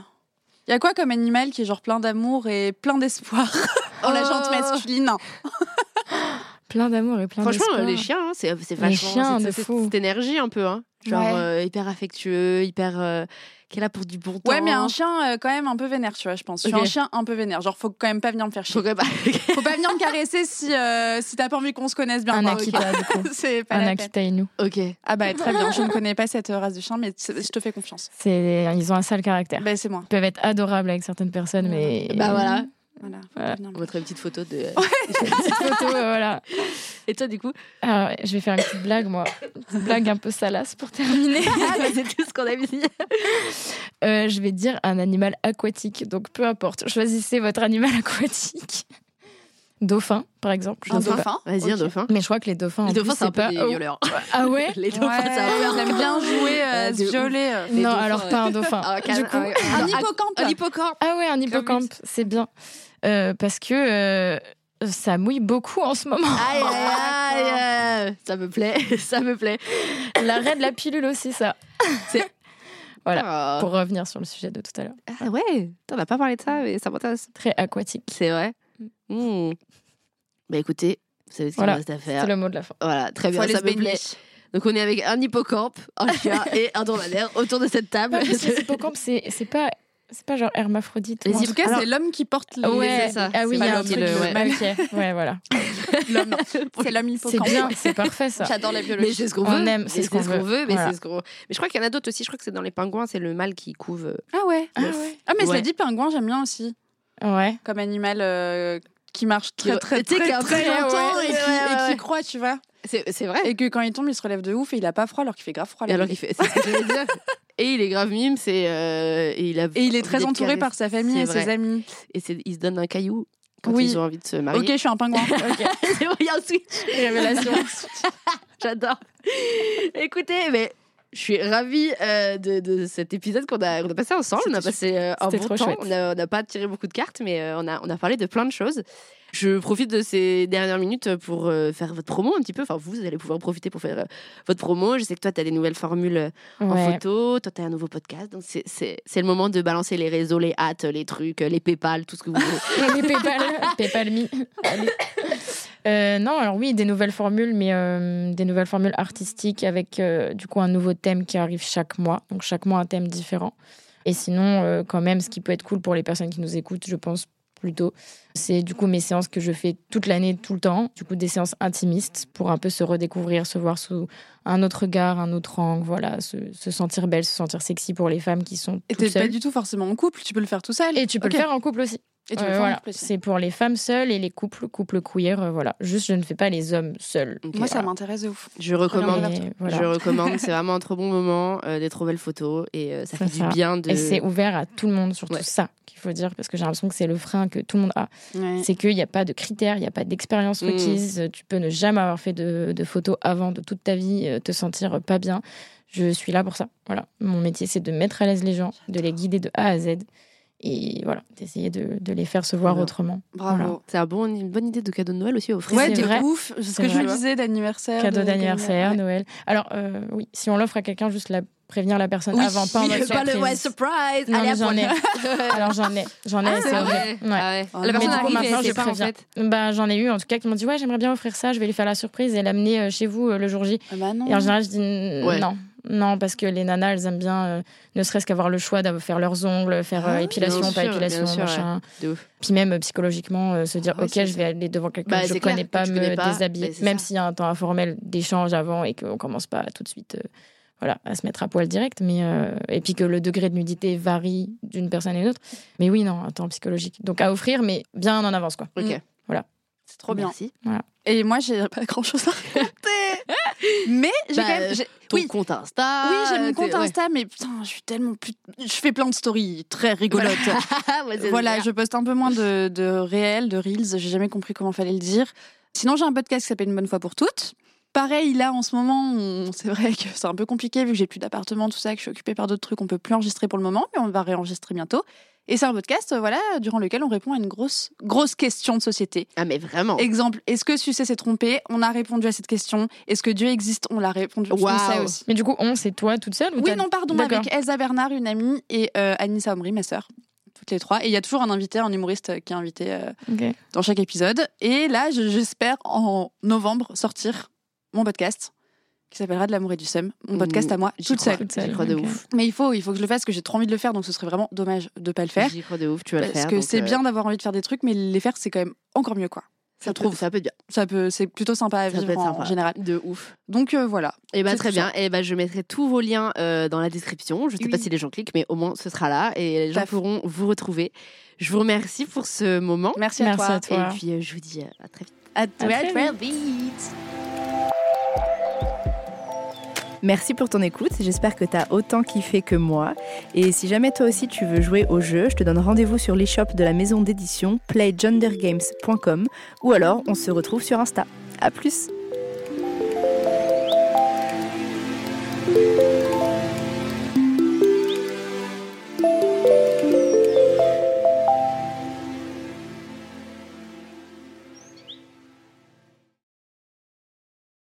[SPEAKER 4] Il y a quoi comme animal qui est genre plein d'amour et plein d'espoir pour la gente
[SPEAKER 2] Oh.
[SPEAKER 4] masculine
[SPEAKER 3] Plein d'amour et plein
[SPEAKER 2] Franchement,
[SPEAKER 3] d'espoir.
[SPEAKER 2] les chiens, hein, c'est c'est vachement
[SPEAKER 3] chiens,
[SPEAKER 2] c'est-
[SPEAKER 3] de
[SPEAKER 2] c'est-
[SPEAKER 3] fou.
[SPEAKER 2] cette énergie un peu, hein. genre
[SPEAKER 3] Ouais.
[SPEAKER 2] euh, hyper affectueux, hyper euh, qui est là pour du bon temps.
[SPEAKER 4] Ouais, mais un chien euh, quand même un peu vénère, tu vois, je pense. Je suis
[SPEAKER 2] Ok.
[SPEAKER 4] un chien un peu vénère. Genre, faut quand même pas venir me faire
[SPEAKER 2] Faut
[SPEAKER 4] chier.
[SPEAKER 2] quand même pas-
[SPEAKER 4] Faut pas venir me caresser si, euh, si t'as pas envie qu'on se connaisse bien.
[SPEAKER 3] Un
[SPEAKER 4] quoi.
[SPEAKER 3] Akita, du
[SPEAKER 2] [LAUGHS]
[SPEAKER 3] coup.
[SPEAKER 4] [LAUGHS] C'est pas
[SPEAKER 3] Un
[SPEAKER 4] la peine.
[SPEAKER 3] Akita Inu.
[SPEAKER 2] [LAUGHS] ok.
[SPEAKER 4] Ah bah très bien,
[SPEAKER 3] [LAUGHS]
[SPEAKER 4] je ne connais pas cette euh, race de chien, mais c'est- je te fais confiance.
[SPEAKER 3] C'est- Ils ont un sale caractère.
[SPEAKER 4] Bah c'est moi.
[SPEAKER 3] Ils peuvent être adorables avec certaines personnes, mais.
[SPEAKER 2] [LAUGHS] Bah
[SPEAKER 3] [LAUGHS]
[SPEAKER 2] voilà,
[SPEAKER 4] Voilà. faut
[SPEAKER 3] Voilà.
[SPEAKER 4] pas venir
[SPEAKER 2] on
[SPEAKER 4] me-
[SPEAKER 2] mettrait une petite photo de. [LAUGHS]
[SPEAKER 3] Petite photo, euh, voilà.
[SPEAKER 2] Et toi, du coup
[SPEAKER 3] Alors, je vais faire une petite blague, moi. Une petite blague un peu salace pour terminer. [LAUGHS]
[SPEAKER 2] Ah, bah, c'est tout ce qu'on a mis.
[SPEAKER 3] Euh, je vais dire un animal aquatique. Donc, peu importe. Choisissez votre animal [LAUGHS] aquatique. Dauphin, par exemple. je
[SPEAKER 4] Un
[SPEAKER 3] sais
[SPEAKER 2] [LAUGHS]
[SPEAKER 3] pas.
[SPEAKER 4] dauphin
[SPEAKER 2] Vas-y, un
[SPEAKER 4] Ok.
[SPEAKER 2] dauphin.
[SPEAKER 3] Mais je crois que les dauphins. en
[SPEAKER 2] Les dauphins,
[SPEAKER 3] plus,
[SPEAKER 2] c'est un peu
[SPEAKER 3] pas-
[SPEAKER 2] des
[SPEAKER 3] Oh.
[SPEAKER 2] violeurs. [LAUGHS]
[SPEAKER 3] Ah ouais
[SPEAKER 2] Les
[SPEAKER 4] Ouais,
[SPEAKER 2] dauphins, c'est un peu-
[SPEAKER 4] ils aiment bien jouer, euh,
[SPEAKER 2] Euh,
[SPEAKER 4] se
[SPEAKER 2] de ouf.
[SPEAKER 4] violer. euh.
[SPEAKER 2] Les
[SPEAKER 3] Non,
[SPEAKER 2] dauphins,
[SPEAKER 3] alors
[SPEAKER 2] ouais.
[SPEAKER 3] pas un dauphin.
[SPEAKER 2] Ah,
[SPEAKER 3] du
[SPEAKER 2] calme,
[SPEAKER 3] coup,
[SPEAKER 2] ah, ouais, ah,
[SPEAKER 4] Un
[SPEAKER 2] ah,
[SPEAKER 4] hippocampe.
[SPEAKER 2] Un hippocampe.
[SPEAKER 3] Ah ouais, un hippocampe, c'est bien. Euh, parce que euh, ça mouille beaucoup en ce moment. [LAUGHS]
[SPEAKER 2] Ah, Aïe, aïe, aïe, aïe. Ça me plaît, [LAUGHS] ça me plaît.
[SPEAKER 3] L'arrêt de la pilule aussi, ça.
[SPEAKER 2] Ah.
[SPEAKER 3] Pour revenir sur le sujet de tout à l'heure.
[SPEAKER 2] Ah ouais, on n'a pas parlé de ça, mais ça m'intéresse.
[SPEAKER 3] Très aquatique.
[SPEAKER 2] C'est vrai. Mm. Bah écoutez, vous savez ce qu'il
[SPEAKER 3] Voilà.
[SPEAKER 2] me reste à faire.
[SPEAKER 3] C'est le mot de
[SPEAKER 2] [LAUGHS]
[SPEAKER 3] la fin.
[SPEAKER 2] Voilà, très
[SPEAKER 4] Faut
[SPEAKER 2] bien,
[SPEAKER 4] aller
[SPEAKER 2] ça
[SPEAKER 4] se
[SPEAKER 2] me
[SPEAKER 4] baigner.
[SPEAKER 2] plaît. Donc on est avec un hippocampe, un chien et un dromadaire autour de cette table.
[SPEAKER 3] Ouais, parce que
[SPEAKER 2] [LAUGHS]
[SPEAKER 3] les hippocampes, c'est c'est pas, c'est pas genre hermaphrodite.
[SPEAKER 2] Les
[SPEAKER 3] Non.
[SPEAKER 4] En tout cas,
[SPEAKER 2] Alors-
[SPEAKER 4] c'est l'homme qui porte les.
[SPEAKER 3] Ouais,
[SPEAKER 2] c'est ça.
[SPEAKER 3] ah
[SPEAKER 2] C'est
[SPEAKER 3] oui, il y
[SPEAKER 2] pas
[SPEAKER 3] a un
[SPEAKER 2] le
[SPEAKER 3] truc.
[SPEAKER 2] truc de- [LAUGHS]
[SPEAKER 3] ouais, ok. Ouais, voilà.
[SPEAKER 4] L'homme, non. C'est l'homme
[SPEAKER 3] C'est
[SPEAKER 4] hippocampe.
[SPEAKER 3] bien, c'est parfait ça.
[SPEAKER 4] J'adore la
[SPEAKER 2] mais
[SPEAKER 4] biologie.
[SPEAKER 2] c'est ce qu'on
[SPEAKER 3] On
[SPEAKER 2] veut.
[SPEAKER 3] aime,
[SPEAKER 2] Mais
[SPEAKER 3] c'est ce qu'on veut.
[SPEAKER 2] mais
[SPEAKER 3] Voilà.
[SPEAKER 2] c'est ce qu'on. Mais je crois qu'il y en a d'autres aussi. Je crois que c'est dans les pingouins, c'est le mâle qui couve. euh,
[SPEAKER 4] Ah ouais.
[SPEAKER 3] Ah ouais.
[SPEAKER 4] Ah mais
[SPEAKER 2] Ouais.
[SPEAKER 4] cela dit, pingouin, j'aime bien aussi.
[SPEAKER 3] Ouais.
[SPEAKER 4] Comme animal euh, qui marche très
[SPEAKER 2] qui-
[SPEAKER 4] très
[SPEAKER 2] tu sais,
[SPEAKER 4] très
[SPEAKER 2] qui est un
[SPEAKER 4] très,
[SPEAKER 2] peu
[SPEAKER 4] longtemps
[SPEAKER 2] ouais,
[SPEAKER 4] et qui-
[SPEAKER 2] ouais,
[SPEAKER 4] et
[SPEAKER 2] ouais.
[SPEAKER 4] qui croit, tu vois.
[SPEAKER 2] C'est c'est vrai.
[SPEAKER 4] Et que quand il tombe, il se relève de ouf et il a pas froid alors qu'il fait grave froid.
[SPEAKER 2] Et
[SPEAKER 4] là.
[SPEAKER 2] alors il fait. c'est ce que j'allais dire. Et il est grave mime, c'est euh, et il a.
[SPEAKER 4] Et il est très entouré par sa famille
[SPEAKER 2] C'est
[SPEAKER 4] et
[SPEAKER 2] vrai.
[SPEAKER 4] ses amis.
[SPEAKER 2] Et c'est- il se donne un caillou quand
[SPEAKER 4] Oui.
[SPEAKER 2] ils ont envie de se marier.
[SPEAKER 4] Ok, je suis un pingouin.
[SPEAKER 2] [LAUGHS] C'est bon, il y a un switch.
[SPEAKER 3] Révélation.
[SPEAKER 2] [LAUGHS] J'adore. Écoutez, mais je suis ravie euh, de, de cet épisode qu'on a, qu'on a passé ensemble. On a
[SPEAKER 3] C'était
[SPEAKER 2] passé euh, un
[SPEAKER 3] C'était
[SPEAKER 2] bon
[SPEAKER 3] trop
[SPEAKER 2] temps.
[SPEAKER 3] chouette.
[SPEAKER 2] On a- on n'a pas tiré beaucoup de cartes, mais euh, on, a, on a parlé de plein de choses. Je profite de ces dernières minutes pour euh, faire votre promo un petit peu. Enfin, vous, vous allez pouvoir en profiter pour faire euh, votre promo. Je sais que toi, tu as des nouvelles formules euh, en
[SPEAKER 3] [LAUGHS] Ouais.
[SPEAKER 2] photo. Toi, tu as un nouveau podcast. Donc, c'est- c'est c'est le moment de balancer les réseaux, les hâtes, les trucs, les PayPal, tout ce que vous voulez.
[SPEAKER 3] Les Paypal, [LAUGHS] Paypal Me. Allez. Euh, non, alors oui, des nouvelles formules, mais euh, des nouvelles formules artistiques avec euh, du coup un nouveau thème qui arrive chaque mois. Donc chaque mois un thème différent. Et sinon, euh, quand même, ce qui peut être cool pour les personnes qui nous écoutent, je pense, plutôt. C'est du coup mes séances que je fais toute l'année, tout le temps. Du coup, des séances intimistes pour un peu se redécouvrir, se voir sous un autre regard, un autre angle, voilà, se, se sentir belle, se sentir sexy pour les femmes qui sont
[SPEAKER 4] Et
[SPEAKER 3] toutes
[SPEAKER 4] t'es pas
[SPEAKER 3] seules.
[SPEAKER 4] du tout forcément en couple, tu peux le faire tout seul.
[SPEAKER 3] Et tu peux
[SPEAKER 4] Ok.
[SPEAKER 3] le faire en couple aussi.
[SPEAKER 4] Et tu
[SPEAKER 3] Euh,
[SPEAKER 4] peux le faire en
[SPEAKER 3] voilà.
[SPEAKER 4] couple aussi.
[SPEAKER 3] C'est pour les femmes seules et les couples, couples queer, euh, voilà. Juste, je ne fais pas les hommes seuls.
[SPEAKER 2] Ok.
[SPEAKER 4] Moi, ça
[SPEAKER 3] Voilà.
[SPEAKER 4] m'intéresse de ouf.
[SPEAKER 2] euh, Je recommande.
[SPEAKER 3] Mais voilà.
[SPEAKER 2] Je
[SPEAKER 4] [LAUGHS]
[SPEAKER 2] recommande. c'est vraiment un trop bon moment. euh, des trop belles photos et euh, ça
[SPEAKER 3] C'est
[SPEAKER 2] fait du
[SPEAKER 3] ça.
[SPEAKER 2] bien de.
[SPEAKER 3] Et c'est ouvert à tout le monde, surtout
[SPEAKER 2] Ouais.
[SPEAKER 3] ça qu'il faut dire, parce que j'ai l'impression que c'est le frein que tout le monde a.
[SPEAKER 4] Ouais.
[SPEAKER 3] C'est qu'il n'y a pas de critères, il n'y a pas d'expérience
[SPEAKER 2] Mm.
[SPEAKER 3] requise. Tu peux ne jamais avoir fait de, de photos avant de toute ta vie, euh, te sentir pas bien. Je suis là pour ça. Voilà. Mon métier, c'est de mettre à l'aise les gens, de les guider de A à Z. Et voilà, d'essayer de, de les faire se voir
[SPEAKER 2] bien.
[SPEAKER 3] autrement.
[SPEAKER 4] Bravo.
[SPEAKER 2] C'est un bon, une bonne idée de cadeau de Noël aussi à offrir.
[SPEAKER 4] Ouais,
[SPEAKER 3] C'est
[SPEAKER 4] de
[SPEAKER 3] vrai.
[SPEAKER 4] ouf. C'est ce
[SPEAKER 3] C'est
[SPEAKER 4] que je me
[SPEAKER 3] vrai.
[SPEAKER 4] disais d'anniversaire. euh,
[SPEAKER 3] Cadeau
[SPEAKER 4] de-
[SPEAKER 3] d'anniversaire, Noël. Alors, euh, oui, si on l'offre à quelqu'un, juste la prévenir la personne
[SPEAKER 4] Oui,
[SPEAKER 1] [LAUGHS]
[SPEAKER 3] avant, pas
[SPEAKER 2] [LAUGHS]
[SPEAKER 3] en
[SPEAKER 4] oui,
[SPEAKER 3] mode
[SPEAKER 4] pas le
[SPEAKER 3] surprise.
[SPEAKER 4] ouais, surprise.
[SPEAKER 3] Non,
[SPEAKER 4] allez,
[SPEAKER 3] mais j'en ai. [LAUGHS]
[SPEAKER 4] apprends-le.
[SPEAKER 3] Alors, j'en ai. J'en ai,
[SPEAKER 2] Ah,
[SPEAKER 3] c'est
[SPEAKER 2] c'est
[SPEAKER 3] horrible. Ouais.
[SPEAKER 2] Ah ouais.
[SPEAKER 4] Ah,
[SPEAKER 2] La personne
[SPEAKER 4] mais du coup,
[SPEAKER 2] arrive et
[SPEAKER 4] maintenant,
[SPEAKER 2] elle
[SPEAKER 4] je
[SPEAKER 2] sait pas en
[SPEAKER 3] préviens.
[SPEAKER 2] fait.
[SPEAKER 3] Bah, j'en ai eu en tout cas qui m'ont dit ouais j'aimerais bien offrir ça, je vais lui faire la surprise et l'amener euh, chez vous euh, le jour J.
[SPEAKER 4] Ah bah non.
[SPEAKER 3] Et en général je dis n-
[SPEAKER 2] Mm. Ouais.
[SPEAKER 3] non, non parce que les nanas elles aiment bien euh, ne serait-ce qu'avoir le choix d'avoir faire leurs ongles, faire euh,
[SPEAKER 4] Ah,
[SPEAKER 3] épilation,
[SPEAKER 2] bien
[SPEAKER 3] pas
[SPEAKER 2] sûr,
[SPEAKER 3] épilation,
[SPEAKER 2] bien sûr,
[SPEAKER 3] machin.
[SPEAKER 2] De ouf.
[SPEAKER 3] Puis même euh, psychologiquement euh, se dire
[SPEAKER 4] Ah ouais,
[SPEAKER 3] ok
[SPEAKER 4] c'est
[SPEAKER 3] je vais aller devant quelqu'un
[SPEAKER 2] Bah,
[SPEAKER 3] que je
[SPEAKER 2] c'est clair,
[SPEAKER 3] connais
[SPEAKER 2] que
[SPEAKER 3] pas
[SPEAKER 2] tu
[SPEAKER 3] me
[SPEAKER 2] connais pas,
[SPEAKER 3] déshabiller,
[SPEAKER 2] mais c'est
[SPEAKER 3] même
[SPEAKER 2] ça.
[SPEAKER 3] s'il y a un temps informel d'échange avant et qu'on commence pas tout de suite. euh, voilà, à se mettre à poil direct, mais euh, et puis que le degré de nudité varie d'une personne à une autre. Mais oui, non, un temps psychologique. Donc à offrir, mais bien en avance, quoi.
[SPEAKER 2] Ok.
[SPEAKER 4] C'est trop bien.
[SPEAKER 2] Merci.
[SPEAKER 4] Et moi, j'ai [LAUGHS] pas grand chose à raconter. mais j'ai
[SPEAKER 2] Bah,
[SPEAKER 4] quand même. j'ai-
[SPEAKER 2] Ton
[SPEAKER 4] Oui.
[SPEAKER 2] compte Insta.
[SPEAKER 4] oui, j'ai mon
[SPEAKER 2] t'es-
[SPEAKER 4] compte
[SPEAKER 2] ouais.
[SPEAKER 4] Insta, mais putain, je suis tellement plus. Je fais plein de stories
[SPEAKER 2] [LAUGHS]
[SPEAKER 4] très [LAUGHS] rigolotes.
[SPEAKER 2] Ouais, c'est-
[SPEAKER 4] voilà, je poste un peu moins de, de réels, de reels. J'ai jamais compris comment fallait le dire. Sinon, j'ai un podcast qui s'appelle Une bonne fois pour toutes. Pareil, là, en ce moment, on- c'est vrai que c'est un peu compliqué vu que j'ai plus d'appartement, tout ça, que je suis occupée par d'autres trucs. On peut plus enregistrer pour le moment, mais on va réenregistrer bientôt. Et c'est un podcast, euh, voilà, durant lequel on répond à une grosse, grosse question de société.
[SPEAKER 2] Ah mais vraiment.
[SPEAKER 4] Exemple, est-ce que sucer s'est trompé On a répondu à cette question. Est-ce que Dieu existe On l'a répondu. On
[SPEAKER 2] Waouh.
[SPEAKER 4] sait aussi.
[SPEAKER 3] Mais du coup, on, c'est toi toute seule ou
[SPEAKER 4] Oui,
[SPEAKER 3] t'as-
[SPEAKER 4] non, pardon,
[SPEAKER 3] D'accord.
[SPEAKER 4] avec Elsa Bernard, une amie, et euh, Anissa Omri, ma sœur. Toutes les trois. Et il y a toujours un invité, un humoriste euh, qui est invité euh,
[SPEAKER 3] Ok.
[SPEAKER 4] dans chaque épisode. Et là, je- j'espère en novembre sortir mon podcast qui s'appellera De l'amour et du seum. Mon
[SPEAKER 2] Mm,
[SPEAKER 4] podcast à moi,
[SPEAKER 2] J'y
[SPEAKER 4] toute
[SPEAKER 2] crois,
[SPEAKER 4] seule. euh,
[SPEAKER 3] Toute seule,
[SPEAKER 2] J'y crois de
[SPEAKER 3] ok.
[SPEAKER 2] ouf.
[SPEAKER 4] Mais il faut, il faut que je le fasse, parce que j'ai trop envie de le faire, donc ce serait vraiment dommage de pas le faire.
[SPEAKER 2] J'y crois de ouf. Tu vas le
[SPEAKER 4] Parce
[SPEAKER 2] faire.
[SPEAKER 4] que
[SPEAKER 2] donc,
[SPEAKER 4] c'est
[SPEAKER 2] euh,
[SPEAKER 4] bien d'avoir envie de faire des trucs, mais les faire, c'est quand même encore mieux, quoi.
[SPEAKER 2] Ça
[SPEAKER 4] je trouve.
[SPEAKER 2] peut- Ça peut être bien.
[SPEAKER 4] Ça peut, c'est plutôt sympa à
[SPEAKER 2] Ça peut
[SPEAKER 4] vivre
[SPEAKER 2] être
[SPEAKER 4] en,
[SPEAKER 2] sympa.
[SPEAKER 4] général.
[SPEAKER 2] De ouf.
[SPEAKER 4] Donc euh, voilà.
[SPEAKER 2] Et bah
[SPEAKER 4] C'est
[SPEAKER 2] très
[SPEAKER 4] tout
[SPEAKER 2] bien. Et bah je mettrai tous vos liens euh, dans la description. Je sais pas
[SPEAKER 4] Oui.
[SPEAKER 2] si les gens cliquent, mais au moins ce sera là et les gens
[SPEAKER 4] Taf.
[SPEAKER 2] pourront vous retrouver. Je vous remercie pour ce moment.
[SPEAKER 4] Merci,
[SPEAKER 3] Merci
[SPEAKER 4] à toi.
[SPEAKER 3] à toi.
[SPEAKER 2] Et puis euh, je vous dis euh, à très vite.
[SPEAKER 4] À toi.
[SPEAKER 3] très
[SPEAKER 4] toi.
[SPEAKER 1] Merci pour ton écoute, j'espère que t'as autant kiffé que moi. Et si jamais toi aussi tu veux jouer au jeu, je te donne rendez-vous sur l'e-shop de la maison d'édition playgendergames.com ou alors on se retrouve sur Insta. À plus